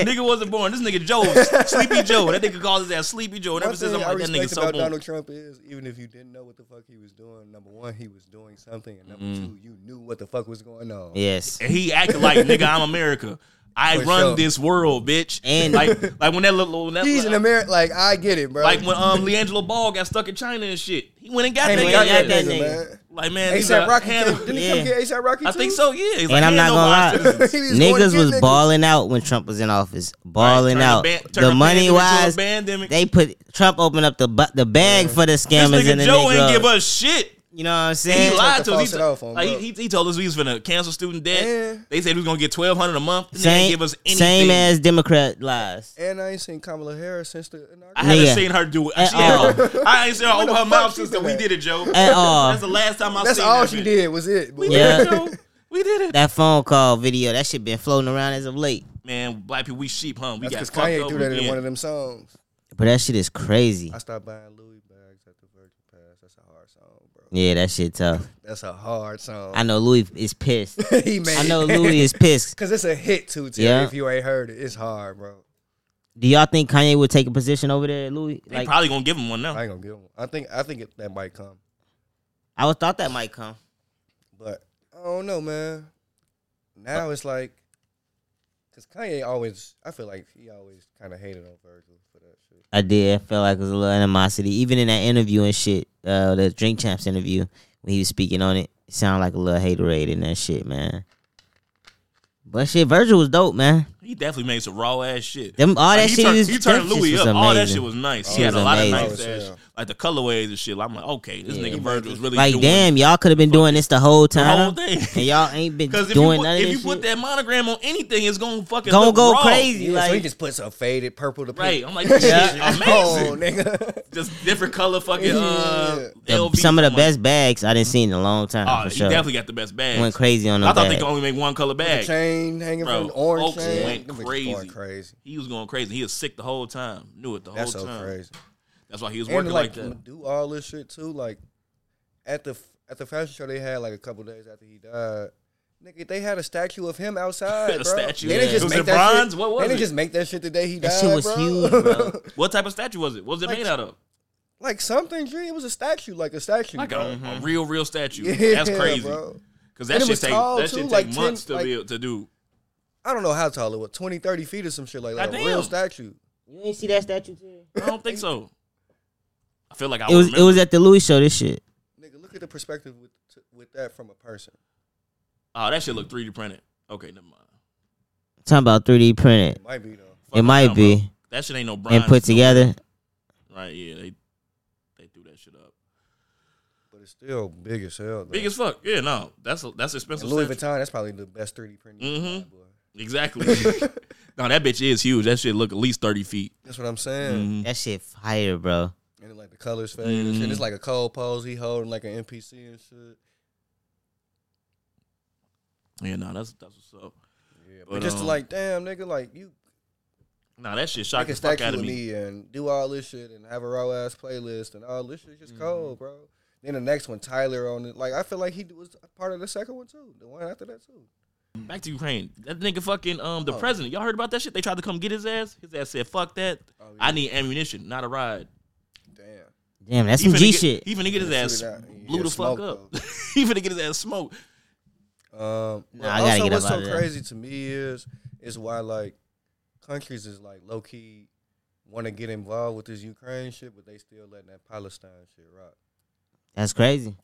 nigga wasn't born. This nigga Joe, Sleepy Joe. That nigga calls his ass Sleepy Joe. And
One
ever since
thing
I'm
I
like, that nigga
respect
so
about
born.
Donald Trump is even if you didn't know what the fuck he was doing, number one, he was doing something, and
Mm.
number two, you knew what the fuck was going on.
Yes,
And he acted like, nigga, I'm America. I
For
run
sure.
this world, bitch.
And-
like, like when that little, when that
He's an American. Like I get it, bro.
like when um Leangelo Ball got stuck in China and shit, he went and got
Hey,
that
man,
got
nigga.
y'all
that
got
Yeah.
that
nigga.
nigga, man.
Like man, he's
ASAP
a
Rocky.
hand-
Came, didn't he come
Yeah.
get ASAP Rocky?
I
too?
think so. Yeah, He's
And I'm
he
not
ain't no
gonna
wise
lie.
citizen.
He was going to
niggas
get
was
niggas.
balling out when Trump was in office, balling
Turn a
out.
ban- turn a
the
pandemic
money
to a
wise,
pandemic.
they put Trump opened up the bu- the bag for the
this
scammers and the
nigga Joe ain't
Negroes.
give us shit.
You know what I'm
He
saying?
lied to
to
us.
false
He,
it off on
like, he,
both.
he- he told us we was gonna cancel student debt.
Yeah.
They said we was gonna get twelve hundred a month. This nigga ain't
Same,
give us anything.
same as Democrat lies.
And I ain't seen Kamala Harris since the inauguration.
I haven't
Nigga.
seen her do it.
At
She ain't-
all.
I ain't seen her
When
open
the
her mouth
fuck
since
she
that we
did
did it, Joe.
At all.
That's the last time I
That's
seen
all
that
she
bitch.
did was it.
We
boy.
Yeah.
did it, Joe. We did it.
That phone call video, that shit been floating around as of late.
Man, black people, we sheep, huh? We
That's
got
because
fucked
Kanye
up.
do that in
Yeah.
one of them songs.
But that shit is crazy.
I stopped buying Louis bags at the Virgin Pass. That's a hard song, bro.
Yeah, that shit tough.
That's a hard song.
I know Louis is pissed.
he made
I know Louis is pissed.
Because it's a hit too, Terry.
Yeah.
If you ain't heard it, it's hard, bro.
Do y'all think Kanye would take a position over there, at Louis?
They
Like
probably gonna give him one now.
I ain't gonna give him. I think I think it, that might come,
I was thought that might come.
but I don't know, man. Now it's like, cause Kanye always, I feel like he always kind of hated on Virgil for that shit.
I did. I felt like it was a little animosity. Even in that interview and shit, uh, the Drink Champs interview, when he was speaking on it, it sounded like a little haterade in that shit, man. But shit, Virgil was dope, man.
He definitely made some raw ass shit.
Them all that
Like,
shit
turned-
was,
he turned
them shit
Louis
was
up. All that
amazing.
shit was nice.
It
he had
was
a lot
amazing.
of nice
Oh, yeah.
ass, like the colorways and shit. I'm like, okay, this nigga Virgil's really
Like,
doing
damn, y'all could have been doing this the whole
the
time,
whole thing.
and y'all ain't been
Because if
doing
you put,
none of
if
this
you put
shit.
that monogram on anything, it's gonna fucking
Gonna
look
go
raw.
crazy,
Yeah, so he
like
just put some faded purple to pink.
Right? I'm like, this shit
Yeah.
is amazing.
Oh, nigga.
Just different color fucking uh,
the-
LV.
some of the
I'm like,
best bags I didn't see in a long time.
Oh,
for
he
sure.
definitely got the best bags.
went crazy on them.
I thought they
bags.
could only make one color
The
bag.
chain hanging
Bro,
from the orange
Oaks
chain.
went
Them bitches going
crazy.
crazy.
He was going crazy. He was sick the whole time. Knew it the
That's
whole
so
time.
crazy.
That's why he was
And
working
to,
like,
like,
that.
do all this shit too. Like at the at the fashion show they had like a couple days after he died. Nigga, they had a statue of him outside.
A
bro.
statue?
They didn't
Yeah.
just
Was
make
it
that
bronze?
Shit.
What was
they
it?
didn't just make that shit the day he
That
died.
shit was
bro.
huge, bro.
What type of statue was it? What was it
Like-
made out of?
like something, G. It was a statue, like a statue.
Like a,
bro.
a real, real statue.
Yeah,
That's crazy.
bro.
Because
And
that
it
shit
was
take
tall,
that
too,
shit
like
take
10
months to
like-
build to do.
I don't know how tall it was. 20, 30 feet or some shit like that. A
Goddamn.
real statue.
You ain't see that statue. Terry?
I don't think so. I feel like I
It was.
was.
It was at the Louis show. This shit.
Nigga, look at the perspective with with that from a person.
Oh, that shit look 3D printed. Okay, never mind.
Talking about 3D printed.
It might be though.
Fuck
it might
around,
be.
bro. That shit ain't no bronze.
and put together.
Right? Yeah, they they threw that shit up.
But it's still big as hell. Though.
Big as fuck. Yeah, no, that's that's expensive.
And Louis
statue. Mm-hmm.
Vuitton, that's probably the best 3D printing. you can
Mhm.
buy, boy.
Exactly. no, that bitch is huge. That shit look at least thirty feet. Mm-hmm.
That's what I'm saying.
That shit fire, bro.
And then, like the colors fade and
Mm-hmm.
shit. It's like a cold pose he holding like an NPC and shit.
Yeah, no, that's that's what's up.
But,
But,
just
um,
like, damn, nigga, like you
No, that shit shocked
make
the
a
fuck
statue
out of
of
me.
me and do all this shit and have a raw ass playlist and all this shit just
Mm-hmm.
cold, bro. Then the next one, Tyler on it. Like I feel like he was part of the second one too. The one after that too.
Back to Ukraine. That nigga fucking um
Oh.
the president. Y'all heard about that shit? They tried to come get his ass. His ass said, "Fuck that.
Oh, yeah.
I need ammunition, not a ride."
Damn.
Damn, that's
He
some
finna
G
get-
shit.
He finna get his ass
shoot it out.
blew
Yeah,
the fuck
smoke,
up.
though.
he finna get his ass smoked.
Um,
Nah,
but
I gotta
also,
get up
what's
out
so
of there.
crazy to me is is why like countries is like low key want to get involved with this Ukraine shit, but they still letting that Palestine shit rock.
That's crazy.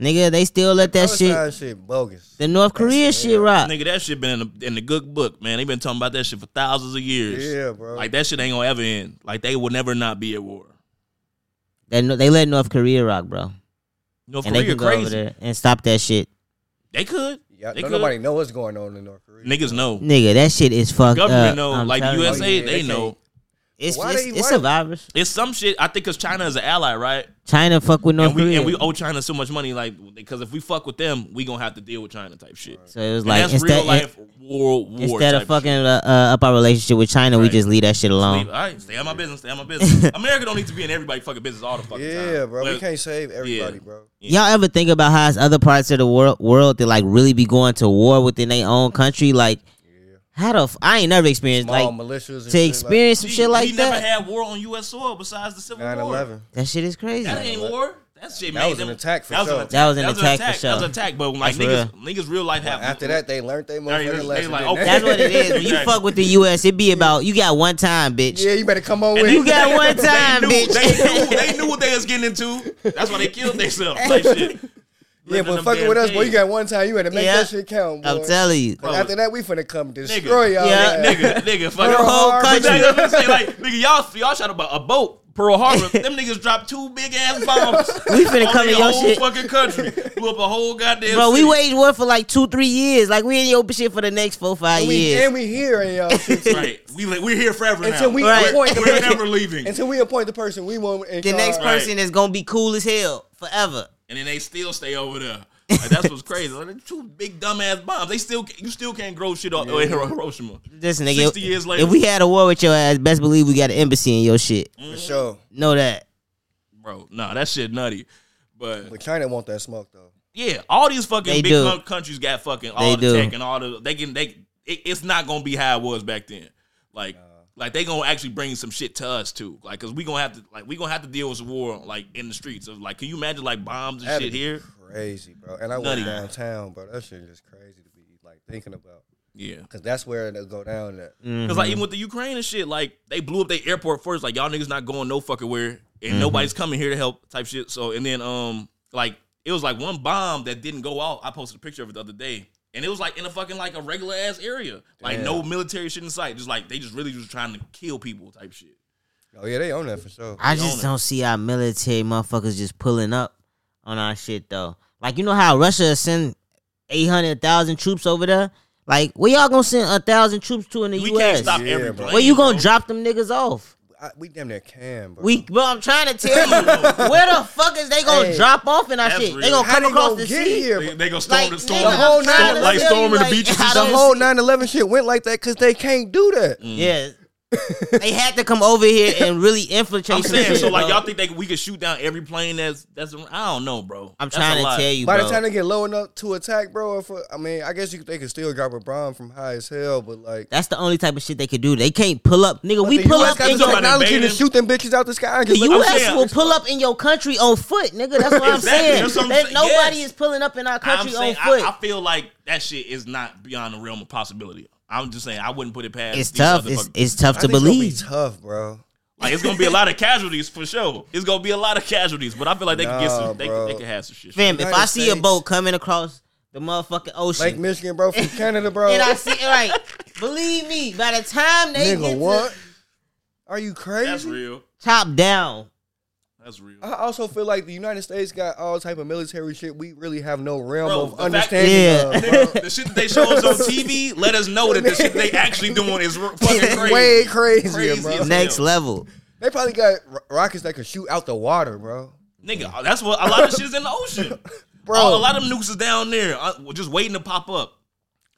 Nigga, they still let that shit,
Palestine shit bogus.
the North Korea shit
Uh,
rock.
Nigga, that shit been in the, in the good book, man. They been talking about that shit for thousands of years.
Yeah, bro.
Like that shit ain't gonna ever end. Like they will never not be at war.
They, they let North Korea rock, bro.
North
And they
Korea
can go over
crazy.
there and stop that shit.
They could.
yeah,
they
don't
could.
nobody know what's going on in North Korea.
Niggas know.
Nigga, that shit is fucked
Government
up.
know.
I'm
like the
telling you.
USA,
Oh, yeah,
they
they
know.
It's,
Why
it's,
they-
it's
why-
a virus.
It's some shit. I think because China is an ally, right?
China fuck with North
and we
Korea.
and we owe China so much money, like because if we fuck with them, we gonna have to deal with China type shit.
so it was
And
like
that's
instead,
real life world war.
instead
type
of fucking
shit.
uh, uh, up our relationship with China, we
Right.
just leave that shit
Leave-
alone.
all right, stay on
um,
my business. Stay on my business. America don't need to be in everybody fucking business all the fucking time.
Yeah, bro. We
But-
can't save everybody, bro.
Y'all ever think about how it's other parts of the world world that like really be going to war within their own country? Like, how the f- I ain't never experienced
Small
like
militias and
to
shit,
experience some
We-
shit like
we
that.
never had war on U.S. soil besides the Civil
like 9
War.
11.
that shit is crazy.
That ain't war. That shit
That
made
was an
them-
attack for
that was an
sure.
attack.
That was an attack for
That was an
sure.
attack. But like
That's
niggas, niggas real life have.
After that, they learned they
they-
motherfucking
they
lesson.
like,
didn't they?
okay.
That's what it is. When you
Exactly.
fuck with the US, it be about you got one time, bitch.
Yeah, you better come on with
they-
You
it.
got one
they
time,
knew,
bitch.
they, knew, they knew what they was getting into. That's why they killed themselves. Like shit.
Yeah, but fucking with us, boy, you got one time. You better make
Yeah.
that shit count, boy.
I'm telling you.
Like,
Bro.
After that, we finna come destroy y'all.
Yeah.
ass.
nigga, nigga, fuck
The whole
Pearl
But
country.
y'all, y'all finna say, like, nigga, y'all, y'all shot about a boat, Pearl Harbor. Them niggas dropped two big ass bombs.
We finna
on
come
their
in your
whole
shit.
fucking country. Blew up a whole goddamn.
Bro, we
city.
waged war for like two, three years. Like we in your shit for the next four, five
And we,
years.
and we here and y'all shit.
Right, we li- we're here forever
Until
now.
we
Right.
appoint the
we're
person,
never leaving.
until we appoint the person we want. in
The
charge.
next
Right.
person is gonna be cool as hell forever.
and then they still stay over there. Like, that's what's crazy. Like, they're two big dumbass bombs. They still you still can't grow shit up in Hiroshima.
This nigga.
60 years later.
If we had a war with your ass, best believe we got an embassy in your shit.
Mm. Mm-hmm.
For sure.
Know that.
Bro, nah, that shit nutty. But
But China want that smoke though.
yeah, all these fucking
They
big
do.
co- countries got fucking all
They
the
do.
tech and all the they can they it, it's not gonna be how it was back then. Like like they gonna actually bring some shit to us too. Like cause we gonna have to like we gonna have to deal with war like in the streets of like can you imagine like bombs and
That'd
shit
be
here?
Crazy, bro. And I
Nutty.
went downtown, bro. That shit just crazy to be like thinking about.
Yeah.
Cause that's where it'll go down
Mm.
at.
Because
Mm-hmm.
like even with the Ukraine and shit, like they blew up their airport first. Like y'all niggas not going no fucking where, and
Mm-hmm.
nobody's coming here to help type shit. So and then um like it was like one bomb that didn't go out. I posted a picture of it the other day, and it was like in a fucking like a regular ass area, like no military shit in sight. Just like they just really just trying to kill people type shit.
Oh yeah, they own that for sure.
I
own
just
it.
don't see our military motherfuckers just pulling up on our shit though. Like you know how Russia send eight hundred thousand troops over there. Like where y'all gonna send a thousand troops to in the
We can't
U.S.
stop
Yeah,
every
bro.
plane.
Where you gonna
bro.
drop them niggas off?
I, we damn near can, bro.
We, bro, I'm trying to tell you, where the fuck is they gonna
Hey,
drop off in our
that's
shit? They
real.
gonna
How
come
they
across
gonna
the
get
sea.
here?
They,
bro?
they gonna storm
Like,
the
nigga,
storm,
I'm
whole
trying
storm
to
like
tell you,
storming the
like,
beaches.
I
and
The
don't
shit.
whole
see-
9-11 shit went like that because they can't do that.
Yeah, they had to come over here and really infiltrate.
I'm
some
saying
shit,
so like
bro.
y'all think they we could shoot down every plane that's that's around? I don't know, bro.
I'm
That's
trying
a
to
lot.
tell you,
By
bro.
the time they get low enough to attack, bro, if, I mean, I guess you, they could still drop a bomb from high as hell, but like,
That's the only type of shit they could do. They can't pull up, nigga. we
But the
pull
US
up
got
in
the
talk
your
about
technology to
invading.
shoot them bitches out the sky. and
The
just let them
I'm
U.S.
saying-
will pull up in your country on foot, nigga. That's what I'm
Exactly,
saying.
that's what I'm
That-
saying.
Nobody
Yes.
is pulling up in our
I'm
country
saying
on foot.
I, I feel like that shit is not beyond the realm of possibility. I'm just saying I wouldn't put it past.
it's
these
tough.
other
It's,
fuck-
it's tough
I
to
think it's gonna be
believe.
tough, bro.
like it's gonna be a lot of casualties for sure. It's gonna be a lot of casualties, but I feel like they can get
Nah,
some. They,
bro.
they can have some shit.
Fam, if I
United
see a
States.
boat coming across the motherfucking
Lake
ocean,
Michigan, bro, from Canada, bro.
and I see it like, believe me, by the time they get
Nigga,
to
what? Are you
That's
crazy?
real.
top down,
That's real.
I also feel like the United States got all type of military shit. We really have no realm
Bro,
of
the fact-
understanding.
Yeah.
of, bro.
The shit that they show us on TV let us know that the shit they actually doing is r- fucking crazy.
Way crazier,
Crazy
bro.
as
next
hell.
level.
They probably got ro- rockets that can shoot out the water, bro.
nigga. uh, That's what a lot of shit is in the ocean,
Bro.
All- a lot of them nukes is down there, uh, just waiting to pop up.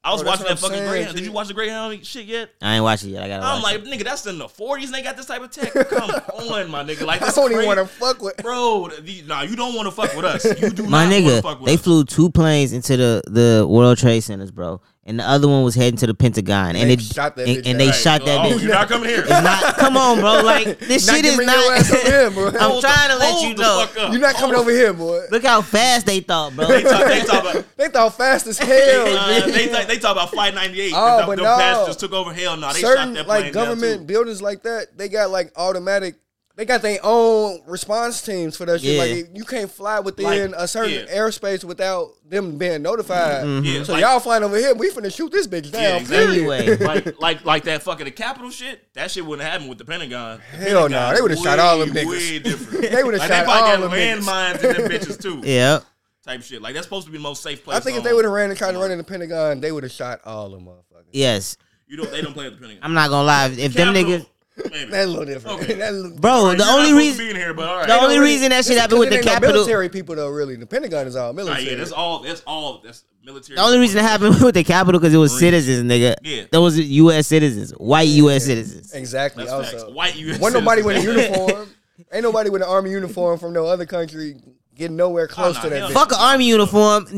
I was
Bro, that's
watching
what
that
I'm
fucking
saying,
Greyhound. Did
G.
you watch the Greyhound shit yet?
I ain't watching yet. I gotta.
I'm
watch
like,
it.
nigga, that's in the 40s. and They got this type of tech. Come on, my nigga. Like,
I
that's
don't even
crazy.
want to fuck with.
Bro, the, nah, you don't want to fuck with us. You do
my
not want to
nigga,
fuck with
they
us.
flew two planes into the the World Trade Centers, bro, and the other one was heading to the Pentagon, and
They
it
shot that
and,
bitch
and they
down.
shot that
oh,
bitch.
You're not coming here.
It's not. Come on, bro. Like this
Not
shit is
giving your ass over here, bro.
not. I'm
Hold
trying to
the-
let
hold
you
the
know.
fuck up.
You're not coming over here, boy.
Look how fast they thought, bro.
They talk, they talk about.
They thought fast as hell.
Uh,
nigga.
they, talk, they talk about Flight 98.
Oh,
the
but
them
no.
passengers took over hell. No, they shot
Certain
that plane
like
down,
government
too.
buildings like that, they got like automatic. They got their own response teams for that shit.
Yeah.
Like you can't fly within
Like,
a certain
yeah.
airspace without them being notified.
Mm-hmm.
Yeah,
So
like-
y'all flying over here, we finna shoot this bitch down.
Yeah, exactly.
period.
Anyway.
like, like, like that fucking the Capitol shit. That shit wouldn't happen with the Pentagon. The
Hell no,
Pentagon's
they would've shot
way,
all them niggas.
Way different.
They would've
like,
shot
They probably
all
got
them niggas.
landmines in them bitches too.
Yep.
Type shit. Like that's supposed to be the most safe place.
I think if
on-
they would have ran and tried to run in the Pentagon, they would have shot all the motherfuckers.
Yes.
you don't. They don't play with the Pentagon.
I'm not gonna lie. If them niggas,
Capitol, maybe.
That little different.
Okay.
That little
bro,
Right, you're
the
not
only
supposed to
reason
be in here, but all right.
the only
really-
reason that shit
It's
happened with the
because it ain't no
Capitol.
military people though, really. The Pentagon is all
Nah,
military.
yeah, that's all. That's all. That's military.
The only reason it happened with the Capitol because it was citizens, nigga.
Yeah.
Those U.S. citizens, white U.S. citizens.
Exactly.
That's
also,
facts. White U.S.
When nobody with a
citizens.
uniform, ain't nobody with an army uniform from no other country getting nowhere close
Oh, nah,
to that.
hell
bitch.
Fuck an army uniform, niggas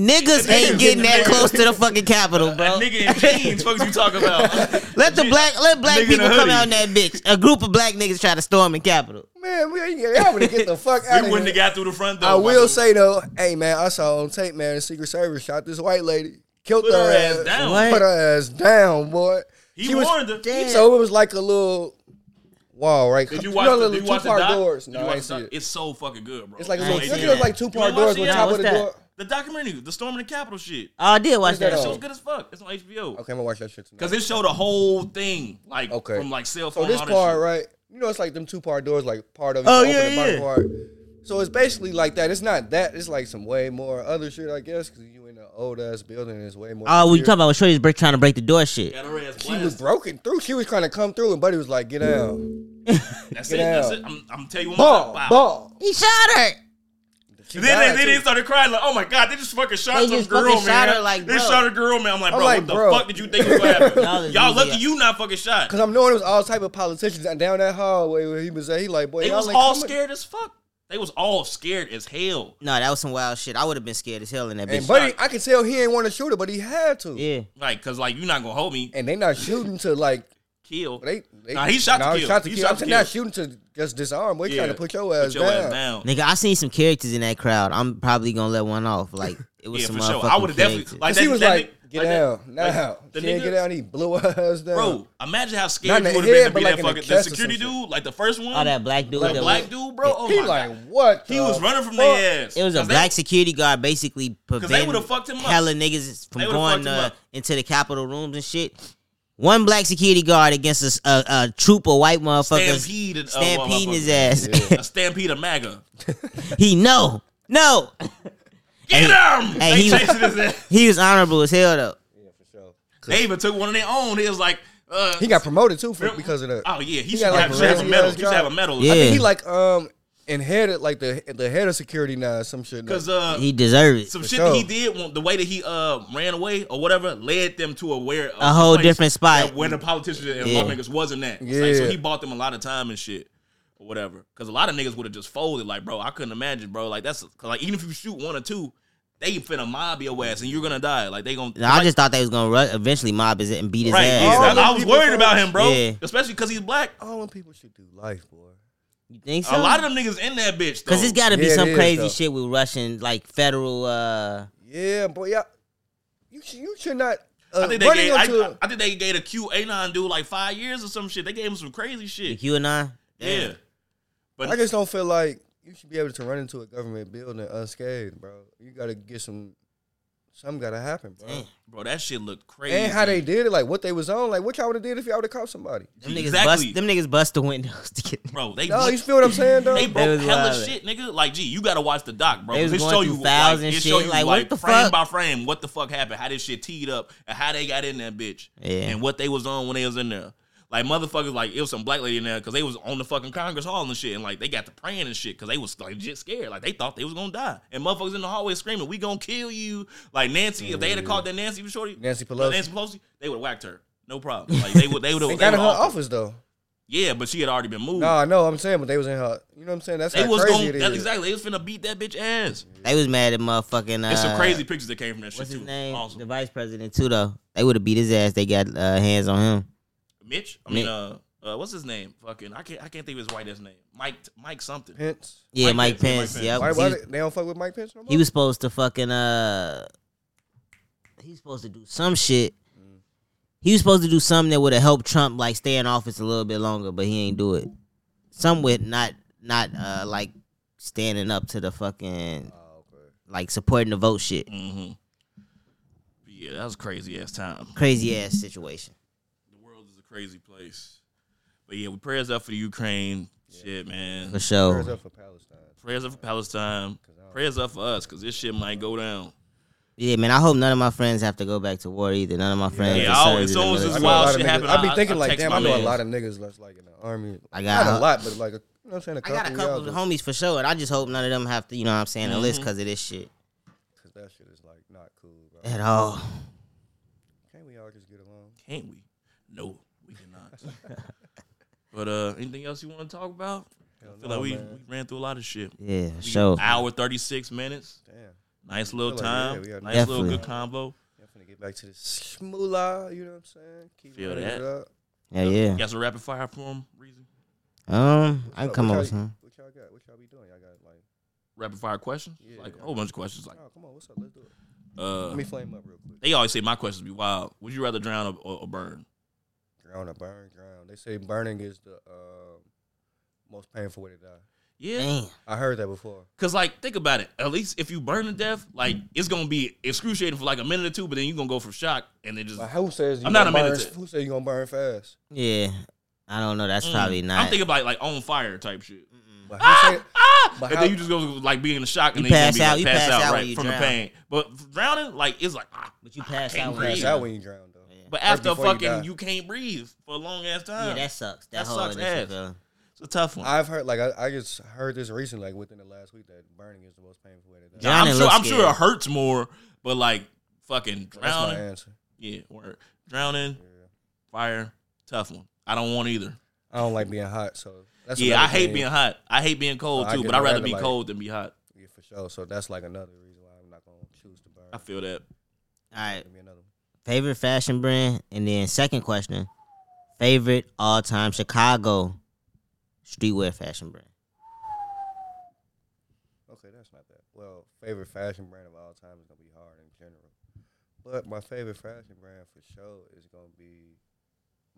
Niggas
ain't getting
getting there.
that close to the fucking Capitol,
A
bro.
nigga in jeans. Fuck you talking about?
Let the black let
Nigga
black
in
people
a
come
hoodie.
out in that bitch. A group of black niggas try to storm the Capitol.
Man, we ain't y'all would get the fuck out
We
of
wouldn't
here.
have got through the front door.
I
my
will
dude.
say though, hey man, I saw on tape, man, the Secret Service shot this white lady, killed
Put her ass down. What?
put her ass down, boy.
he
She was-
warned her.
So it was like a little wall, right?
Did you
know
watch?
the
the, did
little
you watch the
two-part
doc?
doors?
Did
No,
you
I
watch
ain't
the
see
doc?
it.
It's so fucking good, bro.
It's like a
I
little,
ain't
look at
seen
those
it.
like two
You wanna
part doors
see
on
it?
top
What's
of the
that?
door.
the documentary, the storm of the Capitol shit.
Oh, I did watch
Where's
that.
that
That
on?
shit was
shit.
good as fuck. It's on HBO.
Okay, I'm gonna watch that shit tonight.
Cause it showed the whole thing, like
Okay.
from like cell phone.
So this
all
part,
that
right? You know, it's like them two part doors, like part of it,
Oh,
open
yeah,
and bottom
yeah.
part. So it's basically like that. It's not that. It's like some way more other shit, I guess, because you in an old ass building. It's way more.
Oh, we
secure.
talking about Shorty's break trying to break the door shit.
Shit. Got her ass
She was
blasted.
broken through. She was trying to come through, and Buddy was like, "Get down,
That's
Get
it. That's
out.
it. I'm, I'm telling you one more
ball,
time. Wow.
ball."
He shot her.
She
Then they,
died,
then they
too.
started crying like, "Oh my god, they just fucking shot
They
some
just
girl,
fucking shot
man!
her, like,
they
bro.
shot a girl, man! I'm like,
I'm
bro,
like,
what the
bro.
fuck did you think was gonna happen?
Y'all is
Y'all lucky
easy.
you not fucking shot.
Cause I'm knowing it was all type of politicians and down that hallway where he was at. He like, boy,
They
y'all
was
ain't
all
coming."
scared as fuck. They was all scared as hell.
No, that was some wild shit. I would have been scared as hell in that
And
bitch.
Buddy, I could tell he ain't want to shoot her, but he had to.
yeah.
Like, cause like you're not gonna hold me.
And they not shooting to like
Kill.
they. they
Nah, he shot to
nah,
kill.
Shot to
He
kill.
shot
I'm
to
saying not
kill.
shooting to just disarm. We're trying to put your
Put
ass
your
down.
ass down.
Nigga, I seen some characters in that crowd. I'm probably gonna let one off. Like it was
Yeah,
some
for sure.
motherfucking
I would have definitely
characters.
like
Cause
that.
he was
that
like,
nigga-
"Get
like
down
that-
now."
like,
she
the
didn't
nigga-
get down. He blew her ass down.
Bro, imagine how
Not
scared
in
you
the
would have been to
head,
be
but
that
like in the
fucking
chest or
that
some
security
shit.
dude, like the first one.
Oh, that black dude.
Like,
that
black
was-
dude, bro. Oh
he
my
like,
God.
"What?"
He
the
was running from
fuck?
their ass.
It was a
'Cause
black
They,
security guard basically preventing
would've fucked him up.
hella niggas from
They would've
going
fucked him
uh,
up.
into the Capitol rooms and shit. One black security guard against a, s- a- a troop of white motherfuckers
Stampeded, uh,
stampeding his
motherfuckers.
ass.
a stampede of MAGA.
he no, no.
Get him!
hey,
they
he-
chasing his ass.
He was honorable as hell though.
They even took one of their own. It was like, uh,
He got promoted too for, because of that.
oh yeah, he,
He
should,
got, like,
have, should have a
razzle
medal.
ass
He should have a
job.
medal.
Yeah.
I think he like um inherited like the the head of security now or some shit. now.
because uh,
He deserved it.
some
For
shit that he
sure.
did, when- the way that he uh ran away or whatever, led them to a where
A whole different spot.
that where the politicians and
Yeah.
lawmakers wasn't at. It's like, so
Yeah.
he bought them a lot of time and shit or whatever. Because a lot of niggas would have just folded. Like, bro, I couldn't imagine, bro. Like that's 'cause, like even if you shoot one or two, they finna mob your ass and you're gonna die. Like they gonna.
No, I
like,
just thought they was gonna ru- eventually mob his and beat his
right.
ass.
yeah,
All
that- I
them
was
people
worried about
first.
him, bro.
Yeah.
Especially because he's black.
all them people should do life, boy.
You think
A
so?
lot of them niggas in that bitch.
because it's
though.
got to be
Yeah, it
some
is,
crazy
though.
shit with Russian like federal. uh
Yeah, boy. Yeah, you should, you should not. Uh,
I think they
running
gave.
into-
I, I think they gave a QAnon dude like five years or some shit. They gave him some crazy
The
shit.
QAnon. Damn.
Yeah. But
I just don't feel like you should be able to run into a government building unscathed, bro. You gotta get some. Something gotta happen, bro.
Damn.
Bro, that shit looked crazy.
And how they did it, like what they was on, like what y'all would have did if y'all would have caught somebody.
Them niggas
Exactly.
bust. Them niggas bust the windows to get.
bro, they
No,
went-
you feel what I'm saying, though?
they
They
broke
was
hella
wildin'.
shit, nigga. Like, gee, you gotta watch the doc, bro.
They was
It
going
show
through
you
files
like,
and
it
shit,
show you
like,
like,
what the
frame
fuck?
by frame what the fuck happened, how this shit teed up, and how they got in that bitch,
Yeah.
and what they was on when they was in there. Like motherfuckers, like it was some black lady in there because they was on the fucking Congress Hall and shit, and like they got to praying and shit because they was like legit scared, like they thought they was gonna die, and motherfuckers in the hallway screaming, "We gonna kill you!" Like Nancy, if they had called that Nancy for shorty,
Nancy
uh,
Pelosi.
Nancy Pelosi, they would have whacked her, no problem. Like they would, they would
They
have
got in her office though.
Yeah, but she had already been moved.
No, I know I'm saying, but they was in her. You know what I'm saying? That's
They
how
was
crazy
going
it
to
is.
exactly. They was finna beat that bitch ass.
They was mad at motherfucking. Uh,
There's some crazy pictures that came from that shit
What's
too.
his name?
Awesome.
The vice president too, though. They would have beat his ass. They got uh, hands on him.
Mitch. I mean, uh, uh, what's his name? Fucking, I can't, I can't think of his white ass name. Mike, Mike something.
Pence.
Yeah,
Mike
Mike
Pence,
Pence.
Mike
Yeah,
Why,
he,
why
was-
they they don't fuck with Mike Pence no more?
he was supposed to fucking uh, he was supposed to do some shit. He was supposed to do something that would have helped Trump like stay in office a little bit longer, but he ain't do it. Some with not not uh like standing up to the fucking
Oh, okay.
like supporting the vote shit.
Mm-hmm. Yeah, that was a crazy ass time.
Crazy ass situation.
The world is a crazy place. But yeah, we prayers up for the Ukraine. Shit, man.
For
Prayers
sure.
up for Palestine.
Prayers up for Palestine.
I-
Prayers up for us, cause this shit might go down.
Yeah, man. I hope none of my friends have to go back to war either. None of my friends.
Yeah,
are
I
soldiers
always-
in the
it's always just
military.
I know a
wild
lot of
shit
niggas-
happened.
I be
I-
thinking
I
like,
text
damn,
my
I know
mans.
a lot of niggas that's like in the army.
I got-
not a lot, but like, a, you know what I'm saying? A
I
couple
got a couple of homies for sure, and I just hope none of them have to, you know what I'm saying, a list because of this shit
Because that shit is like not cool, bro.
at all.
Can't we all just get along?
Can't we? No, we cannot. but uh, anything else you want to talk about? I feel
no,
like we,
man.
we ran through a lot of shit.
Yeah, for
We-
sure.
Hour thirty six minutes.
Damn.
Nice little
like,
time.
yeah, we are
nice little
Definitely.
good combo.
I'm finna get back to this shmoolah, you know what I'm saying? Keep
Feel
running
that.
it up.
Yeah, Uh, yeah.
You got some rapid fire for him, Reason?
Um, I
What
can
y'all-
come
what
up
y'all-
with some.
What y'all got? What y'all be doing? Y'all got like,
Rapid fire questions?
Yeah.
Like a whole bunch of questions. Like
oh, come on, what's up? Let's do it. Let
uh
me flame up real quick.
they always say my questions be wild. Would you rather drown or, or, or burn?
Drown or burn, drown. They say burning is the um, most painful way to die.
Yeah.
Damn.
I heard that before.
Cause like think about it. At least if you burn to death, like it's gonna be excruciating for like a minute or two, but then you're gonna go from shock and then just
Like, who says you
I'm not
gonna
a
burn?
militant.
Who says you gonna burn fast?
Yeah. I don't know. That's probably not.
mm. I'm thinking about like on fire type shit.
But who said,
Ah!
But
and
how-
then you just go like be in the shock and
You
then you gonna be, like,
pass out, you
pass,
pass
out,
out when
right
you
from
drown.
the pain. But f- drowning, like it's like ah,
but you pass
can't
out. when
breathe.
that's
you-
how when you drown though.
but after
before you
fucking
die.
you, can't breathe for a long ass
Yeah,
time.
that sucks. That,
That
whole
sucks
initial
ass.
feeling.
it's a tough one.
I've heard like I, I just heard this recently, like within the last week, that burning is the most painful way to die.
Yeah,
I'm
drowning
sure
looks
I'm sure
scary.
it hurts more, but like fucking
That's my
drowning.
answer.
Yeah, word. Drowning, fire, tough one. I don't want either.
I don't like being hot, so that's
yeah, I
another
hate
thing.
being hot. I hate being cold
I
too,
get
but I'd rather
rather
be
like-
cold than be hot.
Yeah, for sure. So that's like another reason why I'm not gonna choose to burn.
I feel that.
All right.
Give me another one.
Favorite fashion brand, and then second question: favorite all-time Chicago streetwear fashion brand.
Okay, that's not bad. Well, favorite fashion brand of all time is gonna be hard in general, but my favorite fashion brand for sure is gonna be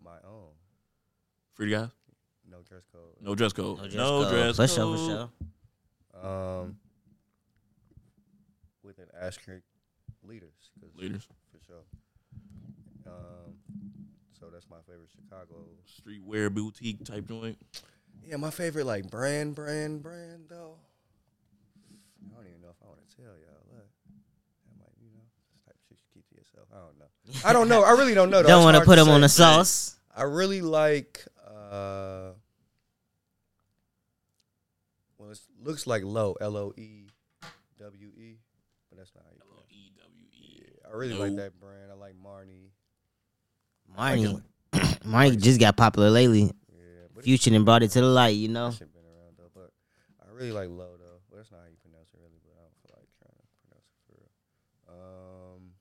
my own.
Free guys.
No dress code.
No dress code. No dress code.
For sure, for sure.
Um, with an asterisk, leaders. 'cause-
Leaders.
for sure. Um, so that's my favorite Chicago.
Streetwear boutique type joint.
Yeah, my favorite like brand, brand, brand though. I don't even know if I want to tell y'all. Look, that might you know this type of shit you keep to yourself. I don't know. I don't know. I really don't know. Though.
Don't
It's
want to
hard
put them on the
say.
sauce.
I really like. uh Well, it looks like low. L O E W E, but that's not. How you pronounce it.
E W E.
I really like
Low.
that brand. I like Marnie.
Marnie, Marnie just got popular lately.
Yeah, but it-
Future and brought it to the light, you know.
That shit been around though, but I really like low though. Well, that's not how you pronounce it really, but I don't feel like trying to pronounce it for real. Um,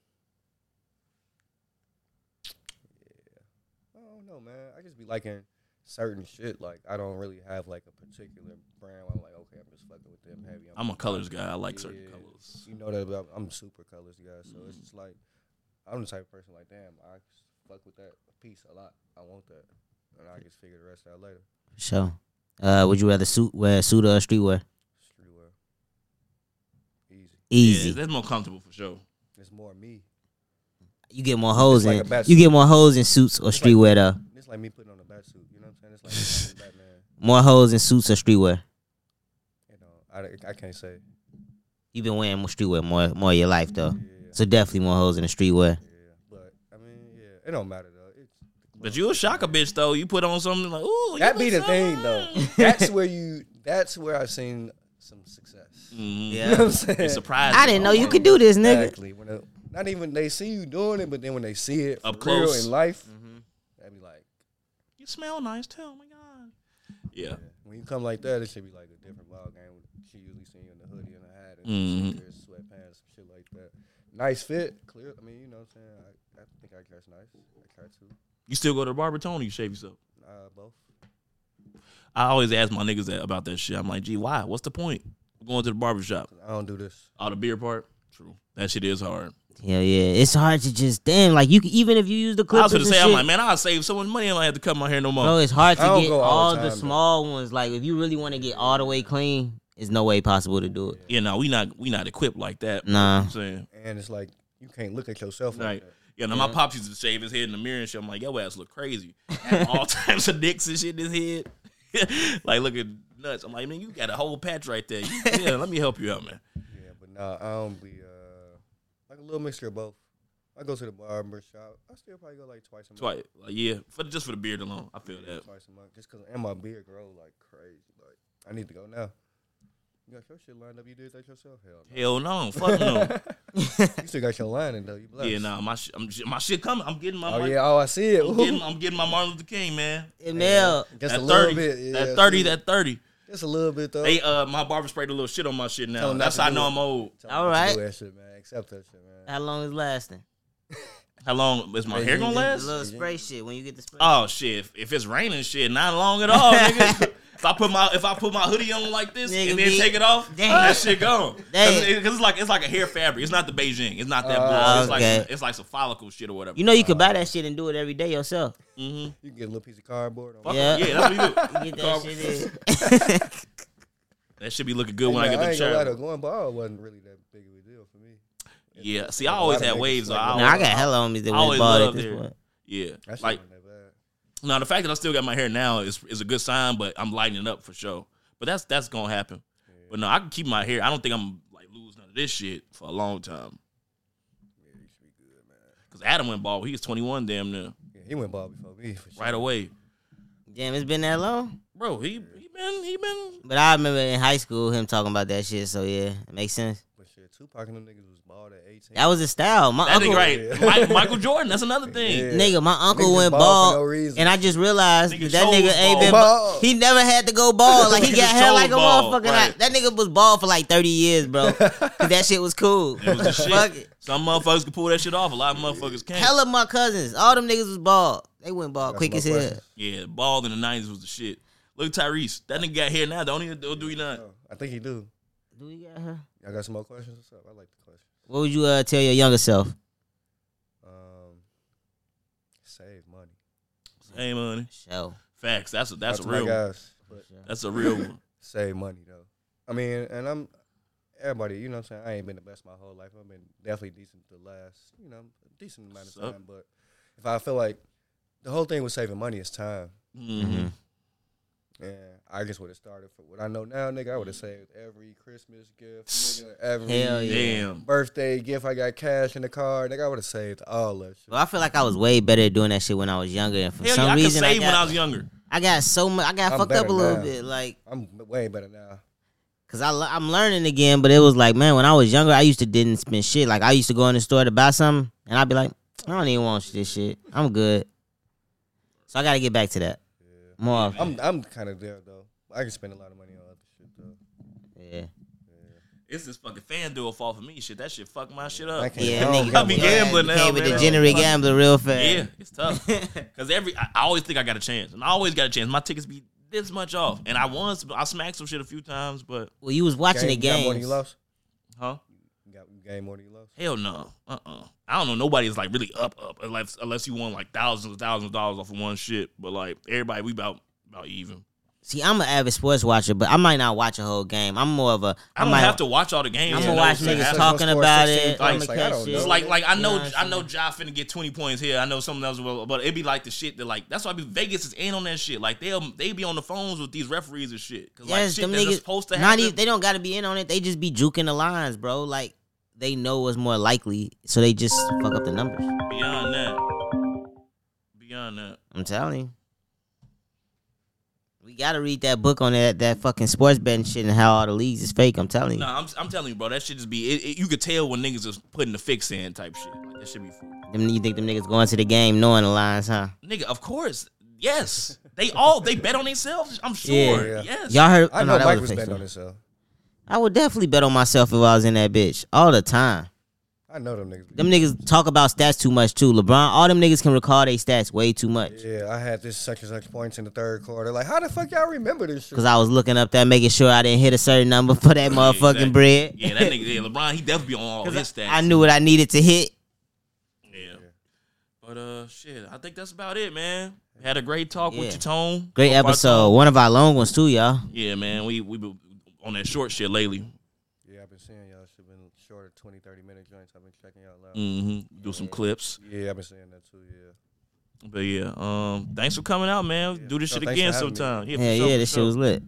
yeah, I don't know, man. I just be liking certain shit. Like I don't really have like a particular brand. Where I'm like, okay, I'm just fucking with them heavy.
I'm a colors guy. I like certain
Yeah.
colors. Mm-hmm.
You know that about, I'm super colors guy, so it's just like I'm the type of person like, damn, I fuck with that piece a lot. I want that, and I just figure the rest out later.
For sure. Uh, would you rather suit wear suit or streetwear?
Streetwear, easy.
Easy.
Yeah, that's more comfortable for sure.
It's more me.
you get more hoes
It's like
in.
a bat
you
suit.
get more hoes in suits or
It's like-
streetwear though.
It's like me putting on a bat suit. You know what I'm saying? It's like Batman.
More hoes in suits or streetwear.
You know, I, I can't say.
You've been wearing more streetwear more more of your life though.
Yeah,
So definitely more hoes in the streetwear.
yeah. But I mean, yeah, it don't matter though. It's
But you a shocker bitch though. You put on something like ooh.
that
you
be the
look so
thing though.
nice.
That's where you. That's where I've seen some success.
Mhm.
You know what I'm
Yeah.
saying?
It's surprising. Oh,
I didn't know you
though.
could do this, nigga.
Exactly. When it, not even they see you doing it, but then when they see it
Up
for real
close. Mm-hmm.
in life, that'd be like,
You smell nice too. Oh my god. Yeah.
yeah. when you come like that, it should be like a different ball game. She usually see you in the hoodie and a hat and
Mhm.
sneakers, sweatpants, shit like that. Nice fit. Clear. I mean, you know what I'm saying? I, I think I catch nice. I catch too.
You still go to the barber Tony? You shave yourself?
Uh, both.
I always ask my niggas that, about that shit. I'm like, gee, why? What's the point? of Going to the barber shop.
I don't do this.
Oh, the beer part. True. That shit is hard.
Hell yeah, it's hard to just damn like you. can- Even if you use the
I
clippers,
was gonna
and
say, I'm
shit,
like, man, I'll save so much money and I don't have to cut my hair no more.
bro, it's hard to
I don't
get
go
all,
all the
the,
time, though.
small ones. Like if you really want to get all the way clean, it's no way possible to do it.
you know, we not we not equipped like that.
Nah.
You know what I'm saying.
And it's like you can't look at yourself like
Like,
that.
you know, my pops used to shave his head in the mirror and shit. I'm like, yo ass look crazy. Had all types of nicks and shit in his head. like looking nuts. I'm like, man, you got a whole patch right there. You- yeah, let me help you out, man.
Yeah, but nah, I don't be uh like a little mixture of both. I go to the barber shop. I still probably go like twice a month.
That's why, like, yeah, for just for the beard alone, I feel that.
Twice a month, just cause and my beard grow like crazy. Like I need to go now. You got your shit lined up. You did that yourself? Hell no.
Hell no, fuck no.
you still got your lining though. You blessed.
yeah, nah, my sh- I'm, sh- my shit coming. I'm getting my
Oh
Martin-
yeah. Oh, I see it.
I'm, getting, I'm getting my Martin Luther King, man.
And now,
Just
That
a little
30,
bit. Yeah, I
that 30,
see it.
that 30.
Just a little bit though.
They uh, my barber sprayed a little shit on my shit
Tell
now.
'em not
That's
to
how I
do
know
it.
I'm old.
Tell 'em
all
not to
right.
Do that shit, man. Accept that shit, man.
how long is lasting?
How long is my
Hey,
hair
you-
gonna
you-
The
last?
little spray shit when you get the spray.
Oh shit! If, if it's raining, shit, not long at all, nigga. if I put my if I put my hoodie on like this
Nigga,
and then
be-
take it off,
Damn.
that shit gone. Because
Damn.
it's like it's like a hair fabric. It's not the Beijing. It's not that
Oh,
blue. It's
okay.
like it's like some follicle shit or whatever.
You know you could buy that shit and do it every day yourself.
hmm
You can get a little piece of cardboard. On
Fuck
Yeah.
Uh-uh, yeah. that's what you do.
You get that shit in.
That should be looking good
Hey,
when I
man,
get the
ain't gonna lie, though,
chair.
going bald wasn't really that big of a deal for me.
Yeah. See, I
Like, a
always
lot of
had
niggas
waves. So
like,
I
Nah, I
always,
got hella homies that
I
went
always
bald at
loved
this
it.
point.
Yeah.
That shit
Like
wasn't that bad.
now, the fact that I still got my hair now is is a good sign, but I'm lightening up for sure. But that's that's gonna happen. But no, I can keep my hair. I don't think I'm like lose none of this shit for a long time.
Yeah, you should be good, man.
Because Adam went bald. He was 21 damn near
Yeah, he went bald before me. For sure.
right away.
Damn, it's been that long.
Bro, he he been he been
But I remember in high school him talking about that shit. So yeah, it makes sense.
But shit, Tupac and them niggas was bald at 18.
That was a style. My
that
uncle,
nigga right.
Yeah.
Mike, Michael Jordan, that's another thing.
Yeah.
nigga, my uncle
Niggas
went
bald
bald,
for no reason.
and I just realized
Nigga
that
chose
nigga ain't
bald.
been
Bald.
bald. He never had to go bald. Like he
Nigga
got hair
chose
like a
bald,
motherfucker.
right.
Like, that nigga was bald for like thirty years, bro. 'Cause that shit was cool.
It was the shit.
Fuck it.
Some motherfuckers can pull that shit off. A lot of motherfuckers can't.
Hella my cousins, all them niggas was bald. They went bald
That's
quick
my
as hell.
question.
Yeah, bald in the nineties was the shit. Look at Tyrese. That nigga got hair now. Don't even don't do he not.
Oh, I think he do.
Do we got her?
Y'all got some more questions? What's up? I like the question.
What would you uh, tell your younger self?
Um, save money.
Hey money.
Show.
Facts. That's a that's a
Out to my
real one.
guys. But
That's a real one.
save money though. I mean, and I'm everybody. You know, what I'm saying I ain't been the best my whole life. I've been definitely decent the last, you know, decent amount of
Sup?
time. But if I feel like the whole thing with saving money is time,
hmm
Mm-hmm.
and I just would have started for what I know now, nigga. I would have saved every Christmas gift, nigga, every
Hell yeah.
Damn.
birthday gift. I got cash in the car, nigga. I would have saved all that shit.
Well, I feel like I was way better at doing that shit when I was younger, and for
Hell
some
yeah, I could
reason I
save
got,
when I was younger.
I got so much. I got
I'm
fucked up
better
a little
now.
bit, like
I'm way better now.
Cause I le- I'm learning again, but it was like, man, when I was younger, I used to didn't spend shit. Like I used to go in the store to buy something, and I'd be like, I don't even want this shit. I'm good. So I got to get back to that more. often.
I'm I'm kind of there though. I can spend a lot of money on other shit though.
Yeah,
It's this fucking fan duel fault for me. Shit, that shit fucked my shit
I
up.
can't.
yeah.
I don't
nigga,
I be
yeah,
gambling
you
now,
Came a
man.
degenerate gambler real fast.
Yeah, it's tough. Cause every I, I always think I got a chance, and I always got a chance. My tickets be this much off, and I won. some- I smacked some shit a few times, but
Well, you was watching
Game- you got more than
the
you
games.
lost.
huh?
You got you gained more than you lost.
Hell no. Uh uh I don't know. Nobody's like really up up unless unless you won like thousands and thousands of dollars off of one shit. But like everybody, we about about even.
See, I'm an avid sports watcher, but I might not watch a whole game. I'm more of a.
I don't
might,
have to watch all the games.
I'm
to
gonna
know
watch
what's gonna
niggas
happen.
talking
Score
about
16
it.
points,
I'ma
like, I
catch
don't
shit.
know.
It's like like I know
Yeah,
I know Ja finna get twenty points here. I know something else will, but it'd be like the shit that like that's why I be, Vegas is in on that shit. Like they'll they be on the phones with these referees and shit. Cause like
Yes,
shit
them
that's
niggas
supposed to
Not
happen.
even they don't got to be in on it. They just be juking the lines, bro. Like they know what's more likely, so they just fuck up the numbers.
beyond that, beyond that.
I'm telling you. We gotta read that book on that that fucking sports betting shit and how all the leagues is fake. I'm telling you.
No, I'm, I'm telling you, bro. That shit just be. It, it- you could tell when niggas is putting the fix in type shit. Like, that should be. Fool.
Them, you think them niggas going to the game knowing the lines, huh?
Nigga, of course. Yes, they all they bet on themselves. I'm sure.
Yeah.
Yes.
Y'all heard? Oh,
I
no,
know
that
Mike
was
was
a fake
betting on
story.
himself.
I would definitely bet on myself if I was in that bitch all the time.
I know them niggas. be-
Them niggas talk about stats too much too. LeBron, all them niggas can recall their stats way too much.
Yeah, I had this such and such points in the third quarter. Like, how the fuck y'all remember this shit?
Cause I was looking up that, making sure I didn't hit a certain number for that motherfucking
exactly.
bread.
Yeah, that nigga, yeah, LeBron, he definitely on all his stats.
I knew what I needed to hit.
Yeah. But uh, shit, I think that's about it, man. Had a great talk
Yeah.
with your tone.
Great
Hope our
episode.
tone-
One of our long ones too, y'all.
Yeah, man, we we been on that short shit lately.
Yeah, I've been seeing y'all. Shit been shorter 20, 30 minute joints. I've been checking y'all
Mm.
out.
hmm Do some clips,
Yeah, I've been seeing that too. Yeah.
but yeah, um, thanks for coming out, man. Do this
No,
shit
thanks
again
for having me.
sometime. Yeah,
Yeah, yeah, this shit was lit.